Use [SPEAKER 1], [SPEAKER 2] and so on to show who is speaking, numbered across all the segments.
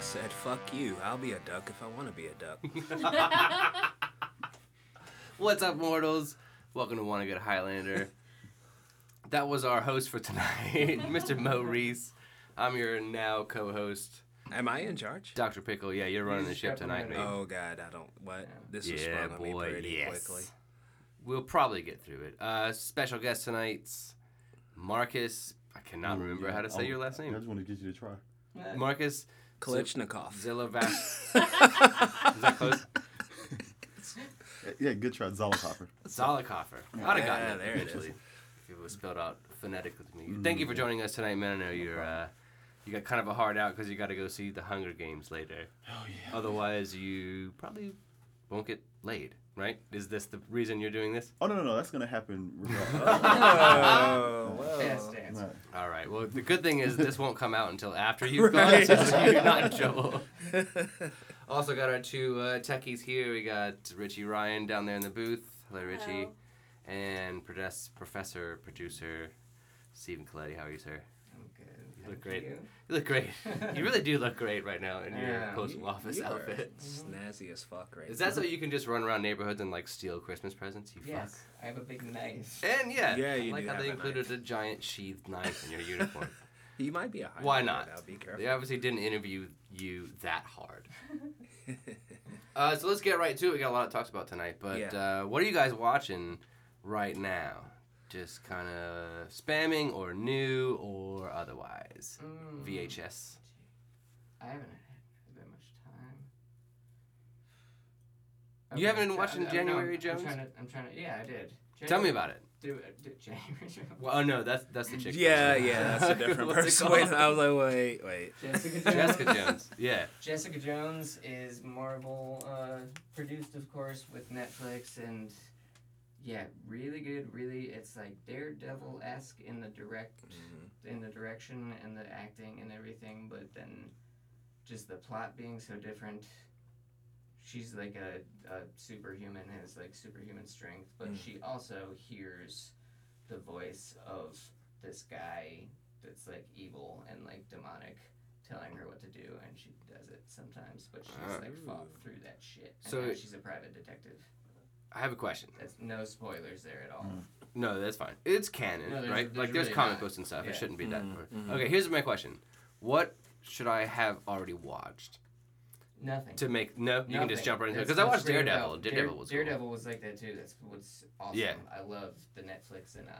[SPEAKER 1] said, fuck you, I'll be a duck if I want to be a duck.
[SPEAKER 2] What's up, mortals? Welcome to Wanna Get Highlander. that was our host for tonight, Mr. Mo Reese. I'm your now co-host,
[SPEAKER 1] Am I in charge?
[SPEAKER 2] Dr. Pickle. Yeah, you're running the ship tonight, mate.
[SPEAKER 1] Oh, God, I don't. What? This was
[SPEAKER 2] Yeah,
[SPEAKER 1] sprung on me
[SPEAKER 2] boy,
[SPEAKER 1] pretty
[SPEAKER 2] yes.
[SPEAKER 1] quickly.
[SPEAKER 2] We'll probably get through it. Uh, special guest tonight's Marcus. I cannot remember how to say your last
[SPEAKER 3] I
[SPEAKER 2] name.
[SPEAKER 3] just want to get you to try.
[SPEAKER 2] Marcus
[SPEAKER 1] Kalichnikov.
[SPEAKER 2] Zilovac. Is that close?
[SPEAKER 3] Yeah, good try, Zollicoffer.
[SPEAKER 2] Zollicoffer. I'd have gotten
[SPEAKER 1] Yeah,
[SPEAKER 2] that
[SPEAKER 1] there
[SPEAKER 2] there
[SPEAKER 1] it is. Mm.
[SPEAKER 2] eventually. If it was spelled out phonetically to me. Thank you for joining us tonight, man. I know you're uh, you got kind of a hard out because you got to go see the Hunger Games later.
[SPEAKER 3] Oh yeah.
[SPEAKER 2] Otherwise, you probably won't get laid. Right? Is this the reason you're doing this?
[SPEAKER 3] Oh no no no, that's gonna happen. regardless.
[SPEAKER 1] Oh, whoa.
[SPEAKER 3] Right.
[SPEAKER 2] All right. Well, the good thing is this won't come out until after you've
[SPEAKER 1] Right.
[SPEAKER 2] gone, so you're not in trouble. also got our two uh, techies here. We got Richie Ryan down there in the booth. Hello, Richie.
[SPEAKER 4] Hello.
[SPEAKER 2] And prodes- professor, producer, Stephen Coletti. How are you, sir? You look great. You. look great. you really do look great right now in your
[SPEAKER 5] Yeah.
[SPEAKER 2] postal office
[SPEAKER 1] you are
[SPEAKER 2] outfit.
[SPEAKER 1] snazzy as fuck right
[SPEAKER 2] Is that so you can just run around neighborhoods and like steal Christmas presents? You
[SPEAKER 5] Yes, I have a big knife.
[SPEAKER 2] fuck. And yeah,
[SPEAKER 1] Yeah, you
[SPEAKER 2] I like
[SPEAKER 1] do
[SPEAKER 2] how
[SPEAKER 1] have
[SPEAKER 2] they
[SPEAKER 1] a
[SPEAKER 2] included
[SPEAKER 1] knife.
[SPEAKER 2] a giant sheathed knife in your uniform.
[SPEAKER 1] now. You might be a high
[SPEAKER 2] Why
[SPEAKER 1] roller,
[SPEAKER 2] not?
[SPEAKER 1] Now, be careful.
[SPEAKER 2] They obviously didn't interview you that hard. uh, so let's get right to it. We got a lot of talks about tonight, but uh, what are you guys watching right now? Just kind of spamming or new or otherwise.
[SPEAKER 1] Hmm.
[SPEAKER 5] Mm.
[SPEAKER 2] VHS.
[SPEAKER 5] I haven't had that much time.
[SPEAKER 2] You haven't been
[SPEAKER 5] so
[SPEAKER 2] watching
[SPEAKER 5] I'm-
[SPEAKER 2] January
[SPEAKER 5] I'm,
[SPEAKER 2] Jones?
[SPEAKER 5] I'm trying, to, I'm trying to. Yeah, I did.
[SPEAKER 2] Tell me
[SPEAKER 5] January-
[SPEAKER 2] about it.
[SPEAKER 5] Do, uh, do January Jones.
[SPEAKER 2] Well, oh no, that's that's the chick.
[SPEAKER 1] Yeah,
[SPEAKER 2] person.
[SPEAKER 1] yeah, that's a different
[SPEAKER 2] What's it
[SPEAKER 1] person.
[SPEAKER 2] called?
[SPEAKER 1] Wait, I was like, wait, wait.
[SPEAKER 5] Jessica Jones.
[SPEAKER 2] Jessica Jones. Yeah.
[SPEAKER 5] Jessica Jones is Marvel uh, produced, of course, with Netflix, and yeah, really good. Really, it's like Daredevil esque in the direct,
[SPEAKER 2] Mm.
[SPEAKER 5] in the direction and the acting and everything, but then just the plot being so different. She's like a, a superhuman, has like superhuman strength, but
[SPEAKER 1] Mm.
[SPEAKER 5] she also hears the voice of this guy that's like evil and like demonic telling her what to do and she does it sometimes but she's
[SPEAKER 2] Ah.
[SPEAKER 5] like fought through that shit and
[SPEAKER 2] So
[SPEAKER 5] now
[SPEAKER 2] it-
[SPEAKER 5] she's a private detective
[SPEAKER 2] I have a question.
[SPEAKER 5] that's no spoilers there at all
[SPEAKER 2] Mm. No, that's fine. It's canon,
[SPEAKER 5] No, there's-
[SPEAKER 2] right?
[SPEAKER 5] there's
[SPEAKER 2] like there's
[SPEAKER 5] really
[SPEAKER 2] comic
[SPEAKER 5] not.
[SPEAKER 2] books and stuff.
[SPEAKER 5] Yeah.
[SPEAKER 2] It shouldn't be that.
[SPEAKER 1] Mhm,
[SPEAKER 2] far.
[SPEAKER 1] mhm.
[SPEAKER 2] Okay, here's my question. What should I have already watched
[SPEAKER 5] nothing
[SPEAKER 2] to make no? You can just
[SPEAKER 5] Nothing.
[SPEAKER 2] jump right into it
[SPEAKER 5] That's-
[SPEAKER 2] because I
[SPEAKER 5] that's
[SPEAKER 2] watched
[SPEAKER 5] really
[SPEAKER 2] Daredevil.
[SPEAKER 5] about-
[SPEAKER 2] and Daredevil was cool.
[SPEAKER 5] Daredevil was like that too that's what's awesome
[SPEAKER 2] Yeah. Uh,
[SPEAKER 5] I love the Netflix and uh,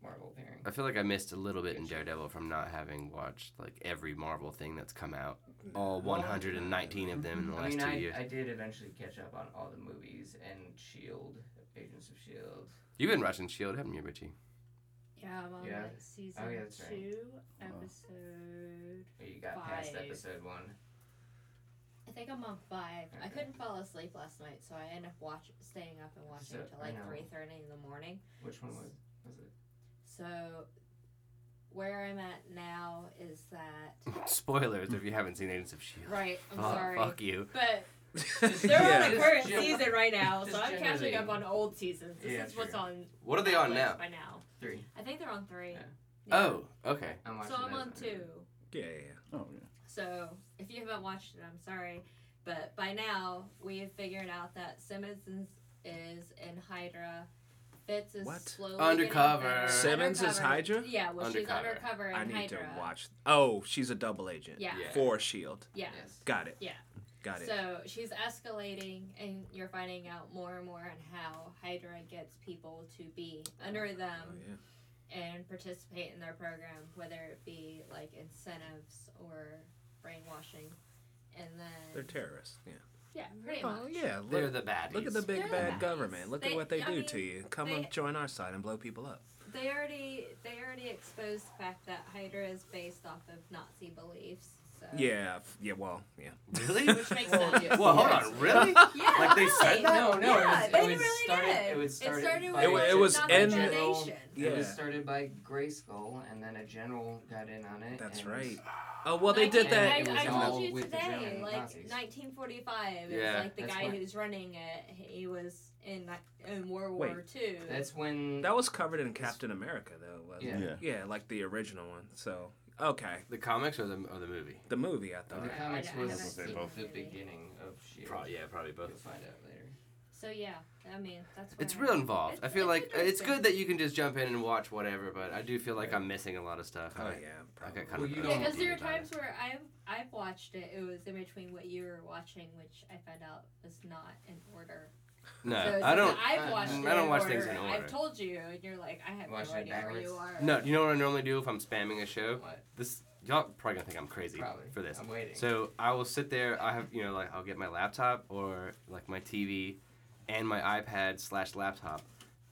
[SPEAKER 5] Marvel pairing
[SPEAKER 2] I feel like I missed a little bit in Daredevil from not having watched like every Marvel thing that's come out, all 119 of them in the
[SPEAKER 5] I
[SPEAKER 2] last
[SPEAKER 5] mean
[SPEAKER 2] two
[SPEAKER 5] I,
[SPEAKER 2] years.
[SPEAKER 5] I did eventually catch up on all the movies and S.H.I.E.L.D. E Agents of S.H.I.E.L.D.
[SPEAKER 2] You've been watching Shield, E haven't you, Richie?
[SPEAKER 4] Yeah, I'm on
[SPEAKER 5] Yeah. Oh,
[SPEAKER 4] like season
[SPEAKER 5] yeah, that's right.
[SPEAKER 4] two,
[SPEAKER 3] Wow.
[SPEAKER 4] episode.
[SPEAKER 5] But you got past
[SPEAKER 4] Five.
[SPEAKER 5] episode one
[SPEAKER 4] I think I'm on five. I
[SPEAKER 5] Okay.
[SPEAKER 4] couldn't fall asleep last night, so I ended up watch staying up and watching
[SPEAKER 5] So-
[SPEAKER 4] until
[SPEAKER 5] I
[SPEAKER 4] like
[SPEAKER 5] know.
[SPEAKER 4] three thirty in the morning.
[SPEAKER 5] which one was was it
[SPEAKER 4] So where I'm at now is that
[SPEAKER 2] Spoilers if you haven't seen Agents of Shield.
[SPEAKER 4] right. I'm
[SPEAKER 2] E Fuck-
[SPEAKER 4] sorry,
[SPEAKER 2] Ah, Fuck you.
[SPEAKER 4] but Mm-hmm. they're on
[SPEAKER 1] yeah.
[SPEAKER 4] a
[SPEAKER 5] Just
[SPEAKER 4] current
[SPEAKER 5] gen-
[SPEAKER 4] season right now, so
[SPEAKER 5] just
[SPEAKER 4] I'm catching
[SPEAKER 5] generally-
[SPEAKER 4] up on old seasons. This
[SPEAKER 5] Yeah,
[SPEAKER 4] is what's
[SPEAKER 5] true.
[SPEAKER 4] on.
[SPEAKER 2] What are they on
[SPEAKER 4] Netflix
[SPEAKER 2] now?
[SPEAKER 4] By now,
[SPEAKER 5] three
[SPEAKER 4] I think they're on three.
[SPEAKER 5] Yeah.
[SPEAKER 2] Oh, okay.
[SPEAKER 5] I'm
[SPEAKER 4] so
[SPEAKER 5] watching
[SPEAKER 4] I'm
[SPEAKER 5] those
[SPEAKER 4] on
[SPEAKER 5] now.
[SPEAKER 4] two.
[SPEAKER 1] Yeah, yeah.
[SPEAKER 3] Oh yeah.
[SPEAKER 4] So if you haven't watched it, I'm sorry, but by now we have figured out that Simmons is, is in Hydra. Fitz is
[SPEAKER 1] What?
[SPEAKER 4] slowly
[SPEAKER 2] Undercover.
[SPEAKER 4] Getting better.
[SPEAKER 1] Simmons is
[SPEAKER 4] Undercover.
[SPEAKER 1] Hydra?
[SPEAKER 4] Yeah, well she's
[SPEAKER 2] Undercover.
[SPEAKER 4] undercover in
[SPEAKER 1] I need
[SPEAKER 4] Hydra.
[SPEAKER 1] to watch. Oh, she's a double agent.
[SPEAKER 4] Yeah.
[SPEAKER 2] Yeah.
[SPEAKER 1] For Shield.
[SPEAKER 4] Yeah.
[SPEAKER 5] Yes.
[SPEAKER 1] E Got it.
[SPEAKER 4] Yeah.
[SPEAKER 1] Got it.
[SPEAKER 4] So she's escalating, and you're finding out more and more on how Hydra gets people to be under them
[SPEAKER 1] oh, yeah.
[SPEAKER 4] and participate in their program, whether it be like incentives or brainwashing. And then
[SPEAKER 1] They're terrorists. Yeah.
[SPEAKER 4] Yeah, pretty
[SPEAKER 1] Oh
[SPEAKER 4] much.
[SPEAKER 1] yeah.
[SPEAKER 2] They're
[SPEAKER 1] Look,
[SPEAKER 2] the baddies.
[SPEAKER 1] look at the big
[SPEAKER 4] They're
[SPEAKER 1] bad
[SPEAKER 4] bad.
[SPEAKER 1] government. Look
[SPEAKER 4] They-
[SPEAKER 1] at what they
[SPEAKER 4] I
[SPEAKER 1] do
[SPEAKER 4] mean,
[SPEAKER 1] to you. Come
[SPEAKER 4] they-
[SPEAKER 1] and join our side and blow people up.
[SPEAKER 4] They already they already exposed the fact that Hydra is based off of Nazi beliefs. So.
[SPEAKER 1] Yeah. f- Yeah. Well. Yeah.
[SPEAKER 2] Really?
[SPEAKER 4] Which makes
[SPEAKER 5] Well,
[SPEAKER 4] sense.
[SPEAKER 5] yeah.
[SPEAKER 2] Well, hold
[SPEAKER 5] Yes.
[SPEAKER 2] on. Really?
[SPEAKER 4] Yeah,
[SPEAKER 2] Like they said that?
[SPEAKER 4] really.
[SPEAKER 5] No, no, it
[SPEAKER 4] yeah,
[SPEAKER 5] was- it
[SPEAKER 4] they
[SPEAKER 5] was
[SPEAKER 4] really
[SPEAKER 5] started-
[SPEAKER 4] did.
[SPEAKER 5] it was
[SPEAKER 4] It started
[SPEAKER 5] started
[SPEAKER 4] with
[SPEAKER 5] by- It wa- it
[SPEAKER 1] was
[SPEAKER 4] Nazi
[SPEAKER 1] in-
[SPEAKER 4] Nation.
[SPEAKER 5] It was
[SPEAKER 1] Yeah.
[SPEAKER 5] started by Grayskull, and then a general got in on it.
[SPEAKER 1] That's
[SPEAKER 5] and-
[SPEAKER 1] right. Oh well, they did
[SPEAKER 5] Nineteen-
[SPEAKER 1] that.
[SPEAKER 4] I,
[SPEAKER 5] It was
[SPEAKER 4] I
[SPEAKER 5] all
[SPEAKER 4] told you
[SPEAKER 5] with the
[SPEAKER 4] today,
[SPEAKER 5] German
[SPEAKER 4] like
[SPEAKER 5] Nazis.
[SPEAKER 4] 1945. It
[SPEAKER 2] Yeah.
[SPEAKER 4] was like the
[SPEAKER 5] That's
[SPEAKER 4] guy
[SPEAKER 5] what-
[SPEAKER 4] who's running it. He was in ni- in World
[SPEAKER 1] Wait.
[SPEAKER 4] War Two.
[SPEAKER 5] That's when.
[SPEAKER 1] That was covered in Captain America, though. Wasn't
[SPEAKER 5] Yeah.
[SPEAKER 1] It? yeah. Like the original one. So Okay.
[SPEAKER 2] The comics or the or the movie?
[SPEAKER 1] The movie, I thought.
[SPEAKER 5] The
[SPEAKER 2] I-
[SPEAKER 5] comics
[SPEAKER 4] I
[SPEAKER 5] was
[SPEAKER 3] haven't
[SPEAKER 5] the,
[SPEAKER 3] seen both.
[SPEAKER 5] the beginning of Shield.
[SPEAKER 2] Probably, yeah, probably both.
[SPEAKER 5] E You'll find out later.
[SPEAKER 4] So yeah, I mean that's.
[SPEAKER 2] It's
[SPEAKER 4] why
[SPEAKER 2] real
[SPEAKER 4] I-
[SPEAKER 2] involved. I
[SPEAKER 4] It's-
[SPEAKER 2] feel like it's
[SPEAKER 4] interesting.
[SPEAKER 2] good that you can just jump in and watch whatever, but I do feel like I'm missing a lot of stuff.
[SPEAKER 1] Oh
[SPEAKER 2] I-
[SPEAKER 1] yeah,
[SPEAKER 2] I
[SPEAKER 1] probably.
[SPEAKER 2] got kind
[SPEAKER 5] Well,
[SPEAKER 2] of.
[SPEAKER 5] you
[SPEAKER 2] uh,
[SPEAKER 5] don't-
[SPEAKER 4] Yeah, because there are
[SPEAKER 2] about it.
[SPEAKER 4] times where I've I've watched it. It was in between what you were watching, which I found out was not in order.
[SPEAKER 2] No,
[SPEAKER 4] so it's
[SPEAKER 2] I
[SPEAKER 4] like,
[SPEAKER 2] don't.
[SPEAKER 4] I've
[SPEAKER 5] I-
[SPEAKER 4] watched.
[SPEAKER 5] I
[SPEAKER 4] it
[SPEAKER 5] don't
[SPEAKER 4] in
[SPEAKER 2] watch
[SPEAKER 4] order.
[SPEAKER 2] things in order.
[SPEAKER 4] I've told you, and you're like, I have
[SPEAKER 5] Watch
[SPEAKER 4] no
[SPEAKER 5] it
[SPEAKER 4] idea where you
[SPEAKER 5] backwards.
[SPEAKER 4] are.
[SPEAKER 2] No, you know what I normally do if I'm spamming a show?
[SPEAKER 5] What?
[SPEAKER 2] This y'all probably gonna think I'm crazy
[SPEAKER 5] Probably.
[SPEAKER 2] for this.
[SPEAKER 5] I'm waiting.
[SPEAKER 2] So I will sit there. I have you know like I'll get my laptop or like my TV, and my iPad slash laptop,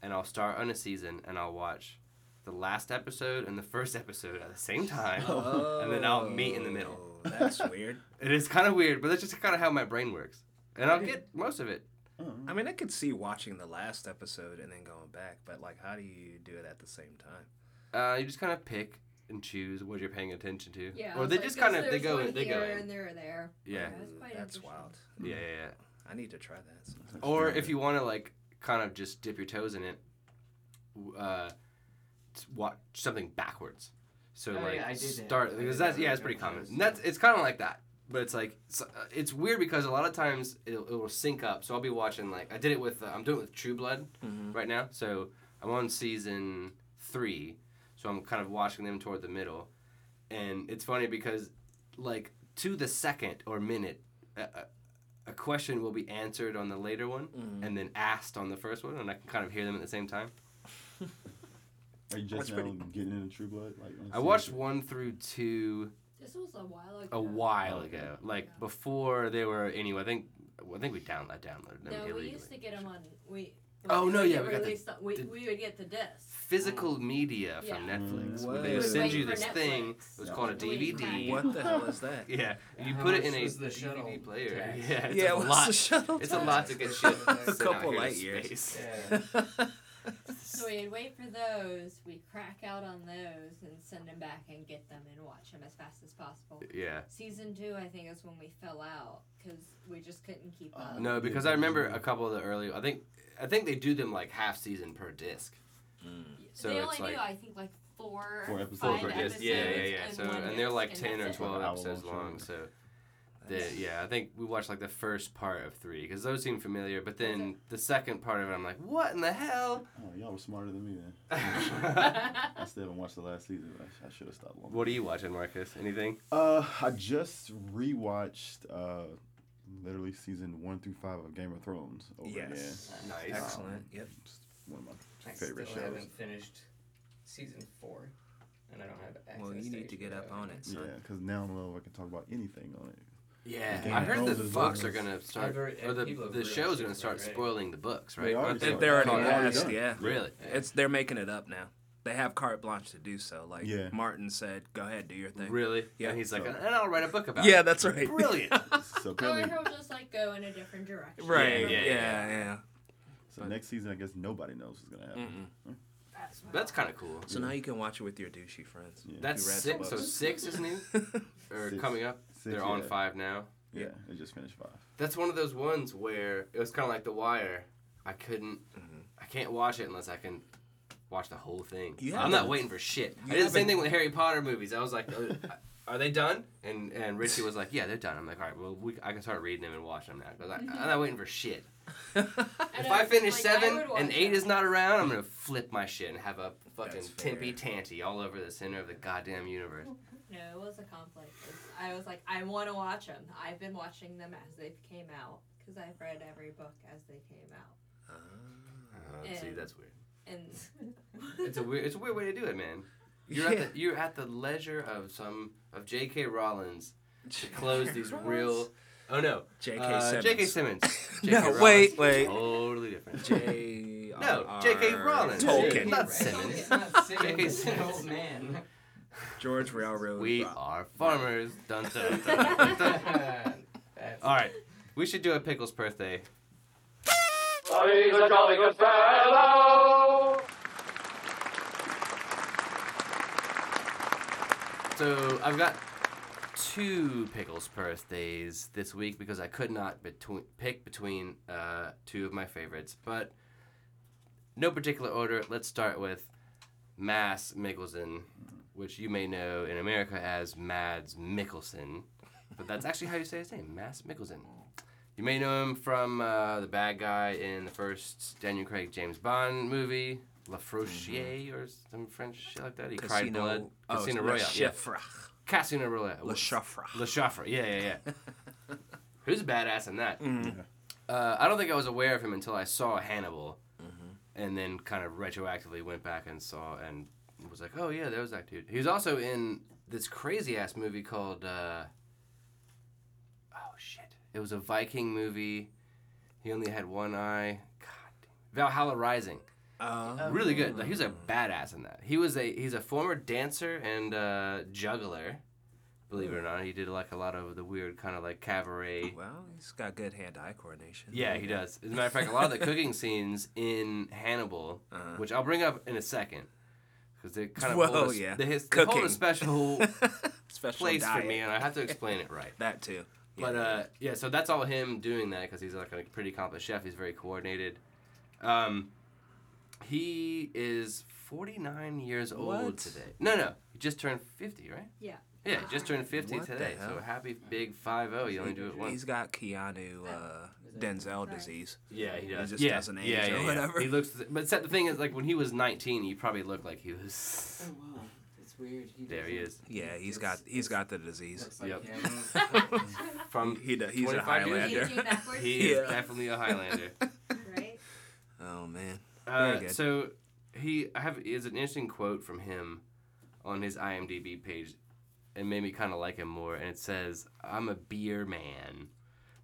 [SPEAKER 2] and I'll start on a season and I'll watch the last episode and the first episode at the same time.
[SPEAKER 1] Oh,
[SPEAKER 2] And then I'll meet in the middle.
[SPEAKER 1] That's weird.
[SPEAKER 2] It is kind of weird, but that's just kind of how my brain works, and I'll get most of it.
[SPEAKER 3] Oh,
[SPEAKER 1] I mean, I could see watching the last episode and then going back, but like, how do you do it at the same time?
[SPEAKER 2] Uh, you just kind of pick and choose what you're paying attention to.
[SPEAKER 4] Yeah. I
[SPEAKER 2] Or
[SPEAKER 4] was
[SPEAKER 2] they
[SPEAKER 4] like,
[SPEAKER 2] just
[SPEAKER 4] there's-
[SPEAKER 2] kind of they
[SPEAKER 4] there's
[SPEAKER 2] go
[SPEAKER 4] one
[SPEAKER 2] in they go
[SPEAKER 4] here
[SPEAKER 2] in.
[SPEAKER 4] and there, there.
[SPEAKER 2] Yeah.
[SPEAKER 4] That's quite
[SPEAKER 1] that's
[SPEAKER 4] interesting.
[SPEAKER 1] wild.
[SPEAKER 2] Yeah, yeah, yeah.
[SPEAKER 1] I need to try that. sometime.
[SPEAKER 2] Or if you want to like kind of just dip your toes in it, uh, t- watch something backwards. So
[SPEAKER 5] Oh,
[SPEAKER 2] like
[SPEAKER 5] yeah, I did that. I
[SPEAKER 2] start
[SPEAKER 5] did
[SPEAKER 2] because
[SPEAKER 5] that
[SPEAKER 2] that's
[SPEAKER 5] when
[SPEAKER 2] yeah,
[SPEAKER 5] I
[SPEAKER 2] it's pretty
[SPEAKER 5] got
[SPEAKER 2] common.
[SPEAKER 5] those.
[SPEAKER 2] And that's it's kind of like that, but it's like it's, uh, it's weird because a lot of times it'll, it'll sync up. So I'll be watching like I did it with uh, I'm doing it with True Blood
[SPEAKER 5] Mm-hmm.
[SPEAKER 1] Mhm.
[SPEAKER 2] right now. So I'm on season three, so I'm kind of watching them toward the middle, and it's funny because like to the second or minute. Uh, uh, a question will be answered on the later one
[SPEAKER 5] Mm-hmm.
[SPEAKER 2] and then asked on the first one, and I can kind of hear them at the same time.
[SPEAKER 3] Are you just
[SPEAKER 1] That's
[SPEAKER 3] now
[SPEAKER 1] pretty-
[SPEAKER 3] getting into True Blood? Like on
[SPEAKER 2] I
[SPEAKER 3] season
[SPEAKER 2] watched
[SPEAKER 3] two?
[SPEAKER 2] one through two
[SPEAKER 4] This was a while ago.
[SPEAKER 2] a while
[SPEAKER 3] Oh, okay.
[SPEAKER 2] ago, like
[SPEAKER 4] Yeah.
[SPEAKER 2] before they were anyway. I think I think we download I downloaded them
[SPEAKER 4] No, we
[SPEAKER 2] illegally.
[SPEAKER 4] used to get them on. We.
[SPEAKER 2] Oh,
[SPEAKER 4] when
[SPEAKER 2] no,
[SPEAKER 4] they
[SPEAKER 2] yeah, we got the-
[SPEAKER 4] released on- we,
[SPEAKER 2] the-
[SPEAKER 4] we would get the disc.
[SPEAKER 2] Physical media from
[SPEAKER 4] Yeah.
[SPEAKER 2] Netflix.
[SPEAKER 1] Mm.
[SPEAKER 2] where
[SPEAKER 1] Whoa. We
[SPEAKER 2] They would
[SPEAKER 1] would
[SPEAKER 2] send
[SPEAKER 1] wait
[SPEAKER 2] you
[SPEAKER 4] for
[SPEAKER 2] this thing. It
[SPEAKER 4] Netflix.
[SPEAKER 2] was called a
[SPEAKER 4] We would
[SPEAKER 2] DVD.
[SPEAKER 4] crack.
[SPEAKER 1] What the hell is that?
[SPEAKER 2] Yeah, and you
[SPEAKER 5] How
[SPEAKER 2] put it
[SPEAKER 5] much
[SPEAKER 2] in a
[SPEAKER 5] was the
[SPEAKER 2] DVD
[SPEAKER 5] shuttle
[SPEAKER 2] player.
[SPEAKER 5] tax?
[SPEAKER 2] Yeah, it's
[SPEAKER 1] yeah,
[SPEAKER 2] a
[SPEAKER 1] what's
[SPEAKER 2] lot.
[SPEAKER 1] the shuttle?
[SPEAKER 2] It's a
[SPEAKER 1] time?
[SPEAKER 2] lot to get shit.
[SPEAKER 1] A
[SPEAKER 2] sent out
[SPEAKER 1] couple
[SPEAKER 2] here to
[SPEAKER 1] light years.
[SPEAKER 2] space.
[SPEAKER 5] Yeah.
[SPEAKER 4] So we'd wait for those. We crack out on those and send them back and get them and watch them as fast as possible.
[SPEAKER 2] Yeah.
[SPEAKER 4] Season two, I think, is when we fell out because we just couldn't keep
[SPEAKER 3] Oh,
[SPEAKER 4] up.
[SPEAKER 2] No, because I remember a couple of the early. I think I think they do them like half season per disc. so
[SPEAKER 4] they
[SPEAKER 2] it's
[SPEAKER 4] only do,
[SPEAKER 2] like-
[SPEAKER 4] I think, like four,
[SPEAKER 3] Four
[SPEAKER 4] five
[SPEAKER 3] episodes.
[SPEAKER 2] per disc.
[SPEAKER 4] episodes.
[SPEAKER 2] Yeah, yeah, yeah.
[SPEAKER 4] and
[SPEAKER 2] So
[SPEAKER 4] one
[SPEAKER 2] and they're
[SPEAKER 4] disc,
[SPEAKER 2] like
[SPEAKER 4] and
[SPEAKER 2] ten or
[SPEAKER 4] that's it.
[SPEAKER 2] twelve
[SPEAKER 3] Like an
[SPEAKER 2] episodes
[SPEAKER 3] hour-long
[SPEAKER 2] long.
[SPEAKER 3] show.
[SPEAKER 2] So the, yeah, I think we watched like the first part of three because those seem familiar. But then the second part of it, I'm like, what in the hell?
[SPEAKER 3] Oh, y'all were smarter than me then. I still haven't watched the last season. I, should have stopped long.
[SPEAKER 2] what are you watching, Marcus? Anything?
[SPEAKER 3] Uh, I just rewatched uh, literally season one through five of Game of Thrones over again.
[SPEAKER 1] Yes.
[SPEAKER 2] Nice.
[SPEAKER 1] Excellent. Yep.
[SPEAKER 3] Just one of my
[SPEAKER 5] I
[SPEAKER 3] favorite
[SPEAKER 5] still
[SPEAKER 3] shows.
[SPEAKER 5] haven't finished season four, and I don't have access.
[SPEAKER 1] Well, you need to get up on it,
[SPEAKER 3] Yeah,
[SPEAKER 1] son.
[SPEAKER 3] because now in love I can talk about anything on it.
[SPEAKER 2] Yeah,
[SPEAKER 3] Game
[SPEAKER 2] I
[SPEAKER 3] of
[SPEAKER 2] heard the
[SPEAKER 3] Thrones is
[SPEAKER 2] Fox are
[SPEAKER 3] over.
[SPEAKER 2] gonna start,
[SPEAKER 5] I've already-
[SPEAKER 2] or the
[SPEAKER 5] people have
[SPEAKER 2] the
[SPEAKER 5] realized
[SPEAKER 2] show's
[SPEAKER 5] it
[SPEAKER 2] gonna start
[SPEAKER 5] already.
[SPEAKER 2] spoiling the books,
[SPEAKER 3] They
[SPEAKER 2] right?
[SPEAKER 3] already
[SPEAKER 2] Aren't
[SPEAKER 1] They-
[SPEAKER 3] started.
[SPEAKER 1] They're already
[SPEAKER 2] Caught up?
[SPEAKER 3] already
[SPEAKER 1] asked,
[SPEAKER 3] done.
[SPEAKER 1] yeah.
[SPEAKER 2] Really?
[SPEAKER 1] It's they're making it up now. They have carte blanche to do so. Like
[SPEAKER 3] Yeah.
[SPEAKER 1] Martin said, go ahead, do your thing.
[SPEAKER 2] Really?
[SPEAKER 1] Yeah.
[SPEAKER 2] And he's like,
[SPEAKER 3] So-
[SPEAKER 2] and I'll write a book about
[SPEAKER 1] Yeah,
[SPEAKER 2] it.
[SPEAKER 1] that's right.
[SPEAKER 2] Brilliant.
[SPEAKER 3] So
[SPEAKER 4] Or
[SPEAKER 3] apparently,
[SPEAKER 4] he'll just like go in a different direction.
[SPEAKER 1] right. Yeah.
[SPEAKER 2] Yeah,
[SPEAKER 1] Yeah.
[SPEAKER 2] yeah,
[SPEAKER 3] so next season I guess nobody knows what's gonna happen.
[SPEAKER 1] Mm-mm.
[SPEAKER 4] That's,
[SPEAKER 2] That's kind of cool.
[SPEAKER 1] So now you can watch it with your douchey friends.
[SPEAKER 3] Yeah.
[SPEAKER 2] That's
[SPEAKER 1] Who read the
[SPEAKER 2] six. So
[SPEAKER 1] books?
[SPEAKER 2] six is new, or
[SPEAKER 3] Six.
[SPEAKER 2] coming up.
[SPEAKER 3] Six,
[SPEAKER 2] they They're on
[SPEAKER 3] yeah.
[SPEAKER 2] five now.
[SPEAKER 3] Yeah, they just finished five.
[SPEAKER 2] That's one of those ones where it was kind of like The Wire. I couldn't.
[SPEAKER 1] Mm-hmm.
[SPEAKER 2] I can't watch it unless I can watch the whole thing.
[SPEAKER 1] You
[SPEAKER 2] I'm not
[SPEAKER 1] haven't.
[SPEAKER 2] waiting for shit.
[SPEAKER 1] You
[SPEAKER 2] I did the same
[SPEAKER 1] haven't.
[SPEAKER 2] thing with Harry Potter movies. I was like, "Oh, are they done? And and Richie was like, yeah, they're done. I'm like, all right, well, we, I can start reading them and watching them now. 'Cause I, I'm not waiting for shit.
[SPEAKER 4] Mm-hmm. I
[SPEAKER 2] If
[SPEAKER 4] know,
[SPEAKER 2] I
[SPEAKER 4] it's
[SPEAKER 2] finish
[SPEAKER 4] like,
[SPEAKER 2] seven
[SPEAKER 4] would
[SPEAKER 2] and
[SPEAKER 4] watch
[SPEAKER 2] eight
[SPEAKER 4] that.
[SPEAKER 2] is not around, I'm gonna flip my shit and have a fucking
[SPEAKER 1] That's fair.
[SPEAKER 2] timpy tanty all over the center of the goddamn universe.
[SPEAKER 4] No, it was a conflict. It's- I was like, I want to watch them. I've been watching them as they came out because I've read every book as they came out.
[SPEAKER 2] Uh,
[SPEAKER 1] Uh-huh.
[SPEAKER 2] see,
[SPEAKER 4] And-
[SPEAKER 2] that's weird.
[SPEAKER 4] And
[SPEAKER 2] It's a weird. It's a weird way to do it, man. You're
[SPEAKER 1] Yeah.
[SPEAKER 2] at the, you're at the leisure of some of J.K. Rollins to close these real. Oh no,
[SPEAKER 1] J.K.
[SPEAKER 2] Uh,
[SPEAKER 1] Simmons.
[SPEAKER 2] J.K. Simmons. J.K.
[SPEAKER 1] No,
[SPEAKER 2] Rollins.
[SPEAKER 1] wait, wait.
[SPEAKER 2] Totally different.
[SPEAKER 1] J.
[SPEAKER 2] No, J.K.
[SPEAKER 1] R.R.
[SPEAKER 2] Rowling.
[SPEAKER 1] Tolkien.
[SPEAKER 2] Not
[SPEAKER 5] Right.
[SPEAKER 2] Simmons.
[SPEAKER 5] It's not
[SPEAKER 2] J.K.
[SPEAKER 5] Simmons. It's an
[SPEAKER 2] Simmons.
[SPEAKER 5] old man.
[SPEAKER 1] George Railroad.
[SPEAKER 2] we
[SPEAKER 1] Rock.
[SPEAKER 2] are farmers. Dun, dun, dun, dun, dun.
[SPEAKER 5] That's
[SPEAKER 2] All right, we should do a pickles birthday. So I've got two pickles birthdays this week because I could not between pick between uh, two of my favorites, but no particular order. Let's start with Mass Mickelson which you may know in America as Mads Mikkelsen, but that's actually how you say his name, Mads Mikkelsen. You may know him from uh, the bad guy in the first Daniel Craig James Bond movie, La Frocière or some French shit like that. He cried blood.
[SPEAKER 1] Mm-hmm. Oh, it's
[SPEAKER 2] Casino
[SPEAKER 1] Le
[SPEAKER 2] Royale. Yeah.
[SPEAKER 1] Chiffre.
[SPEAKER 2] Casino Royale.
[SPEAKER 1] Le Chiffre.
[SPEAKER 2] Le Chiffre. Yeah, yeah, yeah. Who's badass in that?
[SPEAKER 1] Mm.
[SPEAKER 2] Uh, I don't think I was aware of him until I saw Hannibal, and then kind of retroactively went back and saw and was like, oh yeah, there was that dude. He was also in this crazy ass movie called. Uh, oh shit! It was a Viking movie. He only had one eye. God, damn. Valhalla Rising.
[SPEAKER 1] Uh,
[SPEAKER 2] Really good. Like, he was a badass in that. He was a he's a former dancer and uh, juggler. Believe it or not, he did like a lot of the weird kind of like cabaret.
[SPEAKER 1] well, he's got good hand-eye coordination.
[SPEAKER 2] Yeah, he does. As a matter of fact, a lot of the cooking scenes in Hannibal,
[SPEAKER 1] Uh-huh.
[SPEAKER 2] which I'll bring up in a second, because they kind of
[SPEAKER 1] Whoa,
[SPEAKER 2] hold a,
[SPEAKER 1] yeah.
[SPEAKER 2] they, his, they hold
[SPEAKER 1] Cooking.
[SPEAKER 2] a special
[SPEAKER 1] Special
[SPEAKER 2] place
[SPEAKER 1] diet.
[SPEAKER 2] for me, and I have to explain it right.
[SPEAKER 1] That too.
[SPEAKER 2] But uh, yeah, so that's all him doing that because he's like a pretty accomplished chef. He's very coordinated. Um, he is 49 years old
[SPEAKER 1] What?
[SPEAKER 2] today. No, no, he just turned 50, right?
[SPEAKER 4] Yeah.
[SPEAKER 2] Yeah, he just turned 50
[SPEAKER 1] What the
[SPEAKER 2] today. So
[SPEAKER 1] hell?
[SPEAKER 2] happy big 50. You only do it once.
[SPEAKER 1] He's got Keanu uh, Denzel disease.
[SPEAKER 2] Yeah, he does.
[SPEAKER 1] just
[SPEAKER 2] yeah.
[SPEAKER 1] doesn't age
[SPEAKER 2] yeah,
[SPEAKER 1] or
[SPEAKER 2] yeah, yeah.
[SPEAKER 1] whatever.
[SPEAKER 2] He looks, but except the thing is, like when he was 19, he probably looked like he was.
[SPEAKER 5] Oh wow, it's weird. He
[SPEAKER 2] There he is.
[SPEAKER 1] Yeah, he's
[SPEAKER 5] just
[SPEAKER 1] got he's got the disease.
[SPEAKER 5] Looks like
[SPEAKER 2] Yep.
[SPEAKER 5] him.
[SPEAKER 2] From
[SPEAKER 1] He, do- he's a
[SPEAKER 2] 25 years?
[SPEAKER 4] You
[SPEAKER 1] Highlander.
[SPEAKER 4] do backwards,
[SPEAKER 2] he
[SPEAKER 1] Yeah.
[SPEAKER 2] is definitely a Highlander.
[SPEAKER 4] right?
[SPEAKER 1] oh man. Very
[SPEAKER 2] Uh,
[SPEAKER 1] good.
[SPEAKER 2] so he I have is an interesting quote from him on his IMDb page, and made me kind of like him more. And it says, "I'm a beer man.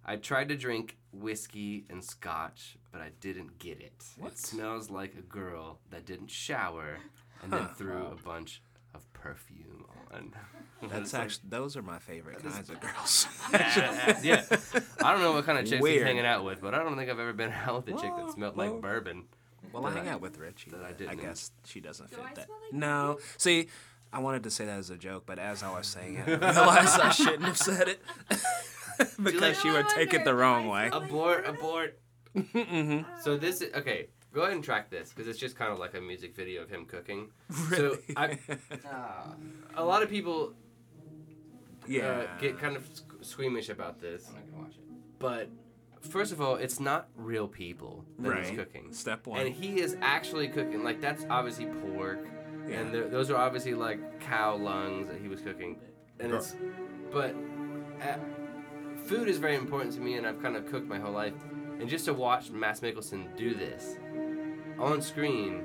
[SPEAKER 2] I tried to drink whiskey and scotch, but I didn't get it.
[SPEAKER 1] What?
[SPEAKER 2] It smells like a girl that didn't shower and
[SPEAKER 1] Huh.
[SPEAKER 2] then threw a bunch of perfume on."
[SPEAKER 1] That's
[SPEAKER 2] It's like,
[SPEAKER 1] actually those are my favorite kinds of girls.
[SPEAKER 2] Yeah, yeah. I don't know what kind of chicks he's
[SPEAKER 1] Weird.
[SPEAKER 2] hanging out with, but I don't think I've ever been out with a chick that
[SPEAKER 1] Well,
[SPEAKER 2] smelled
[SPEAKER 1] well.
[SPEAKER 2] like bourbon.
[SPEAKER 1] Well, I
[SPEAKER 2] That
[SPEAKER 1] hang
[SPEAKER 2] I-
[SPEAKER 1] out with Richie.
[SPEAKER 2] that I
[SPEAKER 1] but
[SPEAKER 2] didn't.
[SPEAKER 1] guess she doesn't
[SPEAKER 4] Do
[SPEAKER 1] fit
[SPEAKER 4] I
[SPEAKER 1] that.
[SPEAKER 4] smell like
[SPEAKER 1] no, see, I wanted to say that as a joke, but as I was saying it, I realized I shouldn't have said it because she
[SPEAKER 4] No, I
[SPEAKER 1] would take it the
[SPEAKER 4] wondered,
[SPEAKER 1] wrong
[SPEAKER 4] do I
[SPEAKER 1] way.
[SPEAKER 4] smell-
[SPEAKER 2] Abort, abort.
[SPEAKER 1] hmm
[SPEAKER 2] So this is okay. Go ahead and track this because it's just kind of like a music video of him cooking.
[SPEAKER 1] Really?
[SPEAKER 2] So I, uh,
[SPEAKER 5] Ah,
[SPEAKER 2] a lot of people
[SPEAKER 1] yeah,
[SPEAKER 2] uh, get kind of squ- squeamish about this,
[SPEAKER 5] I'm not gonna watch it.
[SPEAKER 2] but first of all, it's not real people that he's
[SPEAKER 1] Right.
[SPEAKER 2] cooking,
[SPEAKER 1] step one.
[SPEAKER 2] and he is actually cooking. Like that's obviously pork,
[SPEAKER 1] yeah.
[SPEAKER 2] and th- those are obviously like cow lungs that he was cooking, and
[SPEAKER 3] Bro.
[SPEAKER 2] it's but uh, food is very important to me, and I've kind of cooked my whole life, and just to watch Mass Mickelson do this on screen,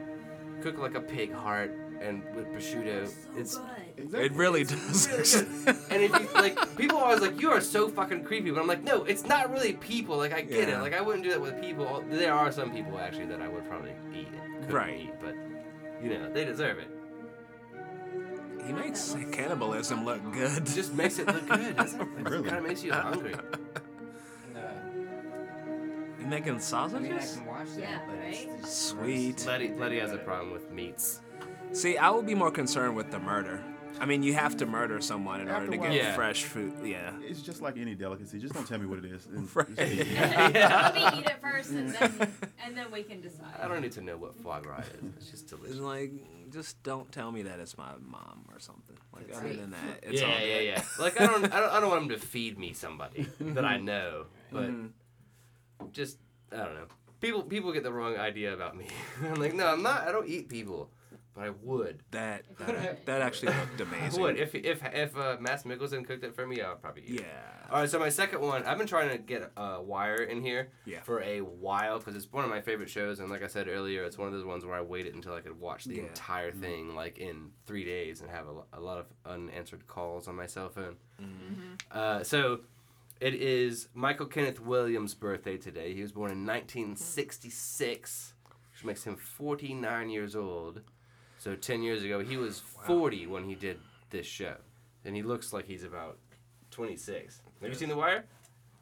[SPEAKER 2] cook like a pig heart and with prosciutto, it's.
[SPEAKER 4] so good.
[SPEAKER 1] it really
[SPEAKER 2] it's
[SPEAKER 1] does.
[SPEAKER 2] really good. and if you like, people are always like, "You are so fucking creepy," but I'm like, "No, it's not really people." Like, I get
[SPEAKER 1] Yeah.
[SPEAKER 2] it. Like, I wouldn't do that with people. There are some people actually that I would probably eat, and cook
[SPEAKER 1] Right.
[SPEAKER 2] and eat, but you know, they deserve it.
[SPEAKER 1] he makes cannibalism look good.
[SPEAKER 2] It just makes it look good, doesn't it?
[SPEAKER 3] Really?
[SPEAKER 2] kind of makes you hungry.
[SPEAKER 5] No,
[SPEAKER 1] You making
[SPEAKER 5] uh, I mean I
[SPEAKER 1] sausages?
[SPEAKER 5] can watch that,
[SPEAKER 4] Yeah,
[SPEAKER 5] but it's
[SPEAKER 4] right?
[SPEAKER 5] just
[SPEAKER 1] Sweet.
[SPEAKER 2] Letty, Letty has a problem with meats.
[SPEAKER 1] See, I would be more concerned with the murder. I mean, you have to murder someone in
[SPEAKER 3] After
[SPEAKER 1] order to
[SPEAKER 3] a while-
[SPEAKER 1] get
[SPEAKER 2] Yeah.
[SPEAKER 1] fresh food. Yeah.
[SPEAKER 3] It's just like any delicacy. Just don't tell me what it is. And
[SPEAKER 1] Right.
[SPEAKER 3] just eat it.
[SPEAKER 4] Let me eat it first, and then and then we can decide.
[SPEAKER 2] I don't need to know what foie gras is. It's just
[SPEAKER 1] It's
[SPEAKER 2] delicious.
[SPEAKER 1] like, just don't tell me that it's my mom or something. Like,
[SPEAKER 5] It's
[SPEAKER 1] other
[SPEAKER 5] me.
[SPEAKER 1] than that, it's
[SPEAKER 2] yeah,
[SPEAKER 1] all
[SPEAKER 2] yeah,
[SPEAKER 1] good.
[SPEAKER 2] yeah. Like I don't, I don't, I don't want him to feed me somebody that I know, but
[SPEAKER 1] Mhm.
[SPEAKER 2] just I don't know. People, people get the wrong idea about me. I'm like, no, I'm not. I don't eat people, but I would.
[SPEAKER 1] That, that that actually looked amazing.
[SPEAKER 2] I would if if if uh, Mass Mickelson cooked it for me, I would probably
[SPEAKER 1] Yeah.
[SPEAKER 2] eat. it. All right, so my second one, I've been trying to get a uh, wire in here
[SPEAKER 1] Yeah.
[SPEAKER 2] for a while because it's one of my favorite shows, and like I said earlier, it's one of those ones where I waited until I could watch the
[SPEAKER 1] Yeah. Mm-hmm.
[SPEAKER 2] entire thing like in three days and have a, lo- a lot of unanswered calls on my cell phone. Uh, so it is Michael Kenneth Williams' birthday today. He was born in 1966, which makes him 49 years old. So 10 years ago, he was 40 when he did this show, and he looks like he's about 26. Have you seen The Wire?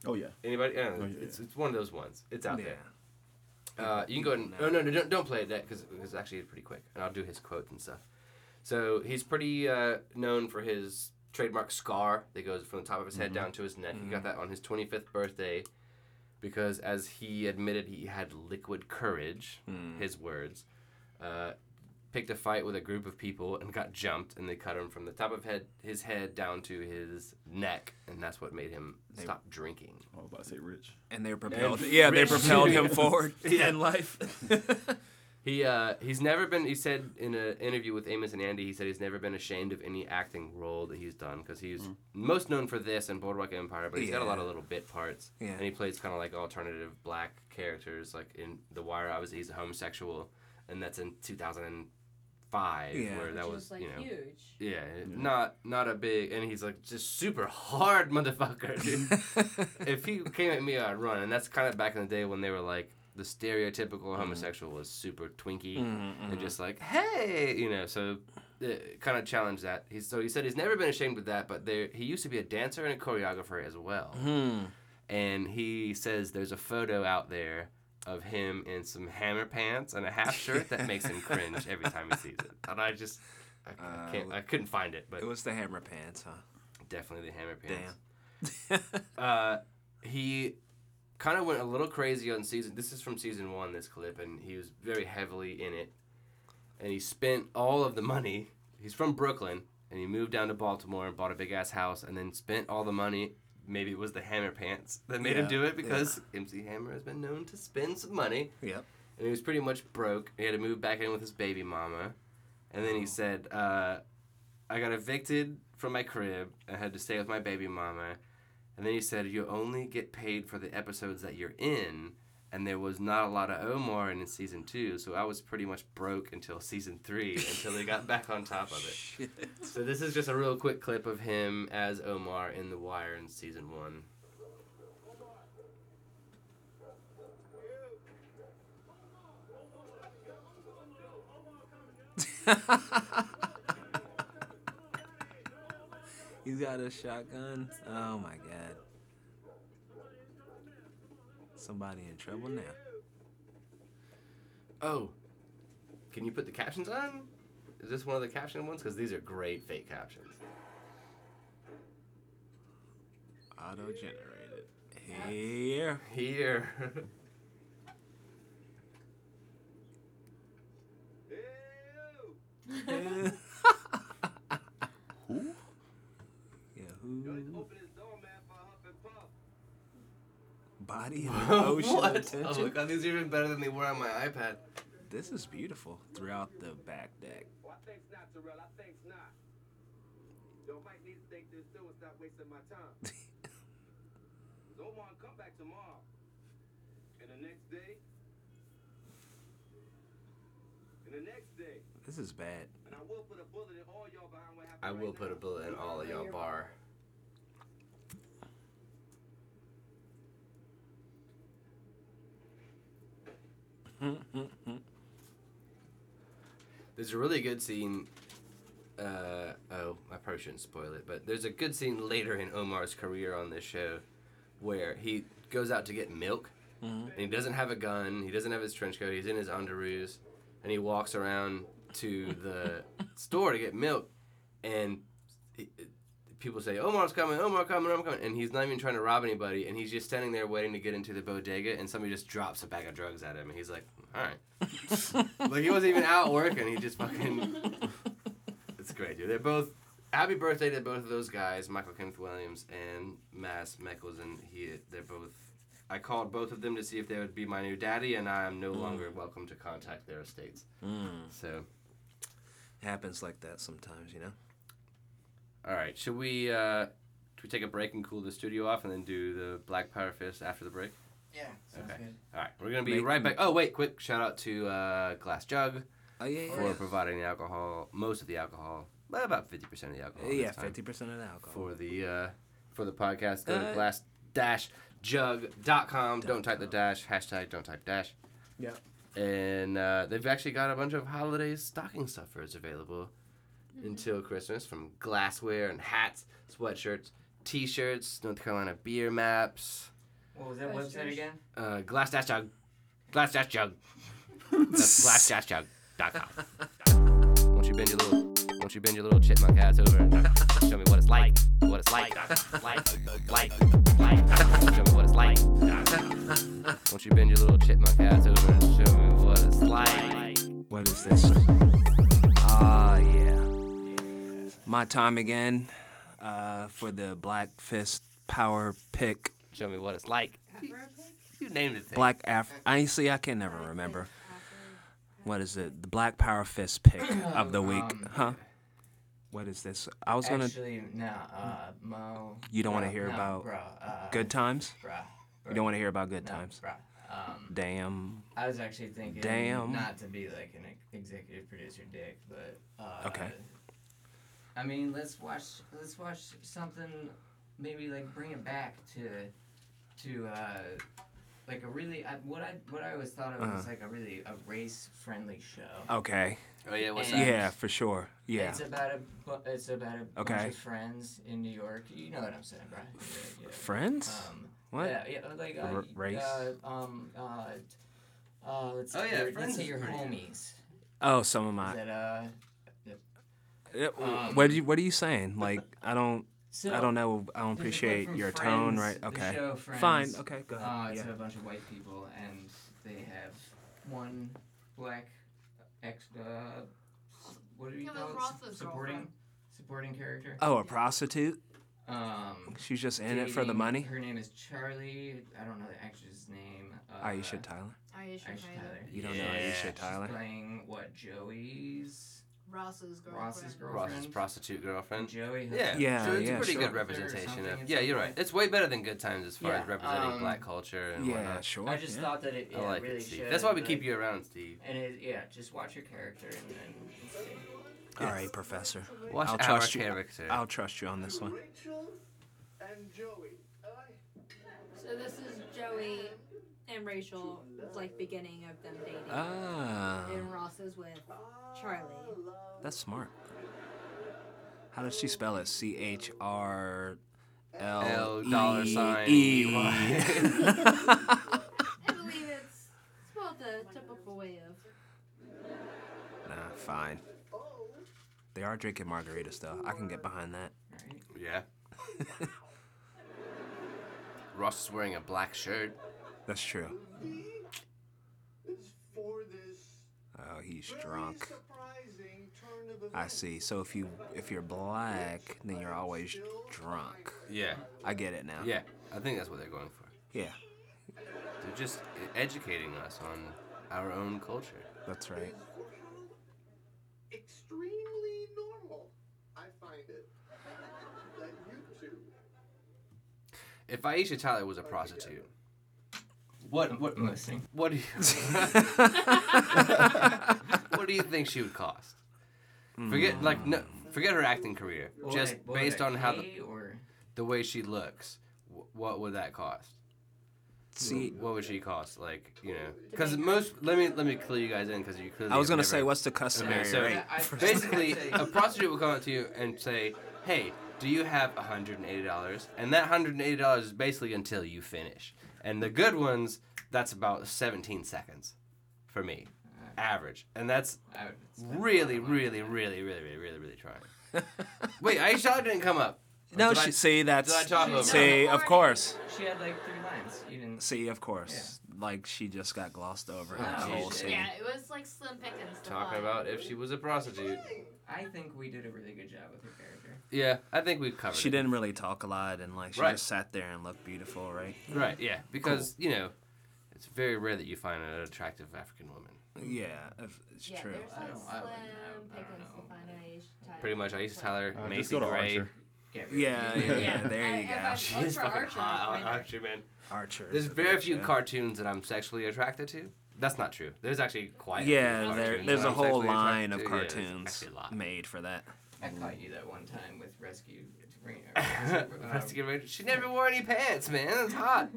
[SPEAKER 3] Oh yeah.
[SPEAKER 2] Anybody? I don't know.
[SPEAKER 3] Oh, yeah,
[SPEAKER 2] it's, it's one of those ones. It's out
[SPEAKER 1] Yeah.
[SPEAKER 2] there. Uh, you can go ahead and.
[SPEAKER 1] No.
[SPEAKER 2] Oh, no, no, don't, don't play it because it's actually pretty quick. And I'll do his quotes and stuff. So he's pretty uh, known for his trademark scar that goes from the top of his head down to his neck. He got that on his 25th birthday because, as he admitted, he had liquid courage, his words. Uh, picked a fight with a group of people and got jumped, and they cut him from the top of head his head down to his neck, and that's what made him
[SPEAKER 1] They-
[SPEAKER 2] stop drinking.
[SPEAKER 3] I was Oh, about to say rich.
[SPEAKER 1] and they propelled. yeah, they propelled him forward
[SPEAKER 2] Yeah.
[SPEAKER 1] in life.
[SPEAKER 2] He uh, he's never been. He said in an interview with Amos and Andy, he said he's never been ashamed of any acting role that he's done because he's most known for this and Boardwalk Empire, but he's got a lot
[SPEAKER 1] Mm. Yeah.
[SPEAKER 2] of little bit parts.
[SPEAKER 1] Yeah.
[SPEAKER 2] and he plays kind of like alternative black characters, like in The Wire. Obviously, he's a homosexual, and that's in 2005,
[SPEAKER 1] Yeah.
[SPEAKER 2] where
[SPEAKER 4] Which
[SPEAKER 2] that
[SPEAKER 4] is,
[SPEAKER 2] was
[SPEAKER 4] like
[SPEAKER 2] you know.
[SPEAKER 4] huge.
[SPEAKER 2] Yeah, not not a big, and he's like just super hard motherfucker. Dude. if he came at me, I'd run, and that's kind of back in the day when they were like the stereotypical
[SPEAKER 1] Mm-hmm.
[SPEAKER 2] homosexual was super twinky and just like hey, you know. So uh, kind of challenged that. He's so he said he's never been ashamed of that, but there he used to be a dancer and a choreographer as well,
[SPEAKER 1] Hmm.
[SPEAKER 2] and he says there's a photo out there. Of him in some hammer pants and a half shirt that makes him cringe every time he sees it, and I just I, I
[SPEAKER 1] Uh,
[SPEAKER 2] can't I couldn't find it, but
[SPEAKER 1] It was the hammer pants, huh?
[SPEAKER 2] Definitely the hammer pants. Uh, he kind of went a little crazy on season. This is from season one, this clip, and he was very heavily in it. And he spent all of the money. He's from Brooklyn, and he moved down to Baltimore and bought a big ass house, and then spent all the money. Maybe it was the hammer pants that made him
[SPEAKER 1] Yeah,
[SPEAKER 2] do it
[SPEAKER 1] yeah.
[SPEAKER 2] because MC Hammer has been known to spend some money
[SPEAKER 1] yep.
[SPEAKER 2] and he was pretty much broke. He had to move back in with his baby mama, and then he said, uh, "I got evicted from my crib. I had to stay with my baby mama." And then he said, "You only get paid for the episodes that you're in." And there was not a lot of Omar in season two, so I was pretty much broke until season three, until they got back on top of it.
[SPEAKER 1] Shit.
[SPEAKER 2] So this is just a real quick clip of him as Omar in The Wire in season one.
[SPEAKER 1] He's got a shotgun. Oh my god. Somebody in trouble now.
[SPEAKER 2] Oh, can you put the captions on? Is this one of the caption ones? Because these are great fake captions.
[SPEAKER 1] Auto generated. Here.
[SPEAKER 2] Here.
[SPEAKER 1] yeah.
[SPEAKER 3] Who?
[SPEAKER 1] Who? Body in the ocean. of
[SPEAKER 2] what?
[SPEAKER 1] tension.
[SPEAKER 2] Oh my god, these are even better than they were on my iPad.
[SPEAKER 1] This is beautiful throughout the back deck.
[SPEAKER 6] Well, Oh, I think's not, Terrell. I think's not. Y'all might need to think this through and stop wasting my time. 'Cause Omar come back tomorrow. And the next day. And the next day.
[SPEAKER 1] This is bad.
[SPEAKER 6] And I will put a bullet in all y'all behind what happened
[SPEAKER 2] I will
[SPEAKER 6] right
[SPEAKER 2] put a
[SPEAKER 6] now.
[SPEAKER 2] bullet in all of y'all bar. There's a really good scene. Uh, oh, I probably shouldn't spoil it, but there's a good scene later in Omar's career on this show where he goes out to get milk and he doesn't have a gun, he doesn't have his trench coat, he's in his underoos, and he walks around to the store to get milk, and he- people say, Omar's coming, Omar coming, Omar coming, and he's not even trying to rob anybody, and he's just standing there waiting to get into the bodega, and somebody just drops a bag of drugs at him, and he's like, all right. like he wasn't even out working. He just fucking. It's great, dude. They're both. Happy birthday to both of those guys, Michael Kenneth Williams and Mass Mickelson. He, they're both. I called both of them to see if they would be my new daddy, and I am no longer welcome to contact their estates. So,
[SPEAKER 1] Hmm. Happens like that sometimes, you know?
[SPEAKER 2] all right, should we? Uh, should we take a break and cool the studio off, and then do the Black Power Fist after the break?
[SPEAKER 5] Yeah, sounds
[SPEAKER 2] Okay.
[SPEAKER 5] good.
[SPEAKER 2] All right, we're gonna be
[SPEAKER 1] Make-
[SPEAKER 2] right back. Oh wait, quick shout out to uh, Glass Jug.
[SPEAKER 1] Oh, yeah,
[SPEAKER 2] for
[SPEAKER 1] yeah.
[SPEAKER 2] providing the alcohol, most of the alcohol, well, about fifty percent of the
[SPEAKER 1] Yeah,
[SPEAKER 2] alcohol.
[SPEAKER 1] yeah
[SPEAKER 2] this time
[SPEAKER 1] 50% of the alcohol.
[SPEAKER 2] for the uh, for the podcast. Go
[SPEAKER 1] Uh,
[SPEAKER 2] to glass dash jug.com. Don't type the dash hashtag. Don't type dash.
[SPEAKER 1] Yeah.
[SPEAKER 2] And uh, they've actually got a bunch of holiday stocking stuffers available
[SPEAKER 1] Mm-hmm.
[SPEAKER 2] until Christmas from glassware and hats, sweatshirts, t-shirts, North Carolina beer maps,
[SPEAKER 5] What was that
[SPEAKER 4] Fresh
[SPEAKER 5] website
[SPEAKER 4] fish.
[SPEAKER 5] again?
[SPEAKER 2] uh, glass dash jug, glass dash jug. That's glass dash jug dot com. Won't you bend your little won't you bend your little chipmunk ass over and show me what it's like? What it's like. Like, like, like. Show me what it's like. Won't you bend your little chipmunk ass over and show me what it's like?
[SPEAKER 1] What is this? Ah, my time again uh, for the Black Fist Power Pick.
[SPEAKER 2] Show me what it's like. You named it.
[SPEAKER 1] Black Af. I see. I can never remember. What is it? The Black Power Fist Pick of the week,
[SPEAKER 5] Um,
[SPEAKER 1] huh? What is this? I was gonna.
[SPEAKER 5] Actually, no, uh, Mo.
[SPEAKER 1] You don't wanna
[SPEAKER 5] no,
[SPEAKER 1] hear
[SPEAKER 5] no,
[SPEAKER 1] about
[SPEAKER 5] bruh, uh,
[SPEAKER 1] Good times.
[SPEAKER 5] Bruh, bruh,
[SPEAKER 1] You don't want to hear about good
[SPEAKER 5] no,
[SPEAKER 1] times.
[SPEAKER 5] Bruh. Um,
[SPEAKER 1] Damn.
[SPEAKER 5] I was actually thinking,
[SPEAKER 1] Damn.
[SPEAKER 5] not to be like an ex- executive producer dick, but uh,
[SPEAKER 1] Okay.
[SPEAKER 5] I mean, let's watch. Let's watch something. Maybe like bring it back to, to uh, like a really I, what I what I always thought of
[SPEAKER 1] Uh-huh.
[SPEAKER 5] was like a really a race friendly show.
[SPEAKER 1] Okay.
[SPEAKER 2] Oh yeah, what's
[SPEAKER 5] And-
[SPEAKER 2] that?
[SPEAKER 1] Yeah, for sure. Yeah.
[SPEAKER 5] It's about a bu- it's about a
[SPEAKER 1] Okay.
[SPEAKER 5] bunch of friends in New York. You know what I'm saying, Brian? Yeah, yeah.
[SPEAKER 1] Friends?
[SPEAKER 5] Um,
[SPEAKER 1] What?
[SPEAKER 5] Yeah, yeah, like uh,
[SPEAKER 1] R-
[SPEAKER 5] y-
[SPEAKER 1] race?
[SPEAKER 5] Uh, um, uh, uh, let's
[SPEAKER 2] Oh,
[SPEAKER 5] say
[SPEAKER 2] yeah,
[SPEAKER 5] your,
[SPEAKER 2] friends
[SPEAKER 5] let's say
[SPEAKER 2] is
[SPEAKER 5] your
[SPEAKER 2] pretty good.
[SPEAKER 5] homies.
[SPEAKER 1] Oh, some of
[SPEAKER 5] Is
[SPEAKER 1] my.
[SPEAKER 5] that, uh,
[SPEAKER 1] Uh,
[SPEAKER 5] um,
[SPEAKER 1] what are you What are you saying? Like, I don't.
[SPEAKER 5] so
[SPEAKER 1] I don't know. I don't
[SPEAKER 5] there's a clip
[SPEAKER 1] appreciate
[SPEAKER 5] from
[SPEAKER 1] your
[SPEAKER 5] Friends,
[SPEAKER 1] tone, right?
[SPEAKER 5] the
[SPEAKER 1] Okay.
[SPEAKER 5] show
[SPEAKER 1] Fine.
[SPEAKER 5] Friends.
[SPEAKER 1] Okay. Go ahead.
[SPEAKER 5] Uh, it's
[SPEAKER 1] yeah.
[SPEAKER 5] a bunch of white people, and they have one black ex. Uh, s- what do you
[SPEAKER 4] Yeah,
[SPEAKER 5] call
[SPEAKER 4] but
[SPEAKER 5] it?
[SPEAKER 4] Ross's
[SPEAKER 5] S- supporting, supporting character.
[SPEAKER 1] Oh, a prostitute.
[SPEAKER 5] Um,
[SPEAKER 1] She's just in it for the
[SPEAKER 5] dating-
[SPEAKER 1] money.
[SPEAKER 5] Her name is Charlie. I don't know the actress's name. Uh,
[SPEAKER 1] Aisha Tyler.
[SPEAKER 4] Are you sure?
[SPEAKER 5] Aisha Tyler.
[SPEAKER 1] You don't know
[SPEAKER 2] Yeah.
[SPEAKER 1] Aisha Tyler.
[SPEAKER 5] She's playing what Joey's
[SPEAKER 4] Ross's girlfriend.
[SPEAKER 5] Ross's girlfriend.
[SPEAKER 2] Ross's prostitute girlfriend.
[SPEAKER 5] Joey.
[SPEAKER 2] Yeah,
[SPEAKER 1] Yeah,
[SPEAKER 2] So it's
[SPEAKER 1] yeah,
[SPEAKER 2] a pretty
[SPEAKER 1] sure.
[SPEAKER 2] good representation of. Yeah, you're right. It's way better than Good Times as far
[SPEAKER 5] Yeah,
[SPEAKER 2] as representing
[SPEAKER 5] um,
[SPEAKER 2] black culture and
[SPEAKER 1] Yeah,
[SPEAKER 2] whatnot.
[SPEAKER 1] sure.
[SPEAKER 5] I just
[SPEAKER 1] yeah.
[SPEAKER 5] thought that it,
[SPEAKER 2] I
[SPEAKER 5] yeah,
[SPEAKER 2] like
[SPEAKER 5] really
[SPEAKER 2] it, Steve.
[SPEAKER 5] showed,
[SPEAKER 2] That's why we
[SPEAKER 5] like-
[SPEAKER 2] keep you around, Steve.
[SPEAKER 5] And it, yeah, just watch your character and then. and see.
[SPEAKER 1] All right, Professor.
[SPEAKER 2] Watch
[SPEAKER 1] I'll
[SPEAKER 2] our
[SPEAKER 1] trust you.
[SPEAKER 2] character.
[SPEAKER 1] I'll trust you on this one.
[SPEAKER 6] Rachel and Joey. I
[SPEAKER 4] So this is Joey and Rachel, like beginning of them dating.
[SPEAKER 1] Ah,
[SPEAKER 4] And Ross is with Charlie.
[SPEAKER 1] that's smart. How does she spell it? C H R L
[SPEAKER 2] L dollar
[SPEAKER 1] E-
[SPEAKER 2] sign
[SPEAKER 1] E.
[SPEAKER 2] E Y.
[SPEAKER 4] I believe it's well the typical way of.
[SPEAKER 1] Nah, fine. They are drinking margaritas though. I can get behind that.
[SPEAKER 5] Right?
[SPEAKER 2] yeah. Ross is wearing a black shirt.
[SPEAKER 1] That's true.
[SPEAKER 6] is for this
[SPEAKER 1] Oh, he's
[SPEAKER 6] very
[SPEAKER 1] drunk.
[SPEAKER 6] surprising turn of
[SPEAKER 1] I
[SPEAKER 6] events.
[SPEAKER 1] see. So if you if you're black, then you're always drunk.
[SPEAKER 2] Yeah.
[SPEAKER 1] I get it now.
[SPEAKER 2] Yeah. I think that's what they're going for.
[SPEAKER 1] Yeah.
[SPEAKER 2] They're just e-, educating us on our own culture.
[SPEAKER 1] That's right.
[SPEAKER 6] Is for how extremely normal I find it that you two
[SPEAKER 2] If Aisha Tyler was a prostitute, what what
[SPEAKER 5] I'm listening.
[SPEAKER 2] what do you what do you think she would cost?
[SPEAKER 1] Hmm.
[SPEAKER 2] Forget like no, forget her acting career.
[SPEAKER 5] What
[SPEAKER 2] just
[SPEAKER 5] would I- what would
[SPEAKER 2] based
[SPEAKER 5] I
[SPEAKER 2] on how the,
[SPEAKER 5] pay or
[SPEAKER 2] the way she looks, wh- what would that cost?
[SPEAKER 1] See,
[SPEAKER 2] What would she cost? Like you know, because most let me let me clear you guys in because you clearly
[SPEAKER 1] I was
[SPEAKER 2] have
[SPEAKER 1] gonna say,
[SPEAKER 2] never-
[SPEAKER 1] what's the customary
[SPEAKER 2] Okay, so-
[SPEAKER 1] rate?
[SPEAKER 5] I-
[SPEAKER 1] for-
[SPEAKER 2] Basically,
[SPEAKER 5] Say-
[SPEAKER 2] a prostitute will come up to you and say, "Hey, do you have $180?" And that $180 is basically until you finish. And the good ones, that's about 17 seconds for me, average. And that's
[SPEAKER 5] I would spend a lot
[SPEAKER 2] really,
[SPEAKER 5] of money.
[SPEAKER 2] really, really, really, really, really, really trying. Wait, Aisha didn't come up.
[SPEAKER 1] no,
[SPEAKER 2] Did I-
[SPEAKER 1] she, see that's
[SPEAKER 2] did I talk over?
[SPEAKER 1] see, of course,
[SPEAKER 5] She had like three lines. You didn't.
[SPEAKER 1] see, of course. Like she just got glossed over in that
[SPEAKER 5] Oh,
[SPEAKER 1] whole
[SPEAKER 2] Jesus.
[SPEAKER 1] scene.
[SPEAKER 4] Yeah, it was like slim pickings. to
[SPEAKER 2] Talking
[SPEAKER 4] find.
[SPEAKER 2] about if she was a prostitute.
[SPEAKER 5] I think we did a really good job with her character.
[SPEAKER 2] Yeah, I think we've covered
[SPEAKER 1] She
[SPEAKER 2] it.
[SPEAKER 1] didn't really talk a lot, and like she
[SPEAKER 2] Right.
[SPEAKER 1] just sat there and looked beautiful, right?
[SPEAKER 2] Right, yeah. Because, you know, it's very rare that you find an attractive African woman.
[SPEAKER 1] Yeah,
[SPEAKER 2] Mm-hmm.
[SPEAKER 1] if, it's
[SPEAKER 4] Yeah,
[SPEAKER 1] true.
[SPEAKER 4] there's
[SPEAKER 5] I
[SPEAKER 4] like
[SPEAKER 5] don't- I
[SPEAKER 4] slim
[SPEAKER 5] wouldn't- I don't- I don't
[SPEAKER 4] pickings
[SPEAKER 5] know.
[SPEAKER 4] to find out Aisha Tyler.
[SPEAKER 2] Pretty much Aisha Tyler,
[SPEAKER 3] Uh, just
[SPEAKER 2] Macy
[SPEAKER 3] go to
[SPEAKER 2] Gray.
[SPEAKER 3] Archer.
[SPEAKER 5] Get rid
[SPEAKER 1] Yeah,
[SPEAKER 5] of
[SPEAKER 1] yeah,
[SPEAKER 5] you.
[SPEAKER 1] yeah. There
[SPEAKER 4] I-
[SPEAKER 1] you
[SPEAKER 4] if I
[SPEAKER 1] go.
[SPEAKER 4] look
[SPEAKER 2] She is
[SPEAKER 4] for
[SPEAKER 2] fucking
[SPEAKER 4] Archer,
[SPEAKER 2] hot.
[SPEAKER 4] I'll
[SPEAKER 2] Archer,
[SPEAKER 4] find her.
[SPEAKER 2] man.
[SPEAKER 1] Archer.
[SPEAKER 2] There's
[SPEAKER 1] is a
[SPEAKER 2] very
[SPEAKER 1] bitch,
[SPEAKER 2] few
[SPEAKER 1] yeah.
[SPEAKER 2] cartoons that I'm sexually attracted to. That's not true. There's actually quite. a few
[SPEAKER 1] Yeah, there,
[SPEAKER 2] cartoons
[SPEAKER 1] there's
[SPEAKER 2] that
[SPEAKER 1] a
[SPEAKER 2] I'm
[SPEAKER 1] whole
[SPEAKER 2] sexually
[SPEAKER 1] line of
[SPEAKER 2] attracted to. Yeah,
[SPEAKER 1] cartoons
[SPEAKER 2] there's actually a lot.
[SPEAKER 1] made for that.
[SPEAKER 5] I caught you that one time with rescue.
[SPEAKER 2] Rescue Ranger- She never wore any pants, man. That's hot.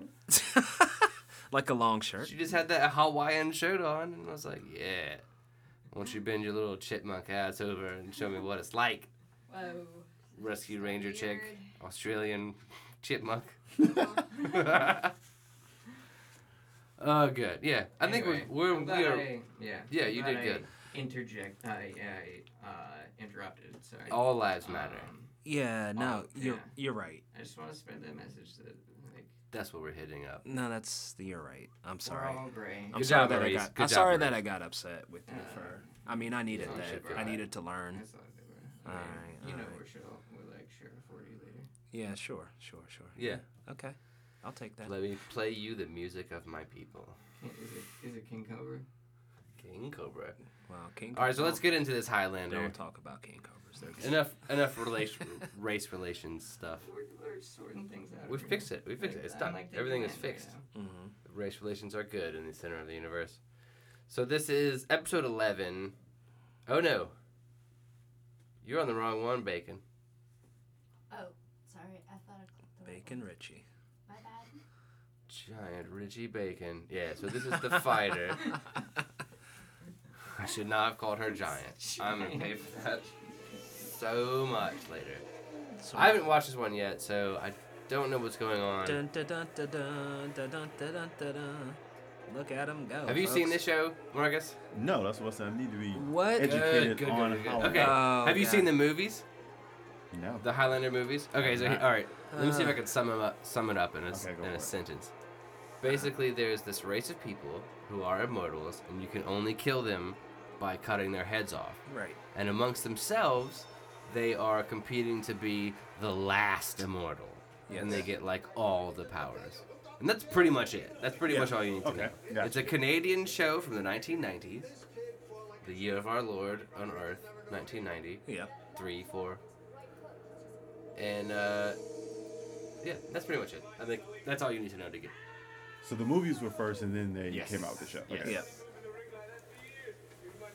[SPEAKER 1] like a long shirt.
[SPEAKER 2] She just had that Hawaiian shirt on, and I was like, yeah. Once you bend your little chipmunk ass over and show me what it's like,
[SPEAKER 4] Whoa.
[SPEAKER 2] Rescue Ranger chick,
[SPEAKER 4] Weird.
[SPEAKER 2] Australian chipmunk. oh, good. Yeah, I think we're, we're we are.
[SPEAKER 5] yeah.
[SPEAKER 2] Yeah,
[SPEAKER 5] I'm
[SPEAKER 2] you
[SPEAKER 5] glad
[SPEAKER 2] did good.
[SPEAKER 5] I interject. I, I uh, interrupted. Sorry.
[SPEAKER 2] All lives matter.
[SPEAKER 5] Um,
[SPEAKER 1] Yeah, no,
[SPEAKER 5] Oh,
[SPEAKER 1] you're
[SPEAKER 5] yeah.
[SPEAKER 1] you're right.
[SPEAKER 5] I just want to spread that message that like
[SPEAKER 2] That's what we're hitting up.
[SPEAKER 1] No, that's you're right. I'm sorry.
[SPEAKER 5] we're all gray.
[SPEAKER 1] I'm
[SPEAKER 2] Good
[SPEAKER 1] sorry
[SPEAKER 2] job,
[SPEAKER 1] that I
[SPEAKER 2] Maurice.
[SPEAKER 1] got.
[SPEAKER 2] Good
[SPEAKER 1] I'm
[SPEAKER 2] job,
[SPEAKER 1] sorry that I
[SPEAKER 2] Maurice.
[SPEAKER 1] got upset with you
[SPEAKER 5] Uh,
[SPEAKER 1] for. I mean, I needed
[SPEAKER 5] you
[SPEAKER 1] that.
[SPEAKER 5] should
[SPEAKER 1] I
[SPEAKER 5] cry.
[SPEAKER 1] needed to learn.
[SPEAKER 5] That's all good, bro. Yeah,
[SPEAKER 1] Alright,
[SPEAKER 5] you know
[SPEAKER 1] alright.
[SPEAKER 5] we're sure we're like sure forty later.
[SPEAKER 1] Yeah, sure, sure, sure.
[SPEAKER 2] Yeah.
[SPEAKER 1] Okay, I'll take that.
[SPEAKER 2] Let me play you the music of my people.
[SPEAKER 5] Can't- Is it is it King Cobra?
[SPEAKER 2] King Cobra.
[SPEAKER 1] Wow, King.
[SPEAKER 2] All right, so
[SPEAKER 1] Cobra-
[SPEAKER 2] let's get into this Highlander.
[SPEAKER 1] Don't talk about King Cobras. They're good.
[SPEAKER 2] Enough, enough relation, race relations stuff.
[SPEAKER 5] We're, we're sorting things out.
[SPEAKER 2] We
[SPEAKER 5] here.
[SPEAKER 2] fixed it. We fixed it. It's
[SPEAKER 5] I
[SPEAKER 2] done.
[SPEAKER 5] like the
[SPEAKER 2] Everything is
[SPEAKER 5] plan right
[SPEAKER 2] fixed.
[SPEAKER 5] now.
[SPEAKER 1] Mm-hmm.
[SPEAKER 2] Race relations are good in the center of the universe. So this is episode eleven. Oh no. You're on the wrong one, Bacon.
[SPEAKER 4] Oh, sorry. I thought I clicked the right
[SPEAKER 1] Bacon Richie.
[SPEAKER 4] one. My bad.
[SPEAKER 2] Giant Richie Bacon. Yeah. So this is the fighter. I should not have called her giant. I'm gonna pay for that so much later.
[SPEAKER 1] So-
[SPEAKER 2] I haven't watched this one yet, so I don't know what's going on.
[SPEAKER 1] Dun, dun, dun, dun, dun, dun, dun, dun, dun, dun, dun. Look at him go.
[SPEAKER 2] Have you seen
[SPEAKER 1] folks.
[SPEAKER 2] this show, Marcus?
[SPEAKER 3] No, that's what I said. I need to be
[SPEAKER 1] What?
[SPEAKER 2] Good,
[SPEAKER 3] educated
[SPEAKER 2] good,
[SPEAKER 3] on
[SPEAKER 2] good, good.
[SPEAKER 3] how.
[SPEAKER 2] Okay.
[SPEAKER 1] Oh,
[SPEAKER 2] have you
[SPEAKER 1] God.
[SPEAKER 2] seen the movies,
[SPEAKER 3] No.
[SPEAKER 2] the Highlander movies? Okay, so he- all right, let me see if I
[SPEAKER 1] Uh.
[SPEAKER 2] can sum him up, sum it up in a, s-
[SPEAKER 3] Uh-huh. Okay, go
[SPEAKER 2] in
[SPEAKER 3] for
[SPEAKER 2] a
[SPEAKER 3] it.
[SPEAKER 2] sentence. Basically, there's this race of people who are immortals, and you can only kill them by cutting their heads off.
[SPEAKER 1] Right.
[SPEAKER 2] And amongst themselves, they are competing to be the last immortal, and they
[SPEAKER 1] Yes.
[SPEAKER 2] get like all the powers. And that's pretty much it. That's pretty
[SPEAKER 3] Yeah.
[SPEAKER 2] much all you need to
[SPEAKER 3] Okay,
[SPEAKER 2] know.
[SPEAKER 3] gotcha.
[SPEAKER 2] It's a Canadian show from the 1990s, the year of our Lord on Earth, 1990
[SPEAKER 1] Yeah.
[SPEAKER 2] three, four. And uh, yeah, that's pretty much it. I think that's all you need to know to get.
[SPEAKER 3] So the movies were first, and then they
[SPEAKER 2] Yes.
[SPEAKER 3] came out with the show.
[SPEAKER 2] Yes.
[SPEAKER 3] Okay.
[SPEAKER 1] Yeah.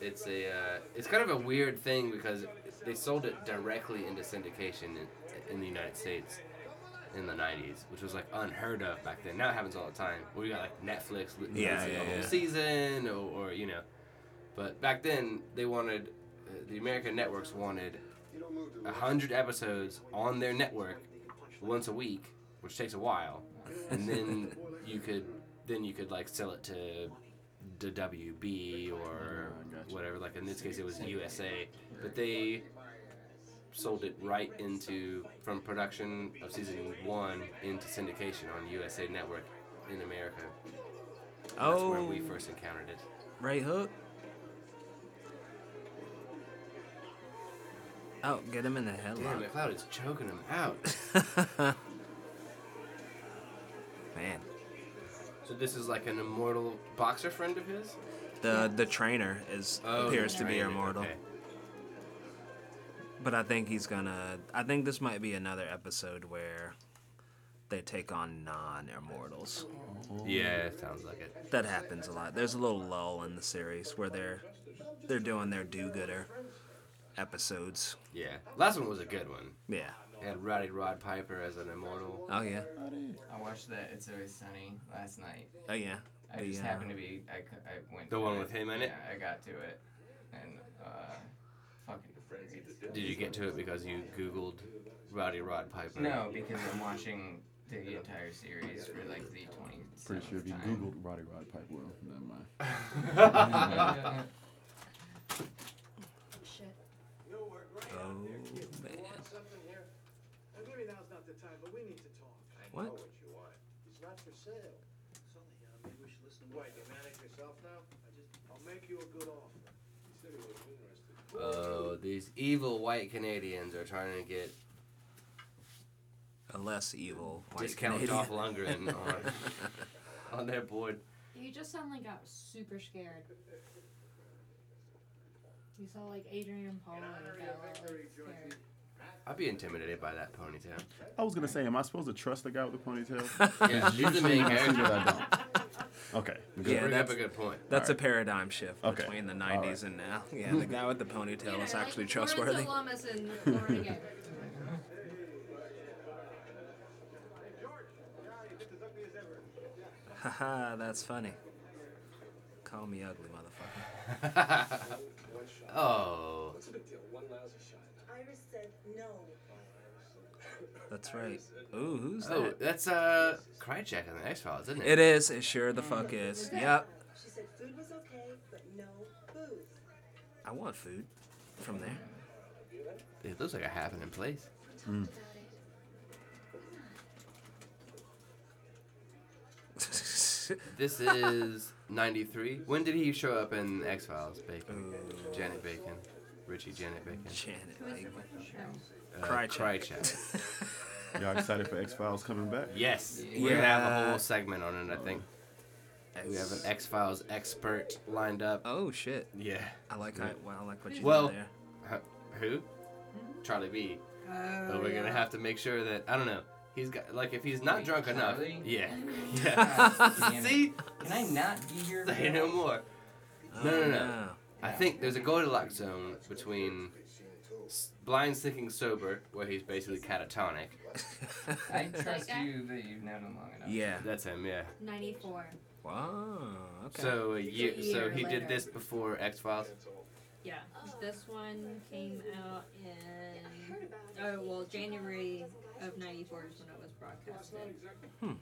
[SPEAKER 2] It's a uh, it's kind of a weird thing because they sold it directly into syndication in, in the United States in the 90s, which was like unheard of back then. Now it happens all the time. Where you got like Netflix l- releasing
[SPEAKER 1] Yeah,
[SPEAKER 2] a
[SPEAKER 1] yeah,
[SPEAKER 2] whole
[SPEAKER 1] yeah.
[SPEAKER 2] season or, or you know, but back then they wanted uh, the American networks wanted a hundred episodes on their network once a week, which takes a while, and then you could then you could like sell it to the WB or
[SPEAKER 3] Gotcha.
[SPEAKER 2] whatever. Like in this case, it was USA, but they sold it right into from production of season one into syndication on USA Network in America. And That's where
[SPEAKER 1] Oh,
[SPEAKER 2] we first encountered it.
[SPEAKER 1] right hook. Oh, get him in the
[SPEAKER 2] Damn,
[SPEAKER 1] headlock.
[SPEAKER 2] McLeod is choking him out.
[SPEAKER 1] Man,
[SPEAKER 2] so this is like an immortal boxer friend of his.
[SPEAKER 1] the the trainer is appears to be
[SPEAKER 2] Oh, trainer,
[SPEAKER 1] immortal,
[SPEAKER 2] okay.
[SPEAKER 1] but I think he's gonna. I think this might be another episode where they take on non-immortals.
[SPEAKER 2] Yeah, it sounds like it.
[SPEAKER 1] That happens a lot. There's a little lull in the series where they're they're doing their do-gooder episodes.
[SPEAKER 2] Yeah. Last one was a good one.
[SPEAKER 1] Yeah.
[SPEAKER 2] It had Roddy Rod Piper as an immortal.
[SPEAKER 1] Oh yeah.
[SPEAKER 5] I watched that It's Always Sunny last night.
[SPEAKER 1] Oh yeah.
[SPEAKER 5] I
[SPEAKER 1] The,
[SPEAKER 5] just
[SPEAKER 1] uh,
[SPEAKER 5] happened to be I, cou- I went
[SPEAKER 2] The
[SPEAKER 5] to
[SPEAKER 2] one
[SPEAKER 5] it.
[SPEAKER 2] with him in it?
[SPEAKER 5] Yeah, I got to it, and uh, fucking hilarious.
[SPEAKER 2] Did you get to it because you Googled Roddy Rod Piper?
[SPEAKER 5] No, because I'm watching the entire series for like the 20.
[SPEAKER 3] Pretty sure if you
[SPEAKER 5] time.
[SPEAKER 3] Googled Roddy Rod Pipe, well, never mind.
[SPEAKER 4] Oh, Shit.
[SPEAKER 6] No work right
[SPEAKER 1] Oh
[SPEAKER 6] out there.
[SPEAKER 1] man.
[SPEAKER 6] Want something here? Uh, Maybe now's not the time, but we need to talk. I
[SPEAKER 1] What?
[SPEAKER 6] know what you want. It's not for sale. It's only, uh, maybe we should listen to. What, you manage yourself now? I just, I'll make you a good offer. He said he was interested.
[SPEAKER 2] Oh, these evil white Canadians are trying to get
[SPEAKER 1] A less evil. white
[SPEAKER 2] discount
[SPEAKER 1] Canadian.
[SPEAKER 2] Dolph Lundgren on, on their board.
[SPEAKER 4] You just suddenly got super scared. You saw like Adrian Paul and got all, like, scared.
[SPEAKER 2] I'd be intimidated by that ponytail.
[SPEAKER 3] I was gonna say, am I supposed to trust the guy with the ponytail?
[SPEAKER 2] Yeah, she's the main
[SPEAKER 3] I see that
[SPEAKER 2] character.
[SPEAKER 3] I don't. Okay. good.
[SPEAKER 2] You
[SPEAKER 1] Yeah,
[SPEAKER 2] bring up
[SPEAKER 1] that's-
[SPEAKER 2] a good point.
[SPEAKER 1] That's a
[SPEAKER 3] Alright.
[SPEAKER 1] paradigm shift
[SPEAKER 3] Okay.
[SPEAKER 1] between the
[SPEAKER 3] Alright.
[SPEAKER 1] 90s and now. Yeah, the guy with the ponytail is actually trustworthy.
[SPEAKER 4] Lomas and Florida Gator.
[SPEAKER 1] Haha, that's funny. Call me ugly, motherfucker.
[SPEAKER 2] oh,
[SPEAKER 7] Iris said no.
[SPEAKER 1] That's right. Ooh, who's
[SPEAKER 2] oh,
[SPEAKER 1] that?
[SPEAKER 2] that's uh, Krychek on the X Files, isn't
[SPEAKER 1] It
[SPEAKER 2] it?
[SPEAKER 1] is. It sure the fuck is. Yep.
[SPEAKER 7] She said food was okay, but no booze.
[SPEAKER 1] I want food from there.
[SPEAKER 2] It, looks like a happening place. This is '93. When did he show up in X Files, Bacon? Janet Bacon. Richie Janet Bacon.
[SPEAKER 1] Janet
[SPEAKER 4] Who is um, the
[SPEAKER 1] Leigh.
[SPEAKER 4] fucking show?
[SPEAKER 2] Uh,
[SPEAKER 1] Cry
[SPEAKER 2] Cry
[SPEAKER 1] Check.
[SPEAKER 2] Check.
[SPEAKER 3] Y'all excited for X Files coming back?
[SPEAKER 2] Yes, we're gonna have a
[SPEAKER 1] Yeah.
[SPEAKER 2] whole segment on it. I think we have an X Files expert lined up.
[SPEAKER 1] Oh shit!
[SPEAKER 2] Yeah.
[SPEAKER 1] I like how, well, I like what you
[SPEAKER 2] Well-
[SPEAKER 1] did there.
[SPEAKER 2] Huh, Who? Charlie B.
[SPEAKER 5] Oh,
[SPEAKER 2] But we're gonna have to make sure that I don't know. He's got like if he's not
[SPEAKER 5] Wait,
[SPEAKER 2] drunk enough.
[SPEAKER 5] Charlie?
[SPEAKER 2] Yeah. Yeah.
[SPEAKER 5] damn it.
[SPEAKER 2] See?
[SPEAKER 5] Can I not be here? for
[SPEAKER 2] Say
[SPEAKER 5] that?
[SPEAKER 2] no more. No,
[SPEAKER 1] Oh,
[SPEAKER 2] no, no. I think there's a Goldilocks zone between s- blind stinking sober, where he's basically catatonic.
[SPEAKER 5] I trust
[SPEAKER 4] guy?
[SPEAKER 5] you that you've known him long enough.
[SPEAKER 1] Yeah.
[SPEAKER 2] That's him, yeah.
[SPEAKER 4] 94.
[SPEAKER 1] Wow. Okay.
[SPEAKER 2] So a year, so
[SPEAKER 4] year
[SPEAKER 2] he
[SPEAKER 4] later.
[SPEAKER 2] did this before X Files.
[SPEAKER 4] Yeah. This one came out in.
[SPEAKER 7] Heard about it.
[SPEAKER 4] Oh, well, January of 94 is when it was broadcasted.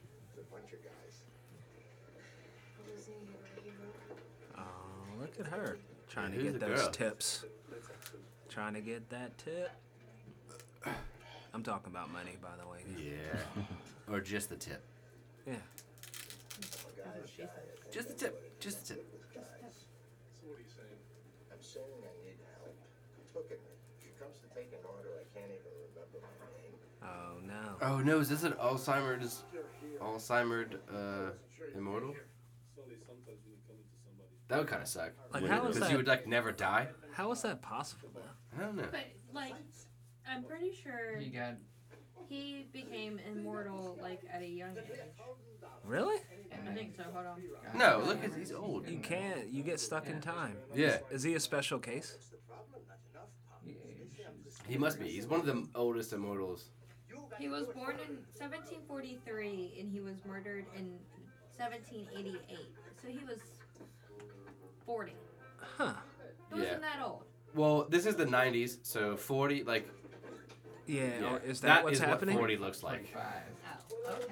[SPEAKER 7] Who's in here, right here?
[SPEAKER 1] oh, look at her trying
[SPEAKER 2] who's
[SPEAKER 1] to
[SPEAKER 2] the
[SPEAKER 1] get those
[SPEAKER 2] girl?
[SPEAKER 1] tips. Trying to get that tip. I'm talking about money, by the way.
[SPEAKER 2] Yeah. or just the tip.
[SPEAKER 1] Yeah.
[SPEAKER 4] That's what she said.
[SPEAKER 2] Just the tip. Just the tip.
[SPEAKER 8] I'm saying I need help. Look at me. She comes to take an order. I can't even remember my name.
[SPEAKER 1] Oh no.
[SPEAKER 2] Oh no, is this an Alzheimer's Alzheimer's uh immortal? That would kind of suck.
[SPEAKER 1] Like how is
[SPEAKER 2] Because
[SPEAKER 1] that?
[SPEAKER 2] you would like never die.
[SPEAKER 1] how is that possible? Though?
[SPEAKER 2] I don't know.
[SPEAKER 4] But, like, I'm pretty sure
[SPEAKER 5] You got,
[SPEAKER 4] he became immortal, like, at a young age.
[SPEAKER 1] Really?
[SPEAKER 5] and
[SPEAKER 4] I think so. Hold on.
[SPEAKER 5] got-
[SPEAKER 2] No, look, he's- he's old.
[SPEAKER 1] You can't. You get stuck in time.
[SPEAKER 2] Yeah,
[SPEAKER 1] Is he a special case?
[SPEAKER 8] What's the problem? Not enough
[SPEAKER 5] Yeah,
[SPEAKER 8] puppies.
[SPEAKER 5] you should-
[SPEAKER 2] he must be. He's one of the oldest immortals.
[SPEAKER 4] He was born in 1743 and he was murdered in 1788. So he was 40.
[SPEAKER 1] Huh.
[SPEAKER 4] He wasn't
[SPEAKER 2] Yeah.
[SPEAKER 4] that old.
[SPEAKER 2] Well, this is the '90s, so 40. Like,
[SPEAKER 1] Yeah.
[SPEAKER 2] yeah,
[SPEAKER 1] or Is that, what's
[SPEAKER 2] is
[SPEAKER 1] happening?
[SPEAKER 2] What 40 looks like.
[SPEAKER 5] 25.
[SPEAKER 4] Oh, okay.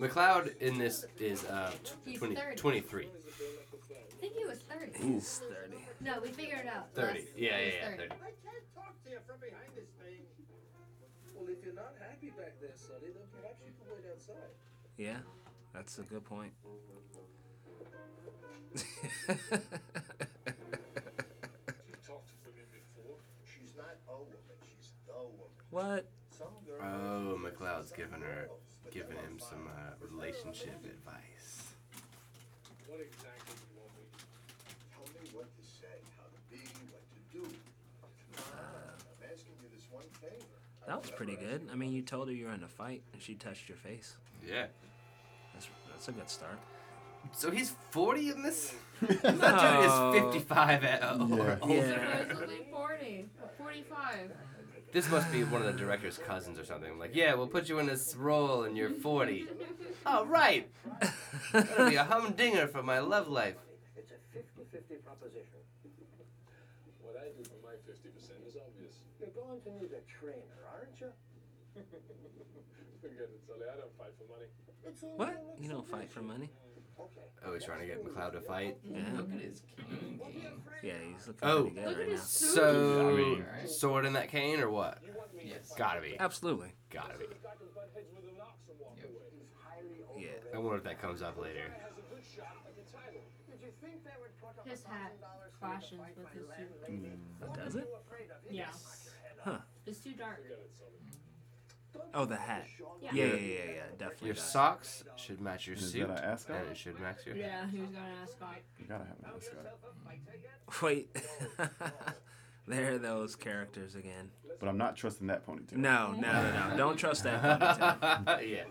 [SPEAKER 2] McLeod in this is uh tw-
[SPEAKER 4] He's
[SPEAKER 2] 20,
[SPEAKER 4] 30.
[SPEAKER 2] 23,
[SPEAKER 4] I think he was 30.
[SPEAKER 1] He's thirty.
[SPEAKER 4] No, we figured it out.
[SPEAKER 2] 30.
[SPEAKER 4] Last-
[SPEAKER 2] Yeah, yeah,
[SPEAKER 4] he was
[SPEAKER 2] yeah. 30.
[SPEAKER 6] I can't talk to you from behind this thing.
[SPEAKER 8] Well, if you're not happy back there, Sonny, then perhaps you can wait outside.
[SPEAKER 1] Yeah. That's a good point.
[SPEAKER 8] She's not a woman. She's the woman.
[SPEAKER 1] what?
[SPEAKER 8] Some girl.
[SPEAKER 2] Oh, McLeod's giving her, giving him some uh, relationship advice.
[SPEAKER 6] What exactly do you want me to do?
[SPEAKER 8] Tell me what to say, how to be, what to do. I'm asking you this one favor.
[SPEAKER 1] That was pretty good. I mean, you told her you were in a fight, and she touched your face.
[SPEAKER 2] Yeah.
[SPEAKER 1] That's that's a good start.
[SPEAKER 2] So he's 40 in this? That dude is 55 at, uh,
[SPEAKER 3] Yeah.
[SPEAKER 2] or older.
[SPEAKER 4] Supposedly 40. 45.
[SPEAKER 2] This must be one of the director's cousins or something. Like, yeah, we'll put you in this role and you're 40. oh, right. That'll be a humdinger for my love life.
[SPEAKER 8] It's a 50-50 proposition.
[SPEAKER 6] What I do for my 50% is obvious.
[SPEAKER 8] You're going to need a trainer, aren't you?
[SPEAKER 6] Forget it, Sully. I don't fight for money.
[SPEAKER 8] It's all
[SPEAKER 1] What? You don't fight for money?
[SPEAKER 8] Okay.
[SPEAKER 2] Oh, he's trying to get McLeod to fight.
[SPEAKER 1] Yeah.
[SPEAKER 5] Look at his cane game.
[SPEAKER 1] Yeah, he's looking
[SPEAKER 2] Oh.
[SPEAKER 1] pretty good
[SPEAKER 4] Look at
[SPEAKER 1] right now.
[SPEAKER 4] his suit.
[SPEAKER 2] So, sword in that cane or what?
[SPEAKER 5] Yes.
[SPEAKER 2] Gotta be.
[SPEAKER 1] Absolutely.
[SPEAKER 2] Gotta be.
[SPEAKER 6] I can butt heads with an ox and walk
[SPEAKER 5] Yep.
[SPEAKER 6] away.
[SPEAKER 1] Yeah.
[SPEAKER 2] I wonder if that comes up later.
[SPEAKER 6] Has a good shot at the title.
[SPEAKER 8] Did you think that would put up
[SPEAKER 4] His hat clashes with his suit.
[SPEAKER 8] Mm.
[SPEAKER 1] Oh, does it?
[SPEAKER 4] Yeah.
[SPEAKER 1] Huh.
[SPEAKER 4] It's too dark.
[SPEAKER 1] Oh, the hat.
[SPEAKER 4] Yeah.
[SPEAKER 1] Yeah, yeah, yeah, yeah. Definitely.
[SPEAKER 2] Your
[SPEAKER 1] does.
[SPEAKER 2] socks should match your
[SPEAKER 3] Is
[SPEAKER 2] suit,
[SPEAKER 3] that an ascot?
[SPEAKER 2] and it should match your
[SPEAKER 4] Yeah, he was going to ask Scott.
[SPEAKER 3] You gotta have an ascot.
[SPEAKER 1] Wait. there are those characters again.
[SPEAKER 3] But I'm not trusting that ponytail.
[SPEAKER 1] No, no, no, no. Don't trust that. ponytail.
[SPEAKER 2] yeah.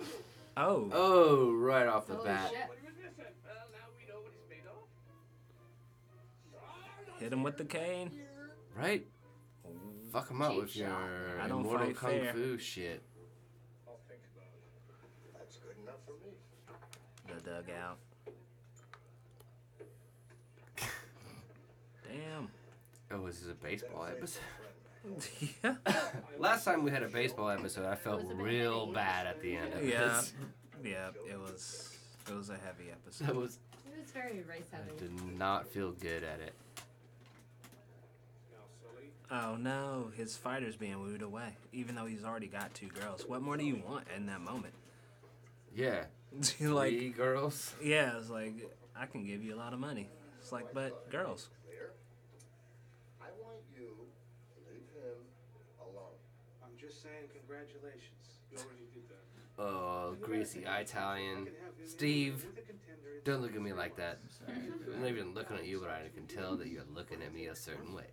[SPEAKER 1] Oh.
[SPEAKER 2] Oh, right off the
[SPEAKER 4] Holy
[SPEAKER 2] bat.
[SPEAKER 4] shit.
[SPEAKER 6] What was this? Well, now we know what he's made of.
[SPEAKER 1] Hit him with the cane.
[SPEAKER 2] Right? Fuck him up
[SPEAKER 4] Mm. Cheap
[SPEAKER 2] with your
[SPEAKER 1] I don't
[SPEAKER 2] immortal
[SPEAKER 1] fight
[SPEAKER 2] kung
[SPEAKER 1] fair.
[SPEAKER 2] fu shit.
[SPEAKER 8] That's good enough for me.
[SPEAKER 1] The dugout. Damn.
[SPEAKER 2] Oh, is this a baseball episode?
[SPEAKER 1] yeah.
[SPEAKER 2] Last time we had a baseball episode, I felt
[SPEAKER 4] It was a bad
[SPEAKER 2] real
[SPEAKER 4] day.
[SPEAKER 2] bad at the end of
[SPEAKER 1] Yeah.
[SPEAKER 2] this.
[SPEAKER 1] Yeah. It was. It was a heavy episode.
[SPEAKER 2] That was.
[SPEAKER 4] He was very race
[SPEAKER 2] I
[SPEAKER 4] heavy.
[SPEAKER 2] did not feel good at it.
[SPEAKER 6] Now, Sully,
[SPEAKER 1] Oh no, his fighter's being wooed away, even though he's already got two girls. What more do you want in that moment?
[SPEAKER 2] Yeah.
[SPEAKER 1] like,
[SPEAKER 2] Three girls.
[SPEAKER 1] yeah, it's like, I can give you a lot of money. It's like, but girls.
[SPEAKER 8] Clear? I want you to leave him alone.
[SPEAKER 6] I'm just saying, congratulations. You already did that.
[SPEAKER 2] Oh, greasy Italian. Steve, don't look at me like that. I'm not even looking at you, but I can tell that you're looking at me a certain way.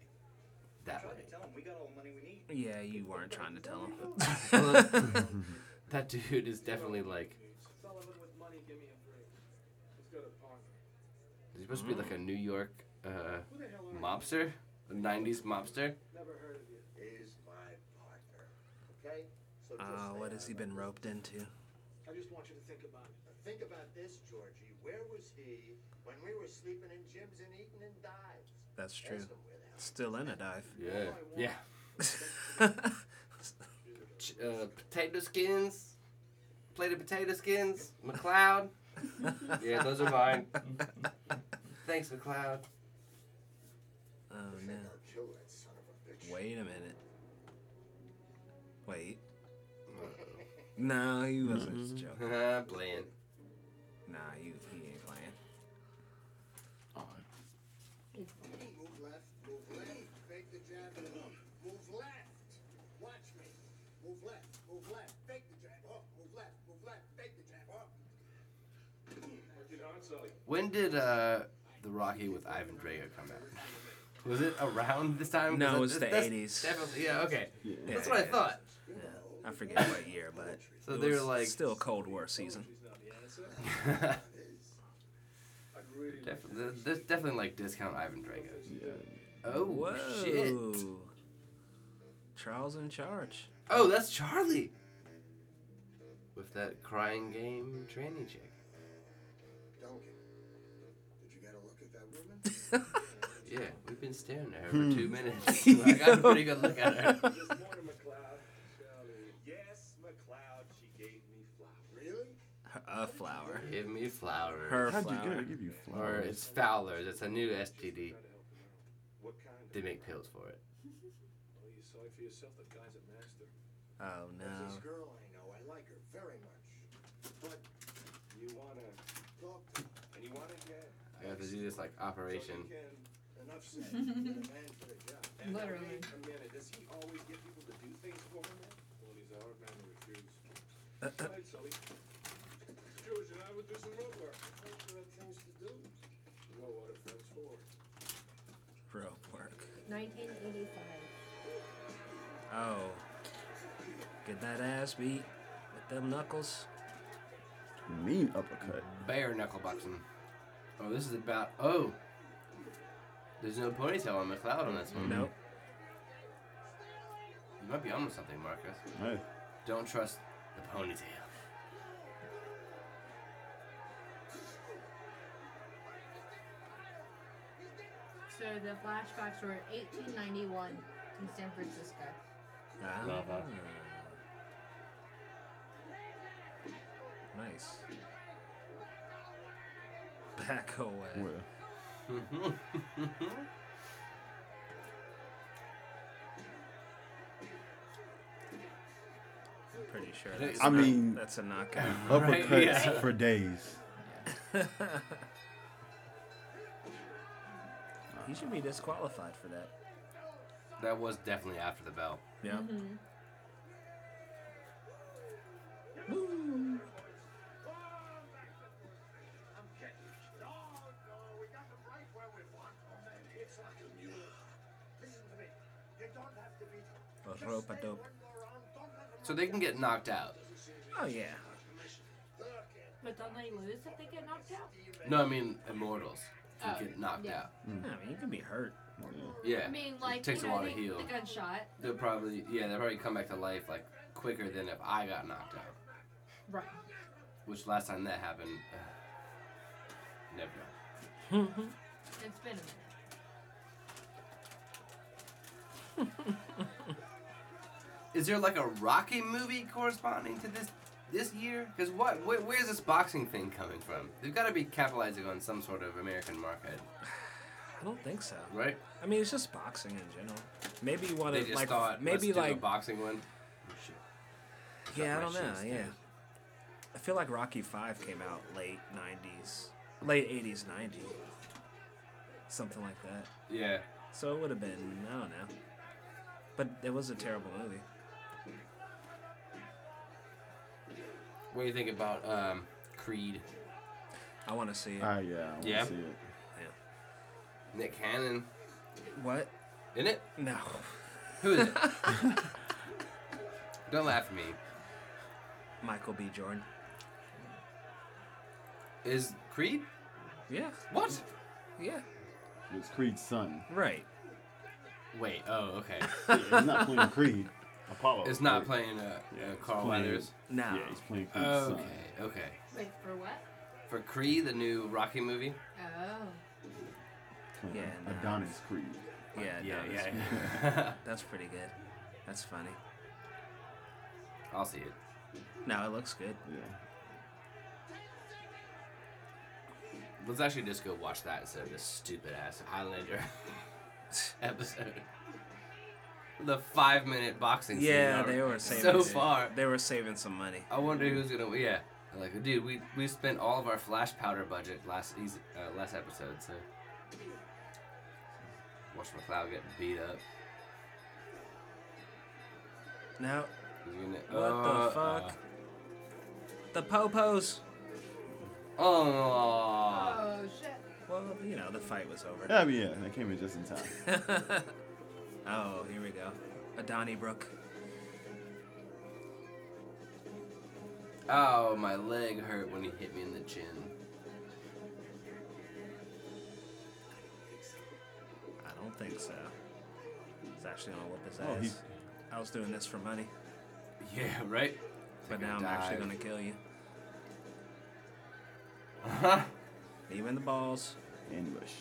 [SPEAKER 2] That way.
[SPEAKER 1] Yeah, you weren't trying to tell him.
[SPEAKER 2] Well, that dude is definitely like.
[SPEAKER 6] Sullivan with money, give me a break. Let's go to Parker.
[SPEAKER 2] He's supposed to be
[SPEAKER 1] Mm.
[SPEAKER 2] like a New York uh,
[SPEAKER 6] Who the hell are you?
[SPEAKER 2] mobster, a '90s mobster.
[SPEAKER 6] Never heard of you.
[SPEAKER 8] Is my partner. Okay? So just
[SPEAKER 1] Uh,
[SPEAKER 8] say
[SPEAKER 1] what
[SPEAKER 8] I
[SPEAKER 1] has he
[SPEAKER 8] love
[SPEAKER 1] been
[SPEAKER 8] you.
[SPEAKER 1] roped into?
[SPEAKER 6] I just want you to think about it.
[SPEAKER 8] Think about this, Georgie. Where was he when we were sleeping in gyms and eating in dives?
[SPEAKER 1] That's true.
[SPEAKER 8] Ask him where the hell-
[SPEAKER 1] Still in a dive. Oh,
[SPEAKER 2] Yeah. Yeah.
[SPEAKER 1] That's
[SPEAKER 2] Ch- uh, potato skins, plated potato skins, McLeod. yeah, those are mine. Thanks, McLeod.
[SPEAKER 1] Oh
[SPEAKER 8] I
[SPEAKER 1] no.
[SPEAKER 8] think I'll kill that son of a bitch.
[SPEAKER 1] Wait a minute. Wait. No, he wasn't just joking.
[SPEAKER 2] I'm playing.
[SPEAKER 1] Nah, you he ain't playing.
[SPEAKER 8] Move left, move left, fake the jab and hook. Move left. Watch me. Move left, move left, fake the jab, hook. Move left, move left, fake the jab, hook.
[SPEAKER 6] Work it hard, Sully.
[SPEAKER 2] When did uh, the Rocky with Ivan Drago come out? Was it around this time? 'Cause
[SPEAKER 1] No, it
[SPEAKER 2] that-
[SPEAKER 1] was the
[SPEAKER 2] that's
[SPEAKER 1] 80s.
[SPEAKER 2] Definitely. Yeah. Okay.
[SPEAKER 1] Yeah,
[SPEAKER 2] That's what I
[SPEAKER 1] yeah.
[SPEAKER 2] thought.
[SPEAKER 1] Yeah. I forget what year, but
[SPEAKER 2] So
[SPEAKER 1] it
[SPEAKER 2] they
[SPEAKER 1] was
[SPEAKER 2] were like
[SPEAKER 1] still Cold War season.
[SPEAKER 6] She's not the answer. I'd really like
[SPEAKER 2] Definitely, there's definitely like discount Ivan Drago.
[SPEAKER 3] Yeah.
[SPEAKER 2] Oh
[SPEAKER 1] Whoa.
[SPEAKER 2] shit!
[SPEAKER 1] Charles in charge.
[SPEAKER 2] Oh, that's Charlie. With that crying game tranny chick.
[SPEAKER 8] Duncan, did you get a look at that woman?
[SPEAKER 2] Yeah, we've been staring at her for two minutes. I got a pretty good look at her.
[SPEAKER 6] This morning, McLeod. Shelley. Yes, McLeod, she gave me flowers.
[SPEAKER 8] Really?
[SPEAKER 1] A flower.
[SPEAKER 2] Give me flowers.
[SPEAKER 1] Her
[SPEAKER 3] How'd you get her
[SPEAKER 1] flower.
[SPEAKER 3] to give you
[SPEAKER 2] Or
[SPEAKER 3] flowers?
[SPEAKER 2] it's Fowler's. It's a new STD.
[SPEAKER 6] Try to help him out. What kind of
[SPEAKER 2] They make pills for it.
[SPEAKER 6] Well, you saw it for yourself. The guy's a master.
[SPEAKER 1] Oh
[SPEAKER 8] There's this
[SPEAKER 1] no.
[SPEAKER 8] girl I know. I like her very much. But
[SPEAKER 6] You wanna
[SPEAKER 8] talk to her.
[SPEAKER 6] and you wanna get
[SPEAKER 2] I have to do this like operation.
[SPEAKER 6] so you can.
[SPEAKER 8] Enough said. You're the man for the job.
[SPEAKER 6] And now,
[SPEAKER 4] Literally.
[SPEAKER 6] wait a minute. Does he always get people to do things for him? man? Well, he's a hard man to refuse. Right, Sully. George and I would do some road work.
[SPEAKER 8] You had things to do.
[SPEAKER 6] Well, what are friends for?
[SPEAKER 1] Rope work.
[SPEAKER 4] 1985.
[SPEAKER 1] Oh. Get that ass beat with them knuckles.
[SPEAKER 3] Mean uppercut.
[SPEAKER 2] Bare knuckle boxing. Oh, this is about. Oh! There's no ponytail on McLeod on this one.
[SPEAKER 1] Nope.
[SPEAKER 2] You might be onto something, Marcus.
[SPEAKER 3] Hey.
[SPEAKER 2] Don't trust the ponytail.
[SPEAKER 4] So the flashbacks were 1891 in San Francisco.
[SPEAKER 1] Ah.
[SPEAKER 2] Lava.
[SPEAKER 1] Ah. Nice. Back away.
[SPEAKER 3] Where?
[SPEAKER 1] I'm pretty sure.
[SPEAKER 2] That
[SPEAKER 1] That's
[SPEAKER 2] is
[SPEAKER 1] a
[SPEAKER 3] I
[SPEAKER 1] knock-
[SPEAKER 3] mean-
[SPEAKER 1] that's a knockout.
[SPEAKER 2] Right,
[SPEAKER 3] Uppercuts
[SPEAKER 2] yeah.
[SPEAKER 3] for days.
[SPEAKER 1] he should be disqualified for that.
[SPEAKER 2] That was definitely after the bell.
[SPEAKER 1] Yeah.
[SPEAKER 4] Mm-hmm.
[SPEAKER 8] Oh,
[SPEAKER 1] Rope-a-dope.
[SPEAKER 2] So they can get knocked out.
[SPEAKER 1] Oh yeah.
[SPEAKER 4] But don't they lose if they get knocked out?
[SPEAKER 2] No, I mean immortals can
[SPEAKER 4] Oh,
[SPEAKER 2] get knocked
[SPEAKER 4] yeah.
[SPEAKER 2] out.
[SPEAKER 1] I mean, you can be hurt.
[SPEAKER 2] Yeah.
[SPEAKER 4] I mean, like,
[SPEAKER 2] it takes
[SPEAKER 4] you know,
[SPEAKER 2] a while
[SPEAKER 4] they,
[SPEAKER 2] to heal.
[SPEAKER 4] the gunshot.
[SPEAKER 2] They'll probably yeah, they'll probably come back to life like quicker than if I got knocked out.
[SPEAKER 4] Right.
[SPEAKER 2] Which last time that happened, uh, never. mind.
[SPEAKER 4] It's been a minute.
[SPEAKER 2] Is there like a Rocky movie corresponding to this this year? Because what where, where's this boxing thing coming from? They've got to be capitalizing on some sort of American market,
[SPEAKER 1] I don't think so.
[SPEAKER 2] right?
[SPEAKER 1] I mean, it's just boxing in general. Maybe you want
[SPEAKER 2] They just
[SPEAKER 1] to like
[SPEAKER 2] thought maybe
[SPEAKER 1] maybe
[SPEAKER 2] let's like do a
[SPEAKER 1] like
[SPEAKER 2] boxing one. Oh, shit.
[SPEAKER 1] yeah, I
[SPEAKER 2] my
[SPEAKER 1] don't know.
[SPEAKER 2] shins,
[SPEAKER 1] Yeah.
[SPEAKER 2] dude.
[SPEAKER 1] I feel like Rocky Five came out late '90s, late '80s, '90s, something like that.
[SPEAKER 2] Yeah.
[SPEAKER 1] So it would have been, I don't know. But it was a terrible movie.
[SPEAKER 2] What do you think about um, Creed?
[SPEAKER 1] I want to see it.
[SPEAKER 3] Ah, yeah, I want
[SPEAKER 2] Yeah.
[SPEAKER 3] to see it.
[SPEAKER 2] Nick Cannon,
[SPEAKER 1] What?
[SPEAKER 2] in it?
[SPEAKER 1] No.
[SPEAKER 2] Who is it? Don't laugh at me.
[SPEAKER 1] Michael B. Jordan.
[SPEAKER 2] Is Creed?
[SPEAKER 1] Yeah.
[SPEAKER 2] What?
[SPEAKER 1] Yeah.
[SPEAKER 3] It's Creed's son.
[SPEAKER 1] Right.
[SPEAKER 2] Wait. Oh, okay.
[SPEAKER 3] Yeah, he's not playing Creed. Apollo.
[SPEAKER 2] It's not
[SPEAKER 3] Creed.
[SPEAKER 2] playing uh,
[SPEAKER 3] Yeah,
[SPEAKER 2] uh,
[SPEAKER 3] it's
[SPEAKER 2] Carl
[SPEAKER 3] playing-
[SPEAKER 2] Weathers. Oh,
[SPEAKER 1] No.
[SPEAKER 3] Yeah, he's playing Creed's
[SPEAKER 2] Okay.
[SPEAKER 3] son.
[SPEAKER 2] Okay.
[SPEAKER 4] Wait, for what?
[SPEAKER 2] For Creed, the new Rocky movie. Uh,
[SPEAKER 4] Oh.
[SPEAKER 3] Playing
[SPEAKER 1] Yeah, no.
[SPEAKER 3] Adonis Creed.
[SPEAKER 1] Yeah.
[SPEAKER 2] Yeah,
[SPEAKER 1] no,
[SPEAKER 2] yeah,
[SPEAKER 1] That's,
[SPEAKER 2] yeah.
[SPEAKER 1] that's pretty good. That's funny.
[SPEAKER 2] I'll see it.
[SPEAKER 1] No, it looks good.
[SPEAKER 3] Yeah.
[SPEAKER 2] Let's actually just go watch that instead of this stupid ass Highlander episode. The five minute boxing scene.
[SPEAKER 1] Yeah,
[SPEAKER 2] already-
[SPEAKER 1] they were saving
[SPEAKER 2] so
[SPEAKER 1] some-
[SPEAKER 2] far.
[SPEAKER 1] They were saving some money.
[SPEAKER 2] I wonder who's gonna. Yeah, like dude, we we spent all of our flash powder budget last eas- uh, last episode. So watch McCloud get beat up.
[SPEAKER 1] No.
[SPEAKER 2] He's gonna-
[SPEAKER 1] What
[SPEAKER 2] uh,
[SPEAKER 1] the fuck?
[SPEAKER 2] uh,
[SPEAKER 1] The popos.
[SPEAKER 2] uh, oh,
[SPEAKER 4] Oh shit.
[SPEAKER 1] Well, you know, the fight was over.
[SPEAKER 3] Yeah, but yeah, that came in just in time.
[SPEAKER 1] oh, here we go. A Donnybrook.
[SPEAKER 2] oh, my leg hurt when he hit me in the chin.
[SPEAKER 1] I don't think so. It's actually gonna whoop his ass.
[SPEAKER 3] Oh, he-
[SPEAKER 1] I was doing this for money,
[SPEAKER 2] Yeah, right.
[SPEAKER 1] but
[SPEAKER 2] Take a
[SPEAKER 1] now I'm actually
[SPEAKER 2] dive.
[SPEAKER 1] gonna kill you. Knee him in the balls.
[SPEAKER 3] Ambush.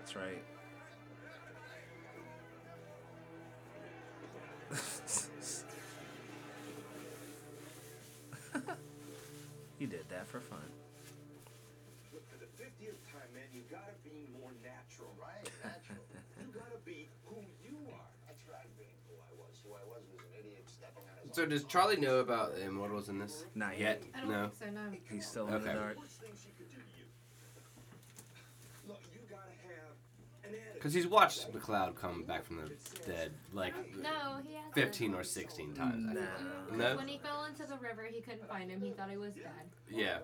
[SPEAKER 1] That's right. you did that for fun.
[SPEAKER 8] Look, for the 50th time, man, you gotta be more natural. Right, natural. you gotta be who you are. I tried being who I was. Who I was was an idiot stepping on his
[SPEAKER 2] So does Charlie know about the immortals in this?
[SPEAKER 1] Not yet.
[SPEAKER 2] Yet?
[SPEAKER 4] I don't
[SPEAKER 2] No.
[SPEAKER 4] think so, no.
[SPEAKER 1] He's still in the
[SPEAKER 2] Okay.
[SPEAKER 1] dark.
[SPEAKER 8] Worst thing she could do to you. Look, you gotta have an attitude.
[SPEAKER 2] Because he's watched McCloud come back from the dead like
[SPEAKER 4] No, he hasn't.
[SPEAKER 2] 15 or 16 times. I think.
[SPEAKER 1] Nah.
[SPEAKER 2] Mm, No?
[SPEAKER 4] When he fell into the river, he couldn't find him. He thought he was dead.
[SPEAKER 2] Yeah.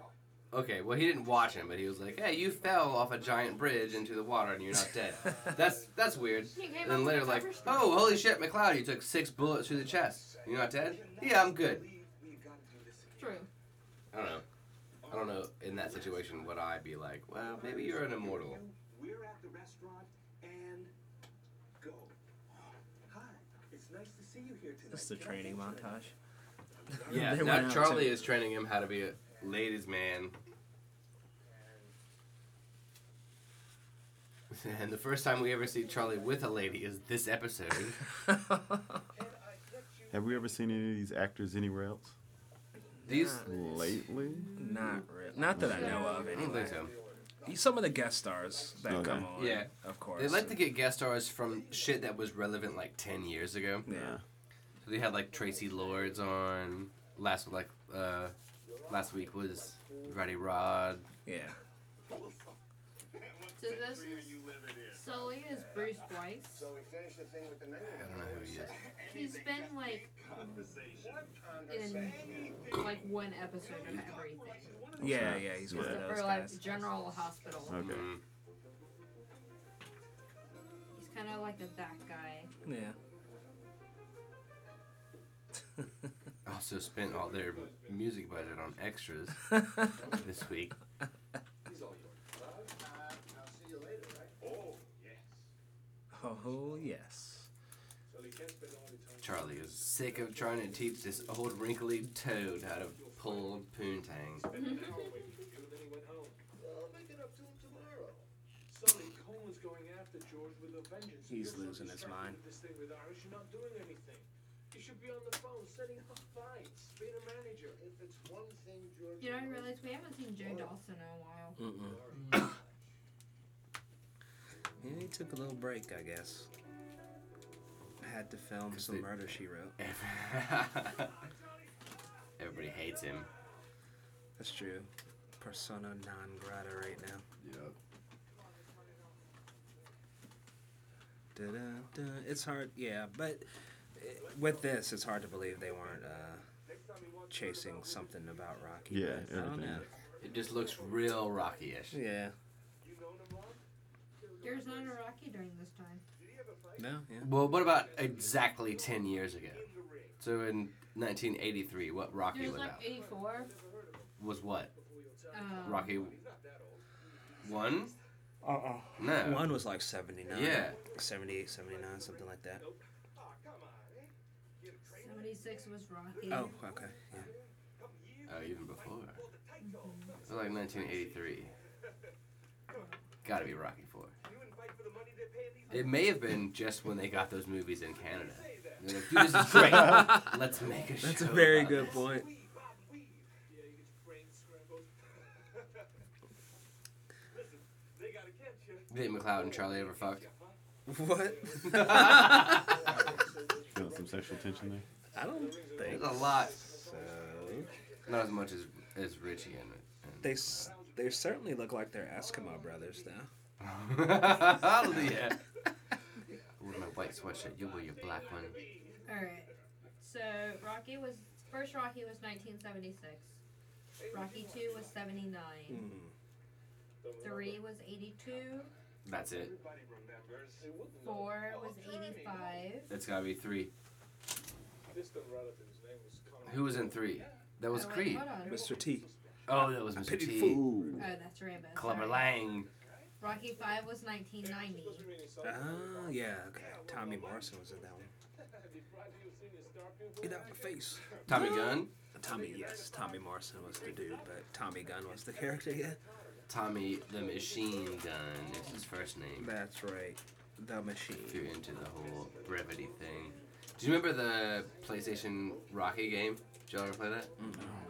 [SPEAKER 2] Okay, well, he didn't watch him, but he was like, hey, you fell off a giant bridge into the water and you're not dead. that's that's weird.
[SPEAKER 4] He
[SPEAKER 2] And
[SPEAKER 4] came up
[SPEAKER 2] then
[SPEAKER 4] with
[SPEAKER 2] later,
[SPEAKER 4] a
[SPEAKER 2] like,
[SPEAKER 4] cover story.
[SPEAKER 2] oh, holy shit, McCloud, you took six bullets through the chest. You're not dead? Yeah, I'm good.
[SPEAKER 8] We've gotta do this again.
[SPEAKER 4] True.
[SPEAKER 2] I don't know. I don't know, in that situation, would I be like, well, maybe you're an immortal.
[SPEAKER 8] We're at the restaurant and go. Hi, it's nice to see you here tonight.
[SPEAKER 1] This is the
[SPEAKER 8] Can I
[SPEAKER 1] training
[SPEAKER 8] thank you?
[SPEAKER 1] montage.
[SPEAKER 2] Yeah,
[SPEAKER 1] They went
[SPEAKER 2] now
[SPEAKER 1] out
[SPEAKER 2] Charlie
[SPEAKER 1] too.
[SPEAKER 2] is training him how to be a ladies' man. And the first time we ever see Charlie with a lady is this episode.
[SPEAKER 8] And I let you
[SPEAKER 3] Have we ever seen any of these actors anywhere else
[SPEAKER 2] These,
[SPEAKER 3] lately?
[SPEAKER 1] Not real. Not that I know of.
[SPEAKER 2] I don't
[SPEAKER 1] Anyway.
[SPEAKER 2] think so.
[SPEAKER 1] Some of the guest stars that
[SPEAKER 3] Okay.
[SPEAKER 1] come on.
[SPEAKER 2] Yeah.
[SPEAKER 1] Of course.
[SPEAKER 2] They like to get guest stars from shit that was relevant like ten years ago.
[SPEAKER 1] Yeah.
[SPEAKER 2] So they had like Tracy Lords on last like uh last week was Roddy Rod.
[SPEAKER 1] Yeah.
[SPEAKER 4] So this is Sully is Bruce Boyce.
[SPEAKER 8] So we finished the thing with the menu.
[SPEAKER 2] I don't know who he is.
[SPEAKER 4] He's been like
[SPEAKER 8] Conversation. What
[SPEAKER 4] in
[SPEAKER 8] conversation?
[SPEAKER 4] like one episode of everything.
[SPEAKER 1] Yeah,
[SPEAKER 3] Okay.
[SPEAKER 1] yeah, he's
[SPEAKER 3] Yeah.
[SPEAKER 1] one of
[SPEAKER 4] Except
[SPEAKER 1] those
[SPEAKER 4] for
[SPEAKER 1] guys.
[SPEAKER 4] like General Hospital.
[SPEAKER 3] Okay.
[SPEAKER 2] Mm.
[SPEAKER 4] He's kind of like a that guy.
[SPEAKER 1] Yeah.
[SPEAKER 2] Also spent all their music budget on extras this week.
[SPEAKER 8] He's all yours. Well, uh, I'll see you later, right? Oh, yes.
[SPEAKER 1] Oh yes.
[SPEAKER 8] So he can't spend all the time.
[SPEAKER 2] Charlie is sick of trying to teach this old wrinkly toad how to pull poontang.
[SPEAKER 8] Spent an hour waiting for you, then he went home. Well, I'll make it up to him tomorrow. Sully, Coleman's going after George with a vengeance.
[SPEAKER 1] He's
[SPEAKER 8] You're so
[SPEAKER 1] losing his
[SPEAKER 8] distracted
[SPEAKER 1] mind.
[SPEAKER 8] with This thing with Irish, you're not doing anything. You should be on the phone, setting up fights, being a manager. If it's one thing, George.
[SPEAKER 4] You know, I realized we haven't seen Joe Dawson in a while.
[SPEAKER 1] Mm-mm. Yeah, he took a little break, I guess. Had to film some
[SPEAKER 2] they-
[SPEAKER 1] murder she wrote.
[SPEAKER 2] Everybody hates him.
[SPEAKER 1] That's true. Persona non grata right now.
[SPEAKER 3] Yeah.
[SPEAKER 1] Da-da-da. It's hard, yeah, but eh, with this, it's hard to believe they weren't uh, chasing something about Rocky.
[SPEAKER 3] Yeah,
[SPEAKER 1] but I don't
[SPEAKER 3] everything.
[SPEAKER 1] know.
[SPEAKER 2] It just looks real rocky-ish.
[SPEAKER 1] Yeah,
[SPEAKER 4] There's not a Rocky during this time.
[SPEAKER 1] no, yeah.
[SPEAKER 2] Well, what about exactly ten years ago? So in 1983, what Rocky
[SPEAKER 4] There's
[SPEAKER 2] was
[SPEAKER 4] like
[SPEAKER 2] out
[SPEAKER 4] 84.
[SPEAKER 2] was what
[SPEAKER 4] Um,
[SPEAKER 2] Rocky one?
[SPEAKER 1] Uh uh
[SPEAKER 2] No.
[SPEAKER 1] One was like 79.
[SPEAKER 2] Yeah.
[SPEAKER 1] 78, 79, something like that.
[SPEAKER 6] Ah, eh?
[SPEAKER 4] 76 was Rocky.
[SPEAKER 1] Oh, okay. Yeah.
[SPEAKER 2] Oh, even before. So like 1983. Gotta be Rocky Four. It may have been just when they got those movies in Canada. They're like, Dude, this is great. Let's make a show.
[SPEAKER 1] That's a very
[SPEAKER 2] about
[SPEAKER 1] good
[SPEAKER 2] this."
[SPEAKER 1] point.
[SPEAKER 2] You think McLeod and Charlie ever fucked?
[SPEAKER 1] What?
[SPEAKER 3] Feeling some sexual tension there.
[SPEAKER 1] I don't
[SPEAKER 2] There's
[SPEAKER 1] think
[SPEAKER 2] a lot.
[SPEAKER 1] so.
[SPEAKER 2] Not as much as as Richie and. and
[SPEAKER 1] They s- they certainly look like they're Eskimo brothers though.
[SPEAKER 2] Hallelujah. With my white sweatshirt, you wear your black one.
[SPEAKER 4] Alright. So, Rocky was. First Rocky was 1976. Rocky 2 was 79.
[SPEAKER 2] Hmm.
[SPEAKER 1] Hmm.
[SPEAKER 4] 3 was 82.
[SPEAKER 2] That's it.
[SPEAKER 4] 4 was 85.
[SPEAKER 2] That's gotta be three.
[SPEAKER 8] This the relative's name was Conrad.
[SPEAKER 2] Who was in three? That was
[SPEAKER 4] Oh, wait,
[SPEAKER 2] Creed.
[SPEAKER 4] hold on.
[SPEAKER 1] Mr. T.
[SPEAKER 2] Oh, that was Mr.
[SPEAKER 1] Pity
[SPEAKER 2] T.
[SPEAKER 3] Ooh.
[SPEAKER 4] Oh, that's Rambo.
[SPEAKER 2] Clever
[SPEAKER 4] sorry.
[SPEAKER 2] Lang.
[SPEAKER 4] Rocky 5 was 1990.
[SPEAKER 1] Oh, yeah, okay. Tommy Morrison was in that one. Get out my face.
[SPEAKER 2] Tommy Gunn.
[SPEAKER 1] Tommy, yes, Tommy Morrison was the dude, but Tommy Gunn was the character, yeah?
[SPEAKER 2] Tommy the Machine Gun is his first name.
[SPEAKER 1] That's right. The
[SPEAKER 2] If
[SPEAKER 1] Machine.
[SPEAKER 2] you're into the whole brevity thing. Do you remember the PlayStation Rocky game? Did y'all ever play that?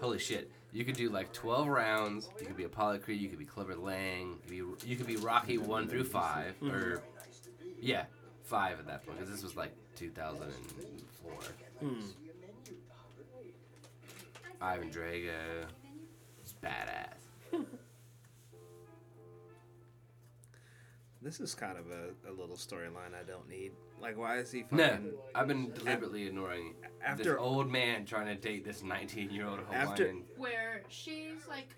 [SPEAKER 2] Holy shit. You could do like 12 rounds. You could be Apollo Creed. You could be Clever Lang. You could be, you could be Mm-hmm. Rocky 1 through 5. Or, yeah, 5 at that point. Because this was like 2004.
[SPEAKER 1] Hmm.
[SPEAKER 2] Ivan Drago. It's badass.
[SPEAKER 1] This is kind of a, a little storyline I don't need. Like, why is he fucking.
[SPEAKER 2] No, I've been deliberately ignoring this
[SPEAKER 1] After-
[SPEAKER 2] old man trying to date this 19 year old Hawaiian.
[SPEAKER 1] After-
[SPEAKER 4] Where she's like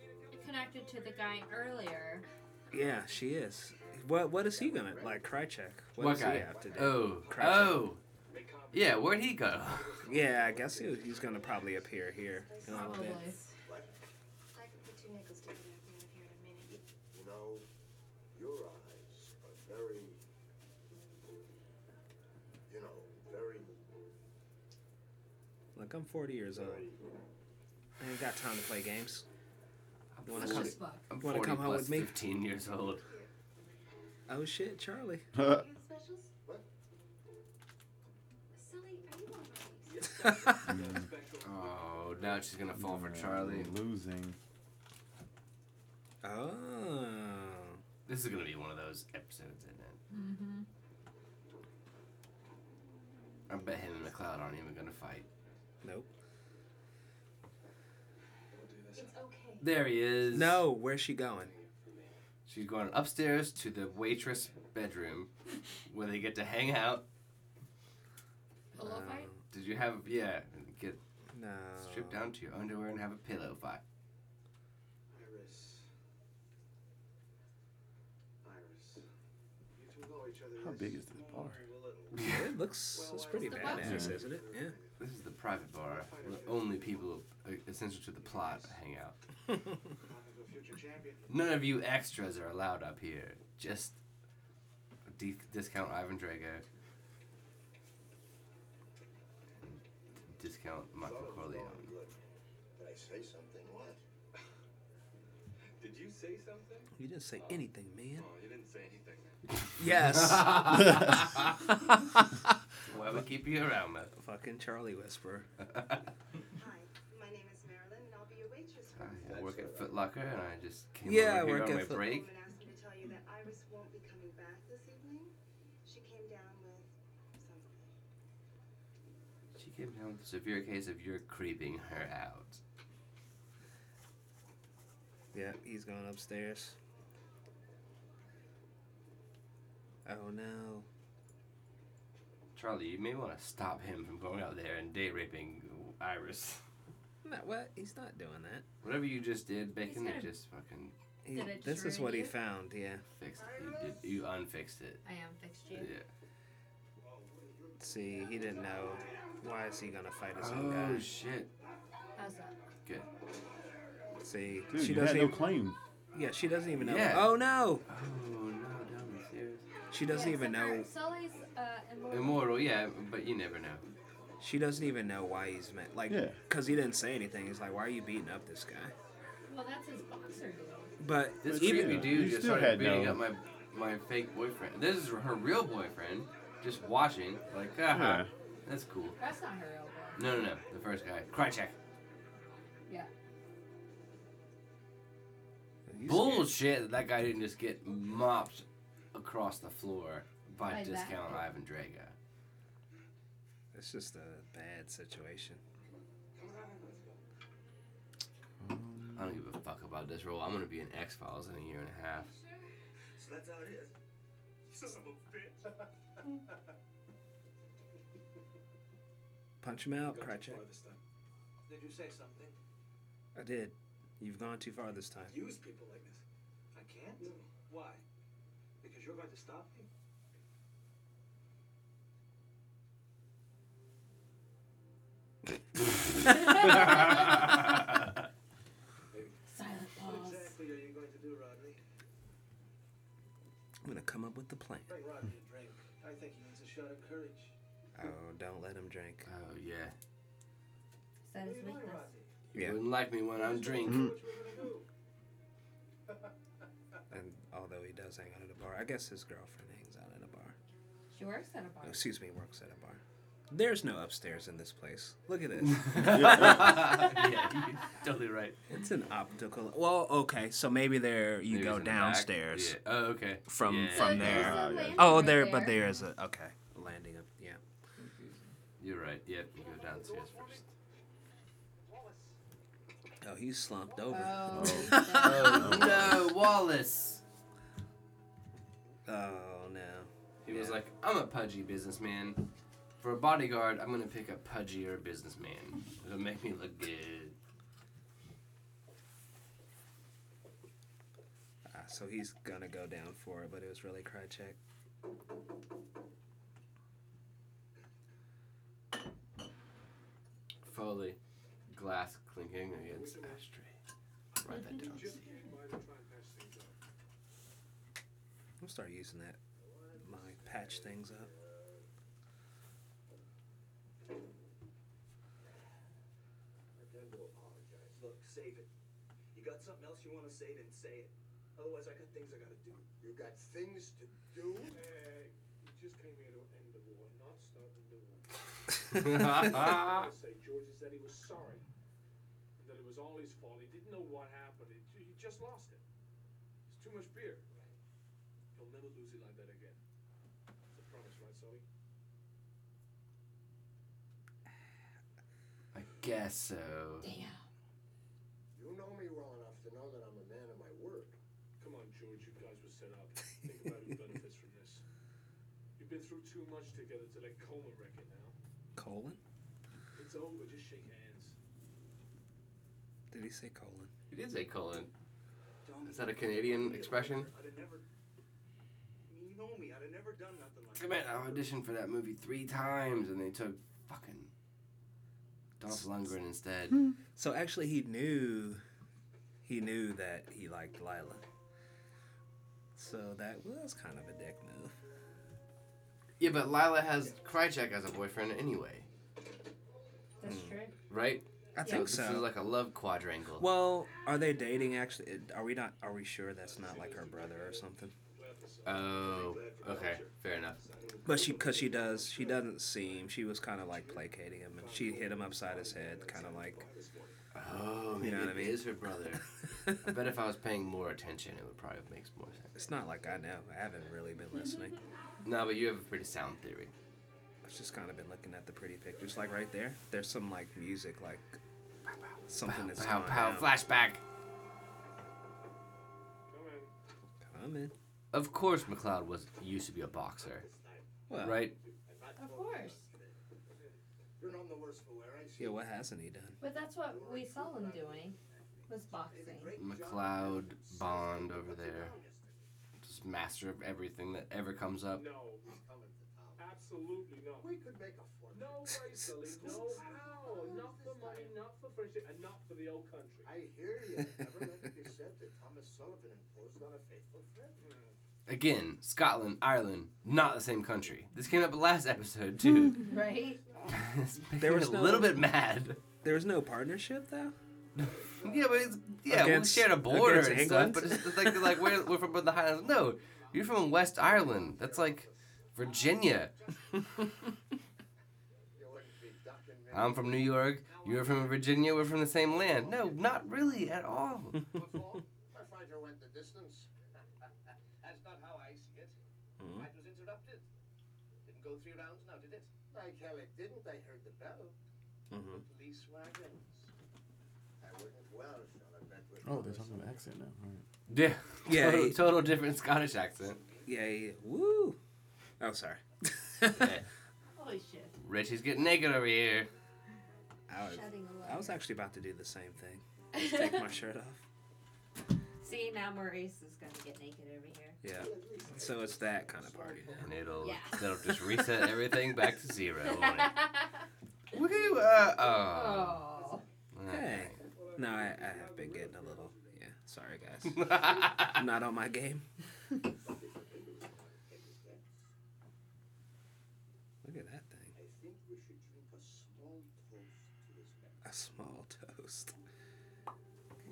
[SPEAKER 4] connected to the guy earlier.
[SPEAKER 1] Yeah, she is. What What is he gonna like? Cry check. What,
[SPEAKER 2] What
[SPEAKER 1] does
[SPEAKER 2] guy?
[SPEAKER 1] he have to do?
[SPEAKER 2] Oh,
[SPEAKER 1] Crouching.
[SPEAKER 2] oh. Yeah, where'd he go?
[SPEAKER 1] Yeah, I guess he, he's gonna probably appear here in a little
[SPEAKER 4] Probably.
[SPEAKER 1] bit.
[SPEAKER 7] I could put two nickels together if you're here in a minute.
[SPEAKER 8] You know, your eyes are very, you know, very.
[SPEAKER 1] Like I'm 40 years old. I ain't got time to play games. You wanna
[SPEAKER 4] Such
[SPEAKER 1] come?
[SPEAKER 4] as fuck.
[SPEAKER 2] I'm
[SPEAKER 1] Wanna
[SPEAKER 2] 40
[SPEAKER 1] come home
[SPEAKER 2] plus
[SPEAKER 1] with me?
[SPEAKER 2] 15 years old.
[SPEAKER 1] Oh shit, Charlie.
[SPEAKER 3] Uh.
[SPEAKER 7] You got specials?
[SPEAKER 8] What?
[SPEAKER 7] Sully, are you alright?
[SPEAKER 2] Oh, now she's gonna Mm, fall for Charlie.
[SPEAKER 3] Losing.
[SPEAKER 1] Oh.
[SPEAKER 2] This is gonna be one of those episodes, isn't it?
[SPEAKER 4] Mm-hmm.
[SPEAKER 2] I bet him and McLeod aren't even gonna fight.
[SPEAKER 1] Nope.
[SPEAKER 7] It's okay.
[SPEAKER 2] There he is.
[SPEAKER 1] No, where's she going?
[SPEAKER 2] She's going upstairs to the waitress bedroom where they get to hang out.
[SPEAKER 1] Uh,
[SPEAKER 4] Pillow fight?
[SPEAKER 2] Did you have, yeah, get
[SPEAKER 1] No.
[SPEAKER 2] stripped down to your underwear and have a pillow fight.
[SPEAKER 8] Iris. Iris. You two know each other.
[SPEAKER 3] How big is this bar?
[SPEAKER 1] It looks. It's pretty
[SPEAKER 4] The
[SPEAKER 1] badass,
[SPEAKER 3] box.
[SPEAKER 1] isn't it? Yeah.
[SPEAKER 2] This is the private bar where only people uh, essential to the plot hang out.
[SPEAKER 8] a future champion.
[SPEAKER 2] None of you extras are allowed up here. Just de- discount Ivan Drago. Discount Michael Corleone.
[SPEAKER 3] uh,
[SPEAKER 8] Did I say something? What?
[SPEAKER 6] Did you say something?
[SPEAKER 1] You didn't say anything, man.
[SPEAKER 6] Oh, you didn't say anything.
[SPEAKER 1] Yes.
[SPEAKER 2] Why we keep you around, man?
[SPEAKER 1] Fucking Charlie Whisperer.
[SPEAKER 7] Hi, my name is Marilyn, and I'll be your waitress for you.
[SPEAKER 2] I work at Foot Locker and I just came
[SPEAKER 1] Yeah, I
[SPEAKER 2] over here
[SPEAKER 1] work
[SPEAKER 2] on
[SPEAKER 1] at
[SPEAKER 2] my
[SPEAKER 1] Foot-
[SPEAKER 2] break.
[SPEAKER 7] Woman asked me to tell you that Iris won't be coming back this evening. She came down with something.
[SPEAKER 2] She came down with a severe case of you're creeping her out.
[SPEAKER 1] Yeah, he's going upstairs. Oh no.
[SPEAKER 2] Charlie, you may want to stop him from going out there and date raping Iris.
[SPEAKER 1] No, well, he's not doing that.
[SPEAKER 2] Whatever you just did, Bacon,
[SPEAKER 4] He's
[SPEAKER 2] it
[SPEAKER 4] gonna-
[SPEAKER 2] just fucking
[SPEAKER 1] He-
[SPEAKER 4] Did it
[SPEAKER 1] this is
[SPEAKER 4] shrew
[SPEAKER 1] what he
[SPEAKER 4] you?
[SPEAKER 1] found. Yeah.
[SPEAKER 2] fixed it. You, did- you unfixed it.
[SPEAKER 4] I am fixed you.
[SPEAKER 2] Yeah.
[SPEAKER 1] See, he didn't know. Why is he gonna fight his own
[SPEAKER 2] Oh
[SPEAKER 1] guy?
[SPEAKER 2] shit.
[SPEAKER 4] How's that?
[SPEAKER 2] Good.
[SPEAKER 1] See,
[SPEAKER 3] Dude,
[SPEAKER 1] she
[SPEAKER 3] you had
[SPEAKER 1] doesn't.
[SPEAKER 3] no
[SPEAKER 1] Even,
[SPEAKER 3] claim.
[SPEAKER 1] yeah, she doesn't even know.
[SPEAKER 2] Yeah.
[SPEAKER 1] Oh no,
[SPEAKER 2] Oh no, don't be serious.
[SPEAKER 1] she doesn't
[SPEAKER 4] Yeah,
[SPEAKER 1] even
[SPEAKER 4] except
[SPEAKER 1] know.
[SPEAKER 4] for Sully's uh, immortal.
[SPEAKER 2] Immortal, yeah, but you never know.
[SPEAKER 1] She doesn't even know why he's meant. Like,
[SPEAKER 3] Yeah.
[SPEAKER 1] cause he didn't say anything. He's like, why are you beating up this guy?
[SPEAKER 4] Well, that's his boxer dude.
[SPEAKER 1] But
[SPEAKER 2] This
[SPEAKER 1] even
[SPEAKER 2] creepy
[SPEAKER 3] yeah, you
[SPEAKER 2] dude just
[SPEAKER 3] still
[SPEAKER 2] started
[SPEAKER 3] had
[SPEAKER 2] beating
[SPEAKER 3] no-
[SPEAKER 2] up my my fake boyfriend. This is her real boyfriend, just watching. Like, haha,
[SPEAKER 3] Yeah.
[SPEAKER 2] that's cool.
[SPEAKER 4] That's not her real boy.
[SPEAKER 2] No, no, no, the first guy. Cry check.
[SPEAKER 4] Yeah.
[SPEAKER 1] he's
[SPEAKER 2] Bullshit that that guy didn't just get mopped across the floor by
[SPEAKER 4] By that
[SPEAKER 2] discount
[SPEAKER 4] guy.
[SPEAKER 2] Ivan Drago.
[SPEAKER 1] scared. It's just a bad situation.
[SPEAKER 2] I don't give a fuck about this role. I'm gonna be in X Files in a year and a half.
[SPEAKER 6] So that's how it is. Son of a bitch.
[SPEAKER 1] Punch him out, Krychek.
[SPEAKER 6] Did you say something?
[SPEAKER 1] I did. You've gone too far this time.
[SPEAKER 6] Use people like this. I can't? Why? Because you're going to stop me?
[SPEAKER 4] Silent
[SPEAKER 6] What
[SPEAKER 4] pause.
[SPEAKER 6] exactly are you going to do, Rodney?
[SPEAKER 1] I'm gonna come up with the plan.
[SPEAKER 6] Bring Rodney a drink. I think he needs a shot of courage.
[SPEAKER 1] Oh, don't let him drink.
[SPEAKER 2] Oh yeah.
[SPEAKER 4] Is that
[SPEAKER 6] What are
[SPEAKER 4] his
[SPEAKER 6] you doing,
[SPEAKER 4] weakness?
[SPEAKER 6] Rodney?
[SPEAKER 2] You
[SPEAKER 1] Yeah.
[SPEAKER 2] wouldn't like me when I'm drinking.
[SPEAKER 8] Hmm.
[SPEAKER 3] Mhm.
[SPEAKER 6] What you were gonna do?
[SPEAKER 1] And although he does hang out at a bar, I guess his girlfriend hangs out at a bar.
[SPEAKER 4] She works at a bar.
[SPEAKER 1] Oh, excuse me, works at a bar. There's no upstairs in this place. Look at this.
[SPEAKER 3] Mm.
[SPEAKER 2] yeah, you're totally right.
[SPEAKER 1] it's an optical. Well, okay, so maybe there you
[SPEAKER 2] Maybe
[SPEAKER 1] go
[SPEAKER 2] it's in the back.
[SPEAKER 1] downstairs.
[SPEAKER 2] Yeah. Oh okay.
[SPEAKER 1] from-
[SPEAKER 2] Yeah.
[SPEAKER 4] So
[SPEAKER 1] from
[SPEAKER 4] there's
[SPEAKER 1] there.
[SPEAKER 4] a
[SPEAKER 3] Ah, yeah.
[SPEAKER 4] landing
[SPEAKER 1] Oh,
[SPEAKER 4] right
[SPEAKER 1] there, but there is a okay landing up. Yeah.
[SPEAKER 2] You're right. Yep. You go downstairs first.
[SPEAKER 1] Oh, he's slumped over.
[SPEAKER 4] Oh.
[SPEAKER 2] Oh, no, Wallace.
[SPEAKER 1] oh no.
[SPEAKER 2] He was like, I'm a pudgy businessman. For a bodyguard, I'm gonna pick a pudgier businessman. It'll make me look good.
[SPEAKER 1] Ah, so he's gonna go down for it, but it was really Krychek.
[SPEAKER 2] Foley, glass clinking against ashtray. Write that down.
[SPEAKER 1] I'm gonna start using that. My patch things up.
[SPEAKER 6] Look, save it. You got something else you want to say, then say it. Otherwise, I got things I gotta do.
[SPEAKER 8] You got things to do? Hey, you Uh, just came here to end the war, not start the new one.
[SPEAKER 2] I
[SPEAKER 8] I say George is that he was sorry, and that it was all his fault. He didn't know what happened. He, ju- he just lost it. It's too much beer. He'll never lose it like that again. It's a promise, right, Sully?
[SPEAKER 2] guess so.
[SPEAKER 4] Damn.
[SPEAKER 8] You know me well enough to know that I'm a man of my word. Come on, George, you guys were set up. Think about who benefits from this. You've been through too much together to let coma wreck it now.
[SPEAKER 1] Colon?
[SPEAKER 8] It's over, just shake hands.
[SPEAKER 1] Did he say colon?
[SPEAKER 2] You did say colon.
[SPEAKER 6] Don't.
[SPEAKER 2] Is that a Canadian expression?
[SPEAKER 6] I'd have never. You know me. I'd have never done nothing like
[SPEAKER 2] Come in. I auditioned for that movie three times and they took fucking Dolph Lundgren instead.
[SPEAKER 1] So actually, he knew. He knew that he liked Lila. So that was kind of a dick move.
[SPEAKER 2] Yeah, but Lila has Krychek as a boyfriend anyway,
[SPEAKER 4] That's
[SPEAKER 1] Mm.
[SPEAKER 4] true.
[SPEAKER 2] right?
[SPEAKER 1] I think
[SPEAKER 2] This is
[SPEAKER 1] so.
[SPEAKER 2] like a love quadrangle.
[SPEAKER 1] Well, are they dating actually? Are we not? Are we sure that's not like her brother or something?
[SPEAKER 2] Oh, okay, fair enough.
[SPEAKER 1] But she, cause she does, she doesn't seem. She was kind of like placating him, and she hit him upside his head, kind of like.
[SPEAKER 2] Oh, maybe
[SPEAKER 1] You know what I
[SPEAKER 2] it
[SPEAKER 1] mean?
[SPEAKER 2] is her brother. I bet if I was paying more attention, it would probably make more sense.
[SPEAKER 1] It's not like I know. I haven't really been listening.
[SPEAKER 2] No, but you have a pretty sound theory.
[SPEAKER 1] I've just kind of been looking at the pretty pictures, like right there. There's some like music, like something that's
[SPEAKER 2] Pow,
[SPEAKER 1] going
[SPEAKER 2] pow,
[SPEAKER 1] down.
[SPEAKER 2] flashback.
[SPEAKER 1] Coming.
[SPEAKER 2] Of course, McLeod was used to be a boxer,
[SPEAKER 1] Well,
[SPEAKER 2] right?
[SPEAKER 4] Of course.
[SPEAKER 6] You're not the worst for wear, ain't
[SPEAKER 1] Yeah, what hasn't he done?
[SPEAKER 4] But that's what we saw him doing was boxing.
[SPEAKER 2] McLeod Bond over there. Just master of everything that ever comes up.
[SPEAKER 8] No,
[SPEAKER 6] Coming to town.
[SPEAKER 8] absolutely not.
[SPEAKER 6] We could make a fortune.
[SPEAKER 8] No way, silly. No how. Not for money, not for friendship, and not for the old country.
[SPEAKER 6] I hear you. Never let it be said that Thomas Sullivan imposed on a faithful friend.
[SPEAKER 2] Again, Scotland, Ireland, not the same country. This came up last episode too.
[SPEAKER 4] Right?
[SPEAKER 2] It's making
[SPEAKER 1] There
[SPEAKER 2] me
[SPEAKER 1] was
[SPEAKER 2] a
[SPEAKER 1] no-
[SPEAKER 2] little bit mad.
[SPEAKER 1] There was no partnership though.
[SPEAKER 2] Yeah, but it's, yeah,
[SPEAKER 1] Against-
[SPEAKER 2] we shared a border
[SPEAKER 1] against
[SPEAKER 2] and
[SPEAKER 1] England?
[SPEAKER 2] stuff. But it's just like they're like we're, we're from the Highlands. No, you're from West Ireland. That's like Virginia.
[SPEAKER 6] You wouldn't be ducking me.
[SPEAKER 2] I'm from New York. You're from Virginia. We're from the same land. No, not really at all.
[SPEAKER 6] Before, my fighter went the distance.
[SPEAKER 9] That's not how I see it.
[SPEAKER 2] Hmm?
[SPEAKER 1] Mhm.
[SPEAKER 9] Fight was interrupted. Didn't go three rounds now, did it?
[SPEAKER 6] Like hell, it didn't. I heard the bell.
[SPEAKER 1] Mm-hmm.
[SPEAKER 6] Police wagons. I wouldn't well, shall I bet with
[SPEAKER 3] Oh, they're
[SPEAKER 6] Thomas
[SPEAKER 3] talking about accent now. All right.
[SPEAKER 2] Yeah,
[SPEAKER 1] Yeah,
[SPEAKER 2] total,
[SPEAKER 1] he-
[SPEAKER 2] total different Scottish accent.
[SPEAKER 1] Yeah, yeah. Woo. Oh, sorry.
[SPEAKER 2] Yeah.
[SPEAKER 4] Holy shit.
[SPEAKER 2] Richie's getting naked over here.
[SPEAKER 1] I was,
[SPEAKER 4] Shedding a
[SPEAKER 1] I was actually about to do the same thing. Take my shirt off.
[SPEAKER 4] See, now Maurice is going to get naked over here.
[SPEAKER 1] Yeah. So it's that kind of party now.
[SPEAKER 2] And it'll
[SPEAKER 4] Yeah.
[SPEAKER 2] that'll just reset everything back to zero. won't it? Woohoo! Uh, oh.
[SPEAKER 4] oh.
[SPEAKER 1] Hey. No, I, I have been getting a little. Yeah. Sorry, guys. I'm not on my game. Look at that thing.
[SPEAKER 6] I think we should drink a small toast to his memory.
[SPEAKER 1] A small toast.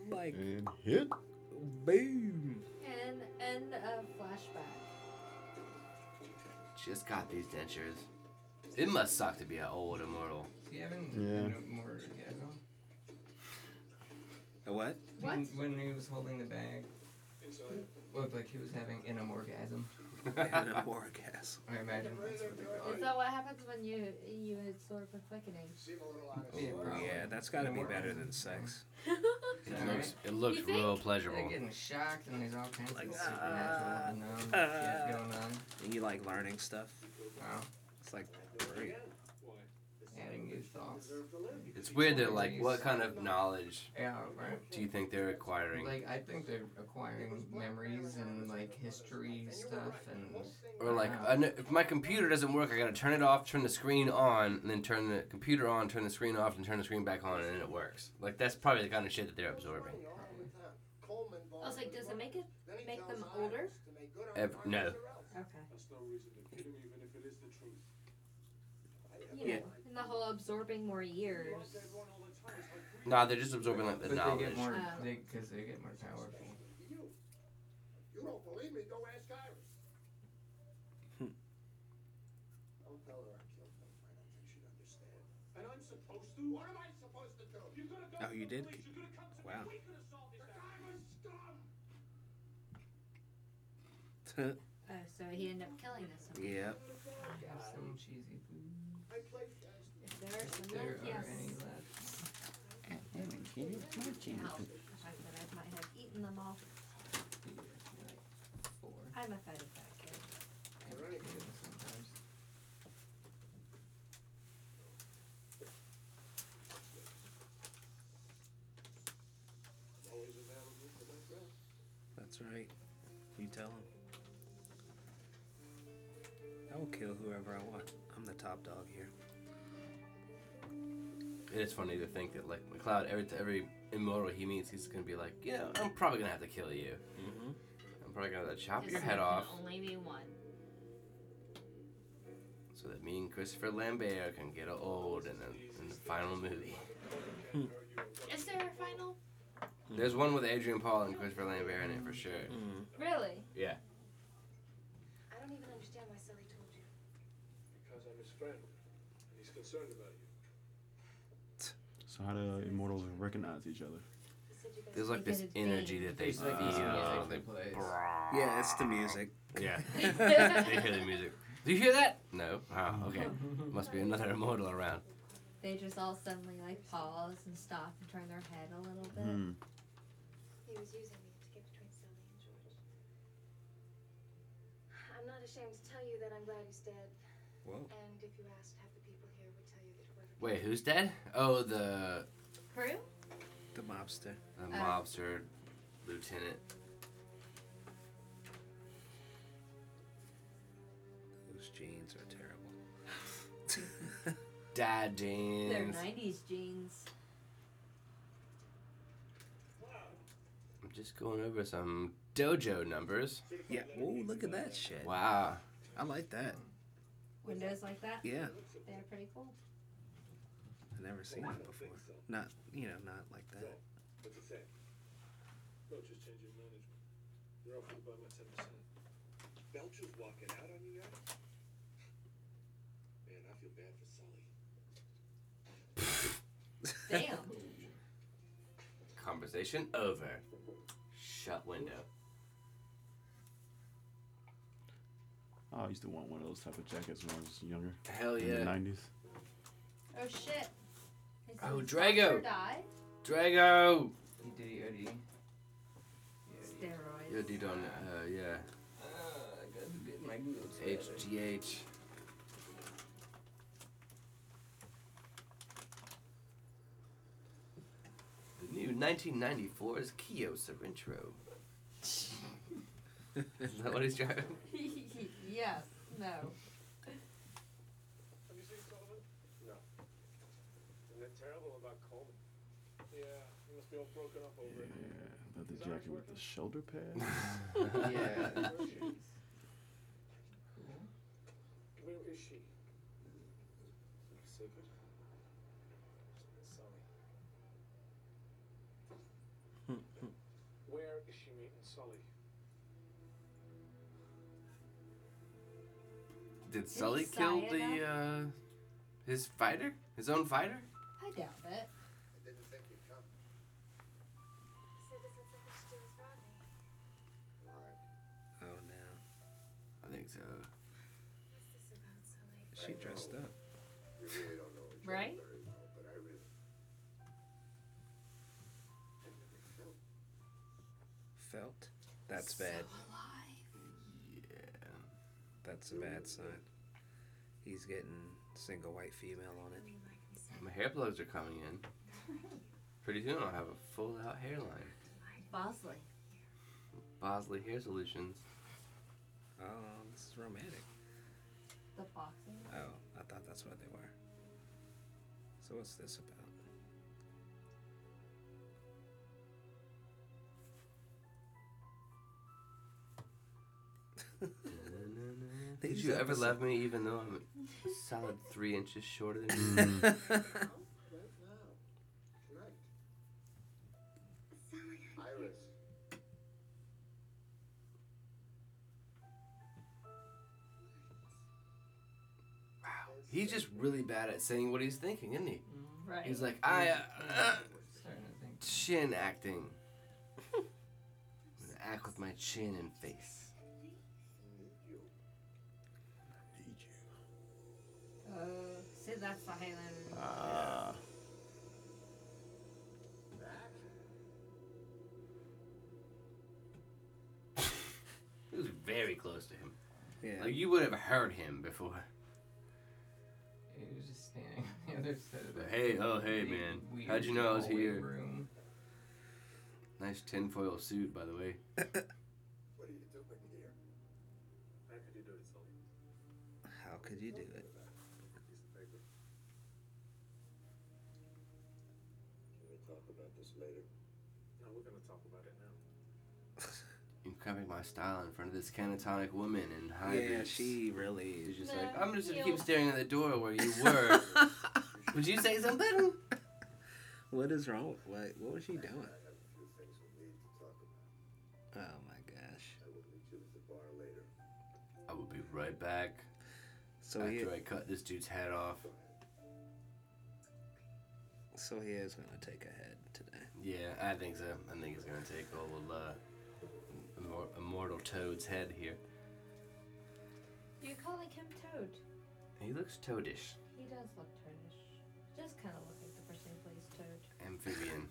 [SPEAKER 1] Like,
[SPEAKER 3] And hit.
[SPEAKER 1] boom.
[SPEAKER 4] And end of flashback.
[SPEAKER 2] Just got these dentures. It must suck to be an old immortal.
[SPEAKER 5] See, I've been
[SPEAKER 3] Yeah.
[SPEAKER 5] no more. Yeah, no.
[SPEAKER 1] A what?
[SPEAKER 4] What?
[SPEAKER 1] Mm-hmm.
[SPEAKER 5] When, when he was holding the bag, looked like he was having an orgasm.
[SPEAKER 1] And a orgasm.
[SPEAKER 5] I imagine that's what they call
[SPEAKER 4] Is
[SPEAKER 5] it.
[SPEAKER 4] that what happens when you you absorb a quickening?
[SPEAKER 6] Seem a little
[SPEAKER 2] Oh,
[SPEAKER 6] honest.
[SPEAKER 5] Yeah, probably.
[SPEAKER 1] Oh, Yeah, that's gotta be better than sex.
[SPEAKER 5] Is
[SPEAKER 2] It
[SPEAKER 5] that right?
[SPEAKER 2] looks, it looks
[SPEAKER 4] You think?
[SPEAKER 2] real
[SPEAKER 5] They're
[SPEAKER 2] pleasurable.
[SPEAKER 5] getting shocked, and there's all kinds
[SPEAKER 1] Like,
[SPEAKER 5] of supernatural, you know,
[SPEAKER 1] uh,
[SPEAKER 5] shit going on.
[SPEAKER 1] And you like learning stuff.
[SPEAKER 5] Wow.
[SPEAKER 1] It's like, great.
[SPEAKER 5] Adding new thoughts.
[SPEAKER 6] Deserve to live.
[SPEAKER 2] It's weird. They're like, what kind of knowledge
[SPEAKER 5] Yeah, right.
[SPEAKER 2] do you think they're acquiring?
[SPEAKER 5] Like, I think they're acquiring memories and, like, history stuff, and
[SPEAKER 2] Or like, I kn- if my computer doesn't work, I gotta turn it off, turn the screen on, and then turn the computer on, turn the screen off, and turn the screen back on, and then it works. Like that's probably the kind of shit that they're absorbing.
[SPEAKER 4] I was like, does it make it make them older?
[SPEAKER 2] Ev- no.
[SPEAKER 4] Okay.
[SPEAKER 8] That's no reason to kill him, even if it is the truth.
[SPEAKER 4] You know, and the whole absorbing more years.
[SPEAKER 2] Nah, they're just absorbing like the
[SPEAKER 5] but they
[SPEAKER 2] knowledge.
[SPEAKER 5] get more
[SPEAKER 4] Oh.
[SPEAKER 5] because they, get more powerful.
[SPEAKER 6] You don't believe me? Go ask Iris.
[SPEAKER 1] Hmm.
[SPEAKER 6] Don't tell her I killed him. I don't think she'd understand.
[SPEAKER 8] And I'm supposed to?
[SPEAKER 6] What am I supposed to do?
[SPEAKER 8] You could have
[SPEAKER 1] Oh,
[SPEAKER 8] gone to
[SPEAKER 1] you
[SPEAKER 8] the
[SPEAKER 1] did?
[SPEAKER 8] police. You could have come to
[SPEAKER 1] Wow.
[SPEAKER 8] me. We could have solved this. I was scum.
[SPEAKER 4] Oh, so he ended up killing us. huh?
[SPEAKER 1] yep.
[SPEAKER 5] Have some cheesy food.
[SPEAKER 6] I played fast.
[SPEAKER 4] If there are some
[SPEAKER 5] There
[SPEAKER 4] left,
[SPEAKER 5] are
[SPEAKER 4] yes.
[SPEAKER 5] any left.
[SPEAKER 4] Ouch. The fact that I might have eaten them all.
[SPEAKER 5] Here, like four.
[SPEAKER 4] I'm a fatty fat kid.
[SPEAKER 5] Every
[SPEAKER 6] Right.
[SPEAKER 5] kid sometimes.
[SPEAKER 6] Always available for my friend.
[SPEAKER 1] That's right. You tell him. I will kill whoever I want. I'm the top dog here.
[SPEAKER 2] It is funny to think that like McLeod, every every immortal he meets, he's gonna be like, yeah, I'm probably gonna have to kill you.
[SPEAKER 1] Mm-hmm.
[SPEAKER 2] I'm probably gonna chop
[SPEAKER 4] Just
[SPEAKER 2] your
[SPEAKER 4] there
[SPEAKER 2] head
[SPEAKER 4] can
[SPEAKER 2] off
[SPEAKER 4] Only be one.
[SPEAKER 2] so that me and Christopher Lambert can get old in the, in the final movie.
[SPEAKER 4] Is there a final?
[SPEAKER 5] Hmm.
[SPEAKER 2] There's one with Adrian Paul and Christopher Lambert in it for sure.
[SPEAKER 4] Really?
[SPEAKER 7] I don't even understand why Sully told you.
[SPEAKER 8] Because I'm his friend. And he's concerned about you.
[SPEAKER 3] So how do immortals recognize each other?
[SPEAKER 7] He said you guys
[SPEAKER 2] There's like this energy that they
[SPEAKER 5] It's
[SPEAKER 2] feel.
[SPEAKER 5] like these music
[SPEAKER 2] they
[SPEAKER 5] they play.
[SPEAKER 1] Yeah, it's the music.
[SPEAKER 2] Yeah. they hear the music. Do you hear that? No.
[SPEAKER 5] Hmm.
[SPEAKER 2] Oh, okay. Must be another immortal around.
[SPEAKER 4] They just all suddenly like pause and stop and turn their head a little bit.
[SPEAKER 1] Mm.
[SPEAKER 3] Hmm.
[SPEAKER 7] He was using me to get between Sully and George. I'm not ashamed to tell you that I'm glad he's dead.
[SPEAKER 1] Whoa.
[SPEAKER 7] And if you asked, half the people here would tell you that whoever.
[SPEAKER 2] Wait, who's dead? Oh, the
[SPEAKER 4] Crew?
[SPEAKER 1] The mobster.
[SPEAKER 2] the mobster lieutenant.
[SPEAKER 1] Whose jeans are terrible.
[SPEAKER 2] Dad
[SPEAKER 4] They're
[SPEAKER 2] jeans.
[SPEAKER 4] 90s jeans.
[SPEAKER 2] I'm just going over some dojo numbers.
[SPEAKER 1] Yeah. Whoa, look at that shit.
[SPEAKER 2] Wow.
[SPEAKER 1] I like that.
[SPEAKER 4] Windows like that.
[SPEAKER 1] Yeah.
[SPEAKER 4] They're pretty cool.
[SPEAKER 1] I've never seen that before. Not, you know, not like that.
[SPEAKER 8] What's it say? Belcher's changing management. They're off by about ten percent.
[SPEAKER 9] Belcher's walking out on you guys? Man, I feel bad for Sully.
[SPEAKER 4] Damn.
[SPEAKER 2] Conversation over. Shut window.
[SPEAKER 3] I used to want one of those type of jackets when I was younger.
[SPEAKER 2] Hell
[SPEAKER 3] In the
[SPEAKER 2] yeah.
[SPEAKER 3] nineties.
[SPEAKER 4] oh shit. Is
[SPEAKER 2] Oh,
[SPEAKER 4] this
[SPEAKER 2] Drago.
[SPEAKER 4] doctor Die?
[SPEAKER 2] Drago!
[SPEAKER 5] He did he already.
[SPEAKER 4] Steroids.
[SPEAKER 2] Yo, dude, on, uh, yeah.
[SPEAKER 5] Uh, I gotta get my glutes. together.
[SPEAKER 2] HGH. The new 1994's Kia Sorrento. Is that what he's driving?
[SPEAKER 4] yes. No.
[SPEAKER 8] Have you seen Sullivan? No. And they're terrible about Coleman. Yeah, he must be all broken up
[SPEAKER 3] Yeah.
[SPEAKER 8] over it.
[SPEAKER 3] Not the
[SPEAKER 8] Is that
[SPEAKER 3] jacket with
[SPEAKER 8] working?
[SPEAKER 3] the shoulder pad.
[SPEAKER 5] Yeah.
[SPEAKER 8] Where is she? Secret. Sully. Where is she meeting Sully?
[SPEAKER 2] Did Sully kill the uh, his fighter, his own fighter?
[SPEAKER 4] I doubt it.
[SPEAKER 9] I didn't think you'd come.
[SPEAKER 7] Citizens of the Stewart's Rodney.
[SPEAKER 9] Alright.
[SPEAKER 1] Oh no.
[SPEAKER 2] I think so.
[SPEAKER 7] What's this about, Sully?
[SPEAKER 2] Hmm,
[SPEAKER 1] She dressed up.
[SPEAKER 9] You really don't know each other
[SPEAKER 4] Right?
[SPEAKER 9] very well, but I really. I never felt
[SPEAKER 1] Felt. That's bad.
[SPEAKER 2] Yeah.
[SPEAKER 1] That's a bad sign. He's getting single white female on it.
[SPEAKER 2] My hair plugs are coming in. Pretty soon I'll have a full out hairline.
[SPEAKER 4] Bosley.
[SPEAKER 2] Bosley Hair Solutions.
[SPEAKER 1] Oh, this is romantic.
[SPEAKER 4] The boxing.
[SPEAKER 1] Oh, I thought that's what they were. So what's this about?
[SPEAKER 2] Did
[SPEAKER 1] These
[SPEAKER 2] you ever
[SPEAKER 1] episodes-
[SPEAKER 2] love me even though I'm a solid three inches shorter than
[SPEAKER 1] Mm.
[SPEAKER 2] you?
[SPEAKER 9] right now. Tonight.
[SPEAKER 7] Sully, I
[SPEAKER 9] Iris.
[SPEAKER 2] he's just really bad at saying what he's thinking, isn't he?
[SPEAKER 4] Right.
[SPEAKER 2] He's like, I. Uh, uh,
[SPEAKER 5] Starting to think.
[SPEAKER 2] chin acting. I'm gonna act with my chin and face.
[SPEAKER 9] Need you.
[SPEAKER 4] oh, see, that's the Highlander.
[SPEAKER 3] Ah.
[SPEAKER 9] Back?
[SPEAKER 2] He was very close to him.
[SPEAKER 1] Yeah.
[SPEAKER 2] Like, you would have heard him before.
[SPEAKER 5] He was just standing on the other side of the
[SPEAKER 2] But hey, oh, hey,
[SPEAKER 5] big,
[SPEAKER 2] man.
[SPEAKER 5] weird
[SPEAKER 2] How'd you know I was
[SPEAKER 5] hallway
[SPEAKER 2] here?
[SPEAKER 5] Room.
[SPEAKER 2] Nice tinfoil suit, by the way.
[SPEAKER 9] What are you doing here?
[SPEAKER 8] How could you do it, Sully?
[SPEAKER 1] How could you do it?
[SPEAKER 9] Piece of paper. Can we talk about this later?
[SPEAKER 8] No, we're gonna talk about it now.
[SPEAKER 2] You copied my style in front of this canatonic woman in high
[SPEAKER 1] Yeah,
[SPEAKER 2] boots.
[SPEAKER 1] she really is.
[SPEAKER 2] She's just
[SPEAKER 4] No,
[SPEAKER 2] like, I'm just gonna keep
[SPEAKER 4] you-
[SPEAKER 2] staring at the door where you were. Would you say something?
[SPEAKER 1] what is wrong? with- What what was she doing?
[SPEAKER 9] I have a few things we need to talk about.
[SPEAKER 1] Oh my gosh.
[SPEAKER 9] I will meet you at the bar later.
[SPEAKER 2] I will be right back
[SPEAKER 1] So he
[SPEAKER 2] after I cut this dude's head off.
[SPEAKER 1] so he is gonna take a head today.
[SPEAKER 2] Yeah, I think so. I think it's gonna take old uh, immor- immortal Toad's head here.
[SPEAKER 4] You calling him Toad?
[SPEAKER 2] He looks toadish,
[SPEAKER 4] He does look Toadish. Just kind of look like the person who plays Toad.
[SPEAKER 2] amphibian.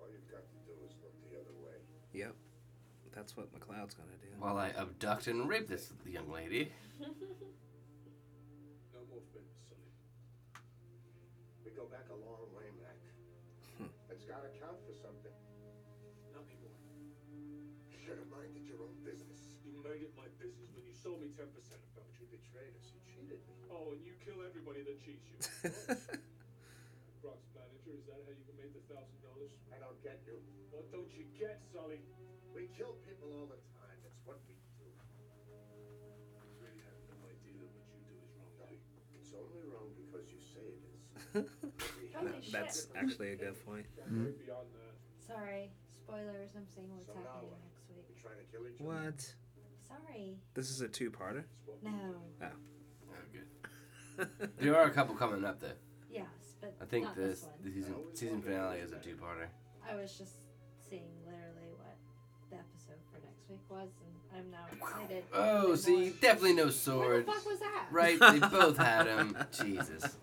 [SPEAKER 9] All you've got to do is look the other way.
[SPEAKER 1] Yep. That's what McLeod's gonna do.
[SPEAKER 2] while I abduct and rape this young lady.
[SPEAKER 8] No more offense, Sonny.
[SPEAKER 9] We go back a long way, Mac.
[SPEAKER 1] Hmm.
[SPEAKER 9] It's gotta count for something.
[SPEAKER 8] Not anymore.
[SPEAKER 9] You should have minded your own business.
[SPEAKER 8] You made it my business when you sold me 10% of Belgium.
[SPEAKER 9] You betrayed us. You cheated me.
[SPEAKER 8] Oh, and you kill everybody that cheats you. Brock's manager, is that how you can make the thousand dollars?
[SPEAKER 9] I don't get you.
[SPEAKER 8] What don't you get, Sully?
[SPEAKER 9] We kill people all the time. It's what we do.
[SPEAKER 8] You really have no idea that what you do is wrong, do you?
[SPEAKER 9] It's only wrong because you say it is. We
[SPEAKER 4] Holy
[SPEAKER 9] have-
[SPEAKER 4] shit.
[SPEAKER 1] That's actually a good point.
[SPEAKER 8] That's way beyond that.
[SPEAKER 4] Sorry, spoilers. I'm seeing
[SPEAKER 9] So
[SPEAKER 4] what's
[SPEAKER 9] now
[SPEAKER 4] happening
[SPEAKER 9] what?
[SPEAKER 4] next
[SPEAKER 9] We
[SPEAKER 4] week.
[SPEAKER 9] trying to kill each other.
[SPEAKER 1] What?
[SPEAKER 4] Sorry.
[SPEAKER 1] This is a two-parter.
[SPEAKER 4] No.
[SPEAKER 2] Oh, good. there are a couple coming up though.
[SPEAKER 4] Yes, but
[SPEAKER 2] I think
[SPEAKER 4] not
[SPEAKER 2] this,
[SPEAKER 4] this,
[SPEAKER 2] the
[SPEAKER 4] one.
[SPEAKER 2] season season finale is a two-parter.
[SPEAKER 4] I was just seeing literally what the episode for next week was, and I'm now excited.
[SPEAKER 2] Oh,
[SPEAKER 4] even
[SPEAKER 2] see,
[SPEAKER 4] more.
[SPEAKER 2] definitely no
[SPEAKER 4] Where the
[SPEAKER 2] sword.
[SPEAKER 4] fuck was that?
[SPEAKER 2] Right, they both had him. Jesus.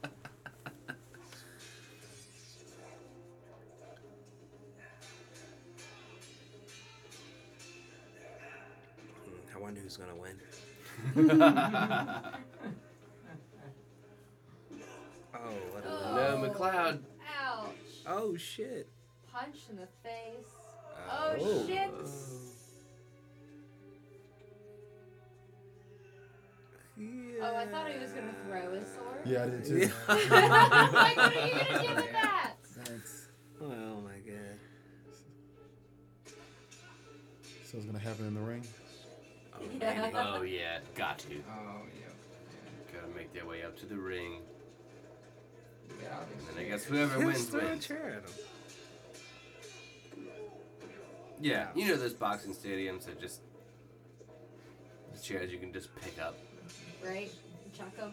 [SPEAKER 1] Mm, I wonder who's gonna win. Oh, what a
[SPEAKER 4] Oh.
[SPEAKER 2] No, McLeod.
[SPEAKER 4] Ouch!
[SPEAKER 1] Oh shit.
[SPEAKER 4] Punch in the face.
[SPEAKER 2] Uh,
[SPEAKER 4] Oh,
[SPEAKER 1] Oh.
[SPEAKER 4] shit! Oh, I thought he was gonna throw his sword.
[SPEAKER 3] Yeah, I did too.
[SPEAKER 4] I'm like, what are you gonna do with that?
[SPEAKER 3] Thanks.
[SPEAKER 1] Oh my god.
[SPEAKER 3] So it's gonna happen in the ring.
[SPEAKER 4] Yeah.
[SPEAKER 2] Oh yeah, got to.
[SPEAKER 5] Oh,
[SPEAKER 2] Gotta make their way up to the ring,
[SPEAKER 5] yeah. Yeah, I'll
[SPEAKER 2] and
[SPEAKER 5] be
[SPEAKER 2] then I guess whoever wins
[SPEAKER 1] throw a
[SPEAKER 2] wins.
[SPEAKER 1] chair at him.
[SPEAKER 2] Yeah, you know those boxing stadiums that just the chairs you can just pick up.
[SPEAKER 4] Right? Chuck him.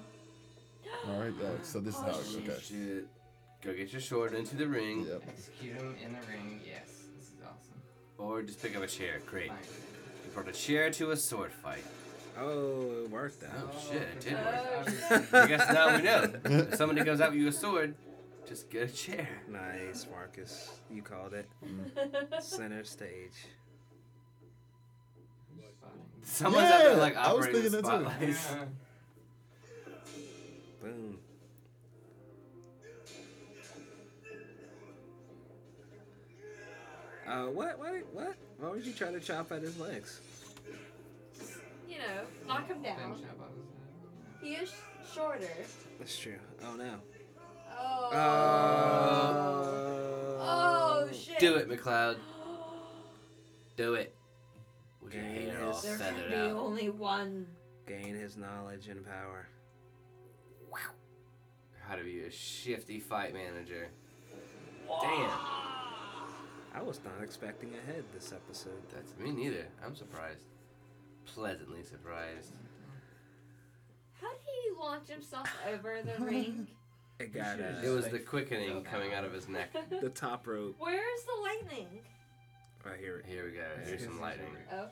[SPEAKER 3] All right, uh, so this is how it
[SPEAKER 2] Oh,
[SPEAKER 3] goes.
[SPEAKER 2] Shit. Sure. Go get your sword into the ring,
[SPEAKER 3] Yep.
[SPEAKER 5] Execute him in the ring. Yes, this is awesome.
[SPEAKER 2] or just pick up a chair. Great.
[SPEAKER 5] Fine.
[SPEAKER 2] You brought a chair to a sword fight.
[SPEAKER 1] Oh, it worked
[SPEAKER 2] Oh,
[SPEAKER 1] out.
[SPEAKER 2] shit, it did work.
[SPEAKER 4] Oh,
[SPEAKER 5] Obviously.
[SPEAKER 2] I guess now we know. If somebody comes out with you a sword, just get a chair.
[SPEAKER 1] Nice, Marcus. You called it. Center stage.
[SPEAKER 5] It's fine.
[SPEAKER 2] Someone's out there
[SPEAKER 3] Yeah,
[SPEAKER 2] like
[SPEAKER 3] I was
[SPEAKER 2] operating the
[SPEAKER 3] thinking that too.
[SPEAKER 2] spotlights.
[SPEAKER 5] Yeah.
[SPEAKER 1] Boom. Uh, what, what, what? Why would you try to chop at his legs?
[SPEAKER 4] You know, knock him
[SPEAKER 5] Then
[SPEAKER 4] down.
[SPEAKER 5] chop off his head.
[SPEAKER 4] He is shorter.
[SPEAKER 1] That's true. Oh no.
[SPEAKER 2] Uh,
[SPEAKER 4] Oh.
[SPEAKER 1] Oh.
[SPEAKER 4] oh shit.
[SPEAKER 2] Do it, McLeod. Do it. With your
[SPEAKER 1] Gain
[SPEAKER 2] hair all
[SPEAKER 1] his-
[SPEAKER 4] There can
[SPEAKER 2] feathered
[SPEAKER 4] be
[SPEAKER 2] out.
[SPEAKER 4] only one.
[SPEAKER 1] Gain his knowledge and power.
[SPEAKER 2] How to be a shifty fight manager. Damn.
[SPEAKER 1] I was not expecting a head this episode.
[SPEAKER 2] That's me neither. I'm surprised. Pleasantly surprised.
[SPEAKER 4] How did he launch himself over the ring?
[SPEAKER 1] It got
[SPEAKER 5] should've
[SPEAKER 1] uh,
[SPEAKER 2] It was
[SPEAKER 5] like-
[SPEAKER 2] the quickening coming out of his neck.
[SPEAKER 1] the top rope.
[SPEAKER 4] Where's the lightning?
[SPEAKER 1] Right here.
[SPEAKER 2] Here we go. Here's some lightning.
[SPEAKER 4] Okay.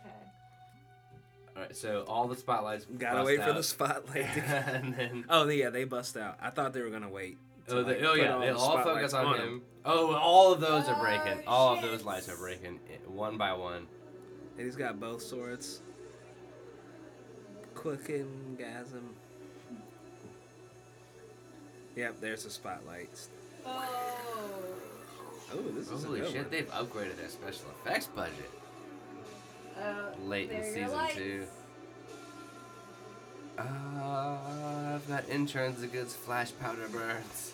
[SPEAKER 2] Alright, so all the spotlights.
[SPEAKER 1] Gotta
[SPEAKER 2] bust
[SPEAKER 1] wait for
[SPEAKER 2] out.
[SPEAKER 1] the spotlight. To...
[SPEAKER 2] and then.
[SPEAKER 1] oh yeah, they bust out. I thought they were gonna wait. to,
[SPEAKER 2] Oh, the,
[SPEAKER 1] like,
[SPEAKER 2] oh
[SPEAKER 1] put
[SPEAKER 2] yeah,
[SPEAKER 1] all
[SPEAKER 2] they
[SPEAKER 1] the
[SPEAKER 2] all
[SPEAKER 1] spotlights
[SPEAKER 2] focus on, him.
[SPEAKER 1] him.
[SPEAKER 2] Oh, all of those are breaking.
[SPEAKER 4] Oh,
[SPEAKER 2] all of
[SPEAKER 4] shit.
[SPEAKER 2] those lights are breaking eh, one by one.
[SPEAKER 1] And he's got both swords. Quicken gasm. Yep, there's the spotlights.
[SPEAKER 4] Oh.
[SPEAKER 1] Oh, this is
[SPEAKER 2] Holy
[SPEAKER 1] a good
[SPEAKER 2] shit,
[SPEAKER 1] one.
[SPEAKER 2] they've upgraded their special effects budget.
[SPEAKER 4] Uh,
[SPEAKER 2] Late in
[SPEAKER 4] there are your
[SPEAKER 2] season
[SPEAKER 4] lights.
[SPEAKER 2] two. Uh, I've got interns against flash powder burns.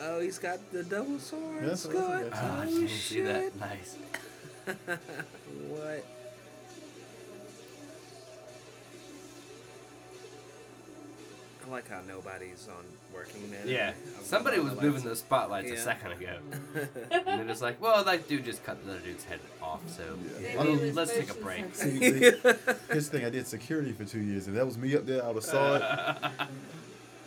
[SPEAKER 1] Oh, he's got the double sword.
[SPEAKER 3] Yes, that's a
[SPEAKER 1] Good.
[SPEAKER 3] good
[SPEAKER 2] Oh,
[SPEAKER 1] Oh,
[SPEAKER 2] I didn't
[SPEAKER 1] shit.
[SPEAKER 2] see that. Nice.
[SPEAKER 1] what? I like how nobody's on working there.
[SPEAKER 2] Yeah.
[SPEAKER 1] I'm
[SPEAKER 2] Somebody
[SPEAKER 1] on
[SPEAKER 2] was
[SPEAKER 1] the
[SPEAKER 2] moving
[SPEAKER 1] lights.
[SPEAKER 2] those spotlights a
[SPEAKER 1] Yeah.
[SPEAKER 2] second ago. and they're just like, well, that dude just cut the other dude's head off, so
[SPEAKER 4] Maybe
[SPEAKER 3] I
[SPEAKER 4] it
[SPEAKER 3] don't-
[SPEAKER 4] was
[SPEAKER 2] let's take a
[SPEAKER 4] motion
[SPEAKER 2] break.
[SPEAKER 4] sensor.
[SPEAKER 3] See, see, his thing, I did security for two years, and that was me up there. I would have saw it.
[SPEAKER 4] Well,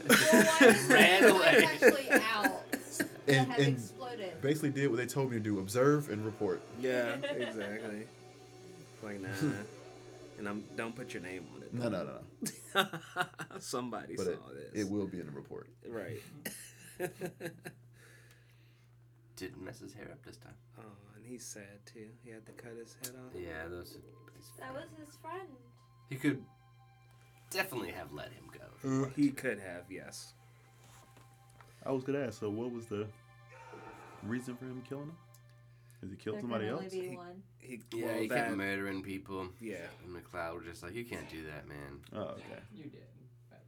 [SPEAKER 4] why is the
[SPEAKER 2] Ran
[SPEAKER 4] light's
[SPEAKER 2] away.
[SPEAKER 4] actually out. That
[SPEAKER 3] And,
[SPEAKER 4] has
[SPEAKER 3] and
[SPEAKER 4] exploded.
[SPEAKER 3] basically did what they told me to do: observe and report.
[SPEAKER 1] Yeah, exactly. like nah. And I'm don't put your name on it.
[SPEAKER 3] No, no, no, no.
[SPEAKER 1] Somebody
[SPEAKER 3] But
[SPEAKER 1] saw
[SPEAKER 3] it,
[SPEAKER 1] this.
[SPEAKER 3] it will be in the report.
[SPEAKER 1] right. oh,
[SPEAKER 2] Didn't mess his hair up this time.
[SPEAKER 1] Oh, and He's sad too. He had to cut his head off.
[SPEAKER 2] Yeah, those.
[SPEAKER 4] That was his friend.
[SPEAKER 2] He could definitely have let him go.
[SPEAKER 1] Uh, He could have, yes.
[SPEAKER 3] I was gonna ask. So, what was the reason for him killing him? Did he kill
[SPEAKER 4] There can
[SPEAKER 3] somebody
[SPEAKER 4] only
[SPEAKER 3] else?
[SPEAKER 4] be one.
[SPEAKER 1] He,
[SPEAKER 2] Yeah,
[SPEAKER 1] well,
[SPEAKER 2] he
[SPEAKER 1] that,
[SPEAKER 2] kept murdering people.
[SPEAKER 1] Yeah.
[SPEAKER 2] And McLeod was just like, you can't do that, man.
[SPEAKER 3] Oh, okay.
[SPEAKER 5] You did. But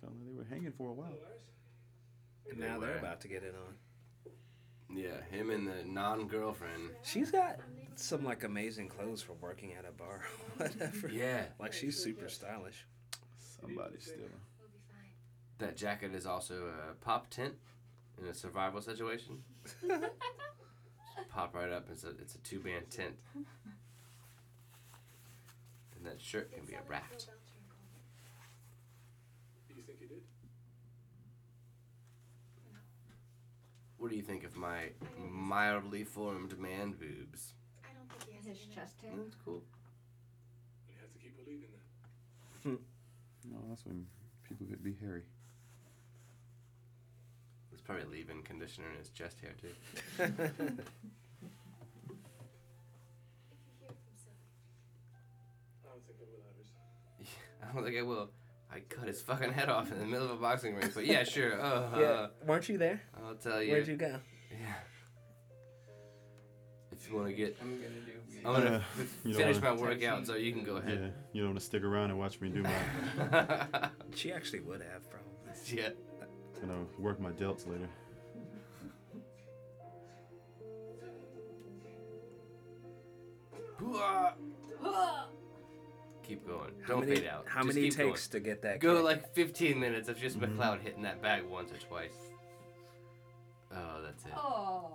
[SPEAKER 3] Sounds like they were hanging for a while.
[SPEAKER 8] Oh,
[SPEAKER 1] and now they're
[SPEAKER 2] Where?
[SPEAKER 1] about to get it on.
[SPEAKER 2] Yeah, him and the non-girlfriend.
[SPEAKER 1] She's got some like amazing clothes for working at a bar or whatever.
[SPEAKER 2] Yeah,
[SPEAKER 1] Like she's super stylish.
[SPEAKER 3] Somebody still.
[SPEAKER 7] We'll be fine.
[SPEAKER 2] that jacket is also a pop tent in a survival situation. Pop right up. It's a it's a two man tent. And that shirt can be a raft.
[SPEAKER 8] Do you think he did?
[SPEAKER 2] What do you think of my mildly formed man boobs?
[SPEAKER 7] I don't think he has
[SPEAKER 4] His
[SPEAKER 7] any-
[SPEAKER 4] chest hair.
[SPEAKER 2] That's cool.
[SPEAKER 8] You have to keep believing that.
[SPEAKER 3] No, that's when people could be hairy.
[SPEAKER 2] It's probably leave-in conditioner in his chest hair too.
[SPEAKER 7] If you hear from Sylvie.
[SPEAKER 8] I
[SPEAKER 2] I
[SPEAKER 8] don't think I will, Iris.
[SPEAKER 2] don't think I will. I cut his fucking head off in the middle of a boxing ring. But yeah, sure. Uh,
[SPEAKER 1] Weren't you there?
[SPEAKER 2] I'll tell you.
[SPEAKER 1] Where'd you go?
[SPEAKER 2] Yeah. If you want to get,
[SPEAKER 5] I'm gonna do weird.
[SPEAKER 2] I'm gonna
[SPEAKER 3] Yeah,
[SPEAKER 2] f-
[SPEAKER 3] Uh, you don't
[SPEAKER 2] finish my
[SPEAKER 3] wanna-
[SPEAKER 2] workout, so you can go ahead.
[SPEAKER 3] Yeah, you don't want to stick around and watch me do my,
[SPEAKER 2] Yeah.
[SPEAKER 1] She actually would have probably.
[SPEAKER 3] you know, work my delts later.
[SPEAKER 2] Hoo-ah!
[SPEAKER 4] Huh.
[SPEAKER 2] Keep going.
[SPEAKER 1] How
[SPEAKER 2] Don't
[SPEAKER 1] many-
[SPEAKER 2] fade out.
[SPEAKER 1] How
[SPEAKER 2] Just
[SPEAKER 1] many
[SPEAKER 2] keep going.
[SPEAKER 1] takes to get that?
[SPEAKER 2] Go
[SPEAKER 1] kick?
[SPEAKER 2] like 15 minutes of
[SPEAKER 3] Mm-hmm.
[SPEAKER 2] just McLeod hitting that bag once or twice. Oh, that's it.
[SPEAKER 4] Oh.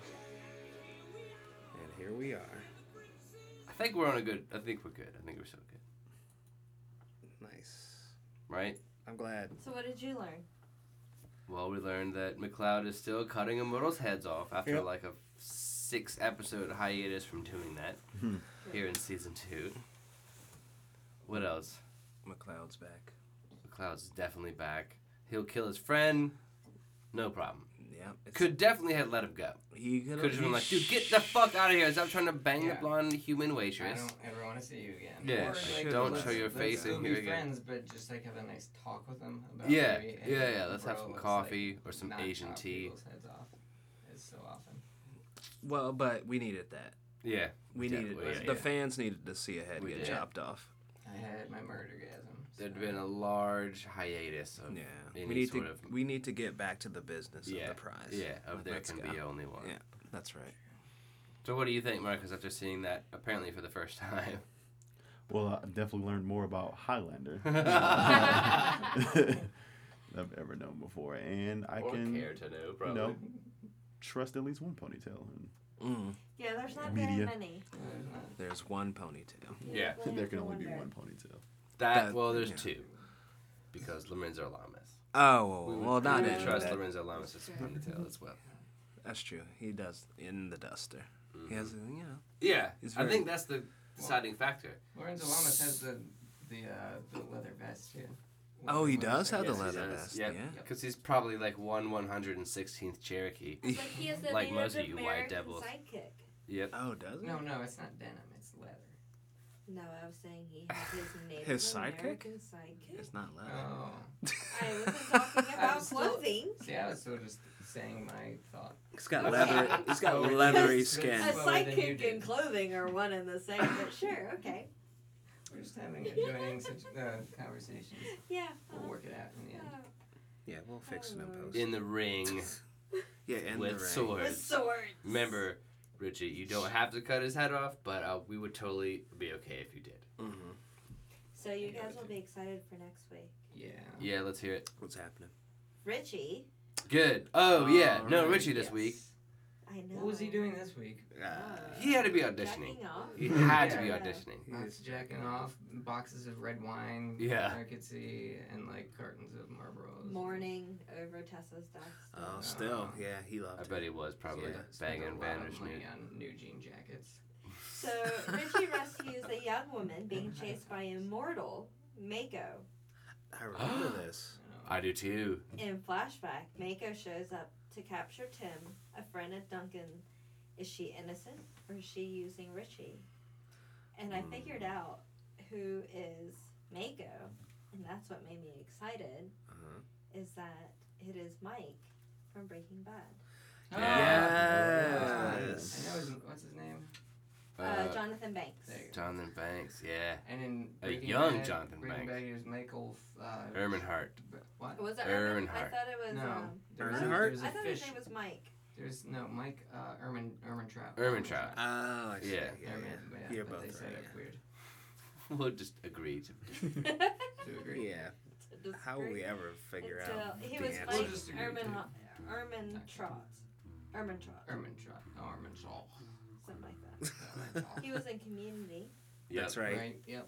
[SPEAKER 1] And here we are.
[SPEAKER 2] I think we're on a good. I think we're good. I think we're so good.
[SPEAKER 1] Nice.
[SPEAKER 2] Right?
[SPEAKER 1] I'm glad.
[SPEAKER 4] So what did you learn?
[SPEAKER 2] Well, we learned that McLeod is still cutting immortals' heads off after
[SPEAKER 1] Yep.
[SPEAKER 2] like a six episode hiatus from doing that
[SPEAKER 3] Hmm.
[SPEAKER 2] here in season two. What else?
[SPEAKER 1] McLeod's back.
[SPEAKER 2] McLeod's definitely back. He'll kill his friend. No problem.
[SPEAKER 1] Yeah. it's-
[SPEAKER 2] Could definitely have let him go.
[SPEAKER 1] he could
[SPEAKER 2] Could have been like, dude, get the fuck out of here. Stop trying to bang
[SPEAKER 5] Yeah.
[SPEAKER 2] the blonde human
[SPEAKER 5] I
[SPEAKER 2] waitress.
[SPEAKER 5] don't ever want to see you again.
[SPEAKER 2] Yeah,
[SPEAKER 5] Or,
[SPEAKER 2] sh-
[SPEAKER 5] like,
[SPEAKER 2] don't
[SPEAKER 5] let's-
[SPEAKER 2] show your
[SPEAKER 5] let's
[SPEAKER 2] face
[SPEAKER 5] still
[SPEAKER 2] in
[SPEAKER 5] be
[SPEAKER 2] here again.
[SPEAKER 5] friends, but just like have a nice talk with them about
[SPEAKER 2] Yeah,
[SPEAKER 5] maybe, and
[SPEAKER 2] yeah, yeah. Let's have
[SPEAKER 5] bro,
[SPEAKER 2] some
[SPEAKER 5] let's,
[SPEAKER 2] coffee or
[SPEAKER 5] like,
[SPEAKER 2] some
[SPEAKER 5] not
[SPEAKER 2] Asian
[SPEAKER 5] chop
[SPEAKER 2] tea.
[SPEAKER 5] people's heads off. It's so often.
[SPEAKER 1] Well, but we needed that.
[SPEAKER 2] Yeah.
[SPEAKER 1] We needed
[SPEAKER 2] Definitely,
[SPEAKER 1] the
[SPEAKER 2] yeah.
[SPEAKER 1] fans needed to see a head
[SPEAKER 2] We
[SPEAKER 1] get
[SPEAKER 2] did.
[SPEAKER 1] chopped off.
[SPEAKER 5] I had my murdergasm.
[SPEAKER 2] There'd
[SPEAKER 5] so-
[SPEAKER 2] been a large hiatus of
[SPEAKER 1] Yeah.
[SPEAKER 2] any
[SPEAKER 1] we need
[SPEAKER 2] sort
[SPEAKER 1] to
[SPEAKER 2] of
[SPEAKER 1] we need to get back to the business
[SPEAKER 2] Yeah,
[SPEAKER 1] of the prize.
[SPEAKER 2] yeah of there
[SPEAKER 1] Let's
[SPEAKER 2] can
[SPEAKER 1] go.
[SPEAKER 2] be only one.
[SPEAKER 1] Yeah. That's right.
[SPEAKER 2] So what do you think, Marcus? After seeing that, apparently for the first time.
[SPEAKER 3] Well, I definitely learned more about Highlander than I've ever known before, and I
[SPEAKER 2] or
[SPEAKER 3] can
[SPEAKER 2] care to know,
[SPEAKER 3] you
[SPEAKER 2] probably.
[SPEAKER 3] know trust at least one ponytail. And
[SPEAKER 1] Mm,
[SPEAKER 4] Yeah, there's not
[SPEAKER 3] Media.
[SPEAKER 4] that many.
[SPEAKER 5] There's not-
[SPEAKER 1] there's one ponytail.
[SPEAKER 2] Yeah.
[SPEAKER 4] We'll
[SPEAKER 3] there
[SPEAKER 4] have
[SPEAKER 3] can
[SPEAKER 4] to
[SPEAKER 3] only be
[SPEAKER 4] wonder.
[SPEAKER 3] one ponytail.
[SPEAKER 2] That,
[SPEAKER 1] That-
[SPEAKER 2] well, there's
[SPEAKER 1] yeah.
[SPEAKER 2] two, because Lorenzo Lamas.
[SPEAKER 1] Oh
[SPEAKER 2] We would-
[SPEAKER 1] well, not
[SPEAKER 2] we
[SPEAKER 1] in
[SPEAKER 2] would trust
[SPEAKER 1] that.
[SPEAKER 2] Lorenzo Lamas' ponytail as well.
[SPEAKER 1] That's true. He does in the duster. He has, you know,
[SPEAKER 2] Mm-hmm. Yeah,
[SPEAKER 1] It's
[SPEAKER 2] I
[SPEAKER 1] very-
[SPEAKER 2] think that's the deciding factor.
[SPEAKER 5] Lorenzo Lamas has the the uh, the leather vest too.
[SPEAKER 1] Oh, he
[SPEAKER 5] When- when
[SPEAKER 1] does
[SPEAKER 5] they
[SPEAKER 1] have the
[SPEAKER 5] get-
[SPEAKER 1] leather
[SPEAKER 2] does.
[SPEAKER 1] vest.
[SPEAKER 2] Yep.
[SPEAKER 1] Yeah.
[SPEAKER 2] Because he's probably like one one hundred and sixteenth Cherokee.
[SPEAKER 4] But he is the
[SPEAKER 2] Like
[SPEAKER 4] Native
[SPEAKER 2] most of you white
[SPEAKER 4] American
[SPEAKER 2] devils.
[SPEAKER 4] Sidekick.
[SPEAKER 2] Yep.
[SPEAKER 1] Oh, does he?
[SPEAKER 5] No, no, it's not denim. It's leather.
[SPEAKER 4] No, I was saying he has his Native
[SPEAKER 1] His sidekick?
[SPEAKER 4] American sidekick.
[SPEAKER 1] It's not leather.
[SPEAKER 5] Oh,
[SPEAKER 4] I wasn't talking about
[SPEAKER 5] still-
[SPEAKER 4] clothing.
[SPEAKER 5] see, I was still just saying my thought.
[SPEAKER 1] It's got
[SPEAKER 5] Okay.
[SPEAKER 1] leather. It's got
[SPEAKER 5] Oh, it
[SPEAKER 1] leathery
[SPEAKER 5] is.
[SPEAKER 1] skin.
[SPEAKER 4] A
[SPEAKER 5] Slower than you
[SPEAKER 4] sidekick
[SPEAKER 5] did.
[SPEAKER 4] and clothing are one and the same, but sure, okay.
[SPEAKER 5] We're just having enjoying such uh, conversations.
[SPEAKER 4] Yeah.
[SPEAKER 5] We'll work it out in the end.
[SPEAKER 4] uh,
[SPEAKER 1] Yeah, we'll fix it in post.
[SPEAKER 2] In the ring
[SPEAKER 1] yeah, in the ring.
[SPEAKER 2] with
[SPEAKER 4] uh, With
[SPEAKER 2] swords.
[SPEAKER 4] swords.
[SPEAKER 2] Remember, Richie, you don't have to cut his head off, but uh, we would totally be okay if you did.
[SPEAKER 1] hmm
[SPEAKER 4] So you guys will be excited for next week.
[SPEAKER 5] Yeah.
[SPEAKER 2] Yeah, let's hear it.
[SPEAKER 1] What's happening?
[SPEAKER 4] Richie,
[SPEAKER 2] Good. Oh yeah, no,
[SPEAKER 1] Alright.
[SPEAKER 2] Richie this
[SPEAKER 5] Yes.
[SPEAKER 2] week.
[SPEAKER 4] I know.
[SPEAKER 5] What was he doing this week?
[SPEAKER 2] He had to be auditioning.
[SPEAKER 4] Jacking off.
[SPEAKER 2] He had to be
[SPEAKER 4] Yeah.
[SPEAKER 2] auditioning.
[SPEAKER 5] Lots of jacking off, boxes of red wine.
[SPEAKER 2] Yeah.
[SPEAKER 5] I could see, and like cartons of Marlboros.
[SPEAKER 4] Mourning over Tessa's death.
[SPEAKER 1] Oh, still, yeah, he loved
[SPEAKER 2] Ah. I
[SPEAKER 1] it.
[SPEAKER 2] bet he was probably
[SPEAKER 1] Yeah.
[SPEAKER 5] Spent
[SPEAKER 2] banging
[SPEAKER 5] a lot of money
[SPEAKER 2] Vandersnoot.
[SPEAKER 5] on new jean jackets.
[SPEAKER 4] So Richie rescues a young woman being chased by immortal Mako.
[SPEAKER 1] I remember this.
[SPEAKER 5] You know.
[SPEAKER 2] Ah, I do too.
[SPEAKER 4] In flashback, Mako shows up to capture Tim, a friend of Duncan. Is she innocent or is she using Richie? And I figured out who is Mako, and that's what made me excited.
[SPEAKER 1] Uh-huh.
[SPEAKER 4] Is that it is Mike from Breaking Bad?
[SPEAKER 1] Ah,
[SPEAKER 5] I know his, what's his name?
[SPEAKER 4] Uh, Jonathan Banks.
[SPEAKER 5] there you go.
[SPEAKER 2] Jonathan Banks, yeah.
[SPEAKER 5] And in
[SPEAKER 2] A
[SPEAKER 5] Breaking
[SPEAKER 2] young
[SPEAKER 5] Bad,
[SPEAKER 2] Jonathan
[SPEAKER 5] Breaking
[SPEAKER 2] Banks.
[SPEAKER 5] Bad, he was Michael. Uh,
[SPEAKER 2] Ermenhart.
[SPEAKER 5] What?
[SPEAKER 4] Was it Erwin? I
[SPEAKER 2] Earnhardt.
[SPEAKER 4] thought it was.
[SPEAKER 5] no,
[SPEAKER 4] Um,
[SPEAKER 5] there's, a-
[SPEAKER 1] Earnhardt?
[SPEAKER 5] there's
[SPEAKER 4] I
[SPEAKER 5] a
[SPEAKER 4] thought
[SPEAKER 5] fish.
[SPEAKER 4] his name was Mike.
[SPEAKER 5] There's no Mike uh, Ermin Ermintrout.
[SPEAKER 2] Ermintrout.
[SPEAKER 1] Oh, I see.
[SPEAKER 2] Yeah.
[SPEAKER 5] Yeah, yeah, yeah.
[SPEAKER 1] You're
[SPEAKER 5] but
[SPEAKER 1] both
[SPEAKER 5] they
[SPEAKER 1] right,
[SPEAKER 5] said it
[SPEAKER 1] yeah.
[SPEAKER 5] weird.
[SPEAKER 2] We'll just agree to
[SPEAKER 5] To
[SPEAKER 1] yeah.
[SPEAKER 5] agree.
[SPEAKER 1] How will we ever figure out
[SPEAKER 4] Until- he
[SPEAKER 1] the
[SPEAKER 4] was
[SPEAKER 1] answer?
[SPEAKER 5] We'll
[SPEAKER 4] Mike
[SPEAKER 5] just agree
[SPEAKER 4] Ermin,
[SPEAKER 5] to-
[SPEAKER 4] Ermin Trot. Ermin Trot.
[SPEAKER 5] Ermintrout. Oh, Ermintrout.
[SPEAKER 4] Something like that. He was in Community.
[SPEAKER 2] Yep.
[SPEAKER 1] That's right.
[SPEAKER 5] Right. Yep.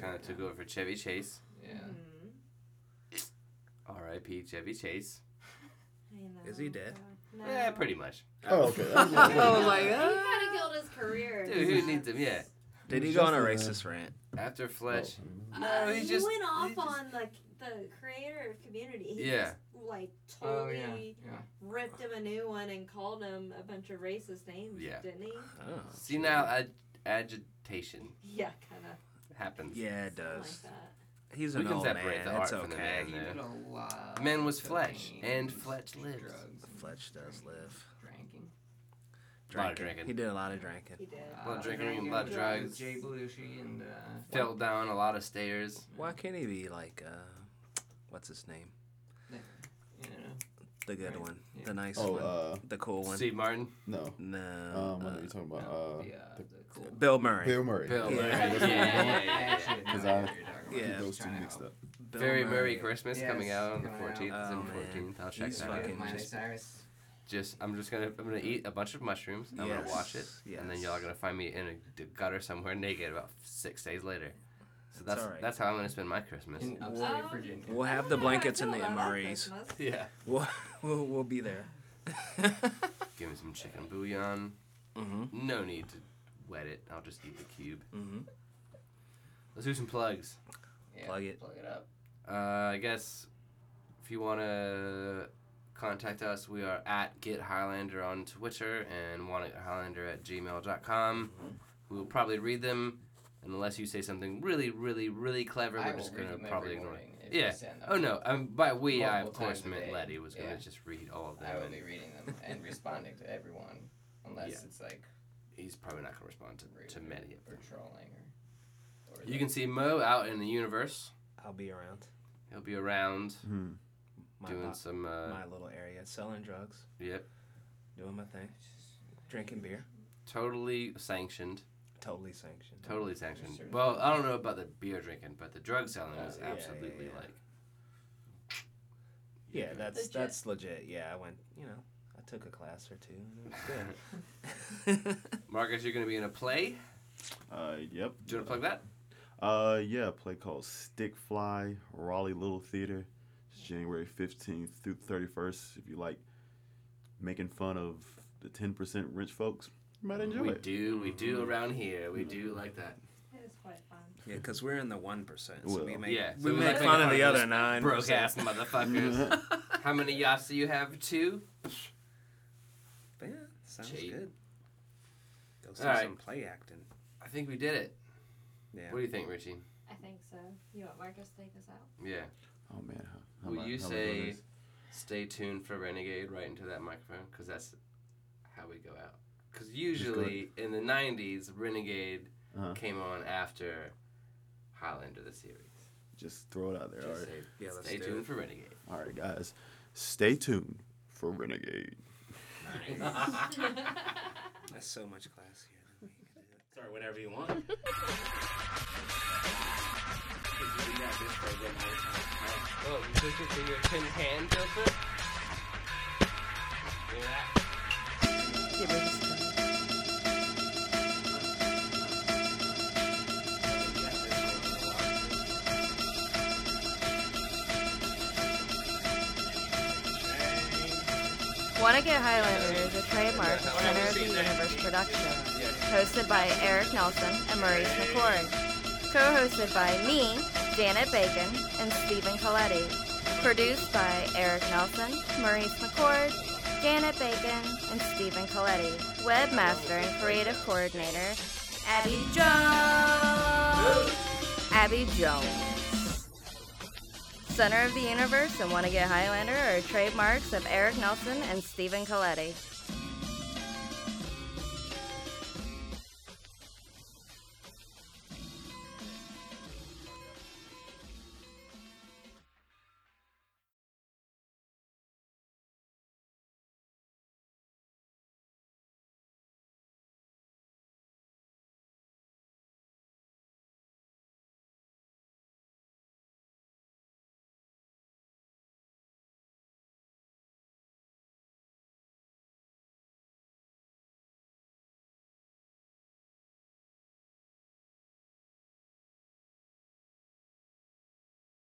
[SPEAKER 2] Kind of took over for Chevy Chase.
[SPEAKER 5] Yeah.
[SPEAKER 4] Mhm.
[SPEAKER 2] R.I.P. Chevy Chase.
[SPEAKER 4] I know.
[SPEAKER 1] Is he dead?
[SPEAKER 4] No.
[SPEAKER 2] Yeah, pretty much.
[SPEAKER 3] Oh, okay.
[SPEAKER 1] I was
[SPEAKER 3] I was
[SPEAKER 1] like,
[SPEAKER 4] he
[SPEAKER 1] ah.
[SPEAKER 4] kind of killed his career. in a
[SPEAKER 2] Dude, who
[SPEAKER 4] sense.
[SPEAKER 2] needs him? Yeah.
[SPEAKER 1] Did he
[SPEAKER 3] It's
[SPEAKER 1] go on a
[SPEAKER 3] just
[SPEAKER 1] racist rant?
[SPEAKER 2] After Fletch.
[SPEAKER 4] Uh,
[SPEAKER 2] No,
[SPEAKER 4] he
[SPEAKER 2] he's just-
[SPEAKER 4] went off
[SPEAKER 2] he just-
[SPEAKER 4] on like the creator of Community. He
[SPEAKER 2] Yeah.
[SPEAKER 4] just, like
[SPEAKER 5] Oh
[SPEAKER 4] totally
[SPEAKER 5] yeah. Yeah.
[SPEAKER 4] ripped him a new one and called him a bunch of racist names,
[SPEAKER 2] Yeah.
[SPEAKER 4] didn't he?
[SPEAKER 1] Oh.
[SPEAKER 2] Senile ag- agitation
[SPEAKER 4] Yeah, kind of
[SPEAKER 2] happens.
[SPEAKER 1] Yeah, it does.
[SPEAKER 4] like that.
[SPEAKER 1] He's
[SPEAKER 2] We
[SPEAKER 1] an
[SPEAKER 2] can
[SPEAKER 1] old
[SPEAKER 2] separate
[SPEAKER 1] man.
[SPEAKER 2] the
[SPEAKER 1] That's
[SPEAKER 2] art from the
[SPEAKER 1] okay.
[SPEAKER 2] man.
[SPEAKER 5] He
[SPEAKER 2] Yeah.
[SPEAKER 5] did a lot.
[SPEAKER 2] Man was
[SPEAKER 5] of
[SPEAKER 2] Fletch, and
[SPEAKER 5] cocaine,
[SPEAKER 2] Fletch lives.
[SPEAKER 5] drugs, and
[SPEAKER 1] Fletch does
[SPEAKER 5] drinking,
[SPEAKER 1] live.
[SPEAKER 5] Drinking.
[SPEAKER 2] A lot of
[SPEAKER 1] Drinking.
[SPEAKER 2] drinking.
[SPEAKER 1] He did a lot of drinking.
[SPEAKER 4] He did.
[SPEAKER 2] lot
[SPEAKER 1] Uh,
[SPEAKER 2] of drinking, a lot of drugs.
[SPEAKER 5] Uh, Jay Belushi and. Uh,
[SPEAKER 2] Fell down a lot of stairs.
[SPEAKER 1] Why can't he be like, uh, what's his name?
[SPEAKER 5] You know.
[SPEAKER 1] The good
[SPEAKER 5] Right.
[SPEAKER 1] one,
[SPEAKER 5] Yeah.
[SPEAKER 1] the nice
[SPEAKER 3] Oh,
[SPEAKER 1] one,
[SPEAKER 3] uh,
[SPEAKER 1] the cool one.
[SPEAKER 2] Steve Martin.
[SPEAKER 3] no.
[SPEAKER 1] no,
[SPEAKER 3] Um,
[SPEAKER 1] uh,
[SPEAKER 3] what are you talking about?
[SPEAKER 5] no,
[SPEAKER 3] Uh,
[SPEAKER 5] the, uh, the cool.
[SPEAKER 1] Bill Murray.
[SPEAKER 3] Bill Murray.
[SPEAKER 2] Bill
[SPEAKER 1] Yeah.
[SPEAKER 2] Murray.
[SPEAKER 1] Yeah,
[SPEAKER 2] Yeah, yeah, yeah, yeah, yeah.
[SPEAKER 5] Actually, no,
[SPEAKER 3] Because
[SPEAKER 5] I
[SPEAKER 3] I-
[SPEAKER 5] know what you're talking about.
[SPEAKER 1] Yeah.
[SPEAKER 5] I'm
[SPEAKER 3] Those
[SPEAKER 5] just
[SPEAKER 3] two
[SPEAKER 5] trying to
[SPEAKER 3] mixed
[SPEAKER 5] help.
[SPEAKER 3] up.
[SPEAKER 1] Bill
[SPEAKER 2] Very
[SPEAKER 1] Murray.
[SPEAKER 2] Merry Christmas
[SPEAKER 5] Yes,
[SPEAKER 2] coming out on the
[SPEAKER 5] coming out.
[SPEAKER 2] 14th. it's
[SPEAKER 1] Oh,
[SPEAKER 2] on
[SPEAKER 1] man.
[SPEAKER 2] 14th. I'll check
[SPEAKER 1] He's
[SPEAKER 2] that
[SPEAKER 1] fucking
[SPEAKER 2] out.
[SPEAKER 5] Miley
[SPEAKER 1] just-
[SPEAKER 5] Cyrus.
[SPEAKER 2] Just I'm just gonna I'm gonna eat a bunch of mushrooms. I'm gonna watch it,
[SPEAKER 1] Yes,
[SPEAKER 2] and then
[SPEAKER 1] yes.
[SPEAKER 2] y'all are gonna find me in a d- gutter somewhere naked about six days later. So that's
[SPEAKER 1] alright.
[SPEAKER 2] that's how I'm gonna spend my Christmas.
[SPEAKER 5] In upstate
[SPEAKER 4] Um,
[SPEAKER 5] Virginia.
[SPEAKER 1] We'll
[SPEAKER 4] I
[SPEAKER 1] have
[SPEAKER 4] don't
[SPEAKER 1] the
[SPEAKER 4] know how I
[SPEAKER 1] blankets and the
[SPEAKER 4] feel about that
[SPEAKER 1] MREs.
[SPEAKER 4] Christmas.
[SPEAKER 2] Yeah,
[SPEAKER 1] We'll, we'll, we'll be there.
[SPEAKER 2] give me some chicken bouillon.
[SPEAKER 1] mm-hmm.
[SPEAKER 2] No need to wet it. I'll just eat the cube.
[SPEAKER 1] Mm-hmm.
[SPEAKER 2] Let's do some plugs.
[SPEAKER 5] Yeah,
[SPEAKER 1] Plug it.
[SPEAKER 5] Plug it up.
[SPEAKER 2] Uh, I guess if you want to contact us, we are at Get Highlander on Twitter and Highlander at gmail.com. We'll probably read them unless you say something really, really, really clever.
[SPEAKER 5] I
[SPEAKER 2] We're
[SPEAKER 5] will
[SPEAKER 2] just
[SPEAKER 5] read
[SPEAKER 2] going to
[SPEAKER 5] them
[SPEAKER 2] probably
[SPEAKER 5] every
[SPEAKER 2] ignore it.
[SPEAKER 5] morning if
[SPEAKER 2] Yeah.
[SPEAKER 5] you send them.
[SPEAKER 2] Oh, no. Um, by we, I, of
[SPEAKER 5] Multiple
[SPEAKER 2] course,
[SPEAKER 5] times a
[SPEAKER 2] meant
[SPEAKER 5] day.
[SPEAKER 2] Letty was going to
[SPEAKER 5] Yeah.
[SPEAKER 2] just read all of
[SPEAKER 5] I
[SPEAKER 2] them.
[SPEAKER 5] will
[SPEAKER 2] and
[SPEAKER 5] be reading them and responding to everyone, unless
[SPEAKER 2] Yeah.
[SPEAKER 5] it's like
[SPEAKER 2] he's probably not going to respond
[SPEAKER 5] rude
[SPEAKER 2] to, to many of
[SPEAKER 5] or
[SPEAKER 2] them.
[SPEAKER 5] trolling or. or
[SPEAKER 2] You can see Mo out in the universe.
[SPEAKER 1] I'll be around.
[SPEAKER 2] He'll be around
[SPEAKER 3] Hmm.
[SPEAKER 1] My,
[SPEAKER 2] doing
[SPEAKER 1] pop-
[SPEAKER 2] some. Uh,
[SPEAKER 1] my little area, selling drugs,
[SPEAKER 2] Yep.
[SPEAKER 1] doing my thing, drinking beer,
[SPEAKER 2] Totally sanctioned.
[SPEAKER 1] totally sanctioned.
[SPEAKER 2] Totally sanctioned.
[SPEAKER 5] certain
[SPEAKER 2] Well, I don't know about the beer drinking, but the drug selling
[SPEAKER 5] Oh,
[SPEAKER 2] is
[SPEAKER 1] yeah, yeah,
[SPEAKER 2] absolutely
[SPEAKER 1] yeah.
[SPEAKER 2] like.
[SPEAKER 1] Yeah, that's
[SPEAKER 4] Legit.
[SPEAKER 1] that's legit. Yeah, I went. You know, I took a class or two. And it was good.
[SPEAKER 2] Marcus, you're going to be in a play.
[SPEAKER 3] Uh, yep.
[SPEAKER 2] Do you want to plug that?
[SPEAKER 3] Uh, yeah, a play called Stick Fly, Raleigh Little Theater. It's January 15th through the 31st. If you like making fun of the 10% rich folks, you might enjoy
[SPEAKER 2] we
[SPEAKER 3] it.
[SPEAKER 2] do, we do
[SPEAKER 1] Mm-hmm.
[SPEAKER 2] around here. We do like that.
[SPEAKER 4] It was quite fun.
[SPEAKER 1] yeah, because we're in the one percent, so we
[SPEAKER 3] Well,
[SPEAKER 1] make
[SPEAKER 2] yeah, so
[SPEAKER 1] we
[SPEAKER 2] we
[SPEAKER 1] make
[SPEAKER 2] like
[SPEAKER 1] fun
[SPEAKER 2] making
[SPEAKER 1] of the
[SPEAKER 2] fun of
[SPEAKER 1] other nine
[SPEAKER 2] Broke ass motherfuckers. How many yachts do you have? Two?
[SPEAKER 1] Yeah, sounds
[SPEAKER 2] Cheap.
[SPEAKER 1] good. Go see
[SPEAKER 2] Alright.
[SPEAKER 1] some play acting.
[SPEAKER 2] I think we did it.
[SPEAKER 1] Yeah.
[SPEAKER 2] What do you think, Richie?
[SPEAKER 4] I think so. You want Marcus to take us out?
[SPEAKER 2] Yeah.
[SPEAKER 3] Oh, man. How, how
[SPEAKER 2] Will
[SPEAKER 3] am I-
[SPEAKER 2] you
[SPEAKER 3] how am I doing
[SPEAKER 2] say-
[SPEAKER 3] this?
[SPEAKER 2] Stay tuned for Renegade right into that microphone because that's how we go out. Because
[SPEAKER 3] go
[SPEAKER 2] usually in the 90s, Renegade
[SPEAKER 3] Uh-huh.
[SPEAKER 2] came on after Highlander the series.
[SPEAKER 3] Just throw it out there. All
[SPEAKER 2] Just
[SPEAKER 3] right.
[SPEAKER 2] say,
[SPEAKER 1] Yeah, let's
[SPEAKER 2] stay
[SPEAKER 1] do
[SPEAKER 2] tuned
[SPEAKER 1] it.
[SPEAKER 2] for Renegade.
[SPEAKER 3] all right, guys. Stay tuned for Renegade.
[SPEAKER 1] That's so much class here.
[SPEAKER 10] Start whenever you want. 'Cause we got this program all the time.
[SPEAKER 2] Oh, you took it to your tin can filter? Look at that.
[SPEAKER 10] We got this program all the time.
[SPEAKER 11] Wanna Get Highlander is a trademark Center of the Universe production, hosted by Eric Nelson and Maurice McCord, co-hosted by me, Janet Bacon, and Stephen Coletti,
[SPEAKER 7] Produced by Eric Nelson, Maurice McCord, Janet Bacon, and Stephen Coletti. Webmaster and creative coordinator, Abby Jones. Abby Jones. Center of the Universe and Wanna Get Highlander are trademarks of Eric Nelson and Stephen Coletti.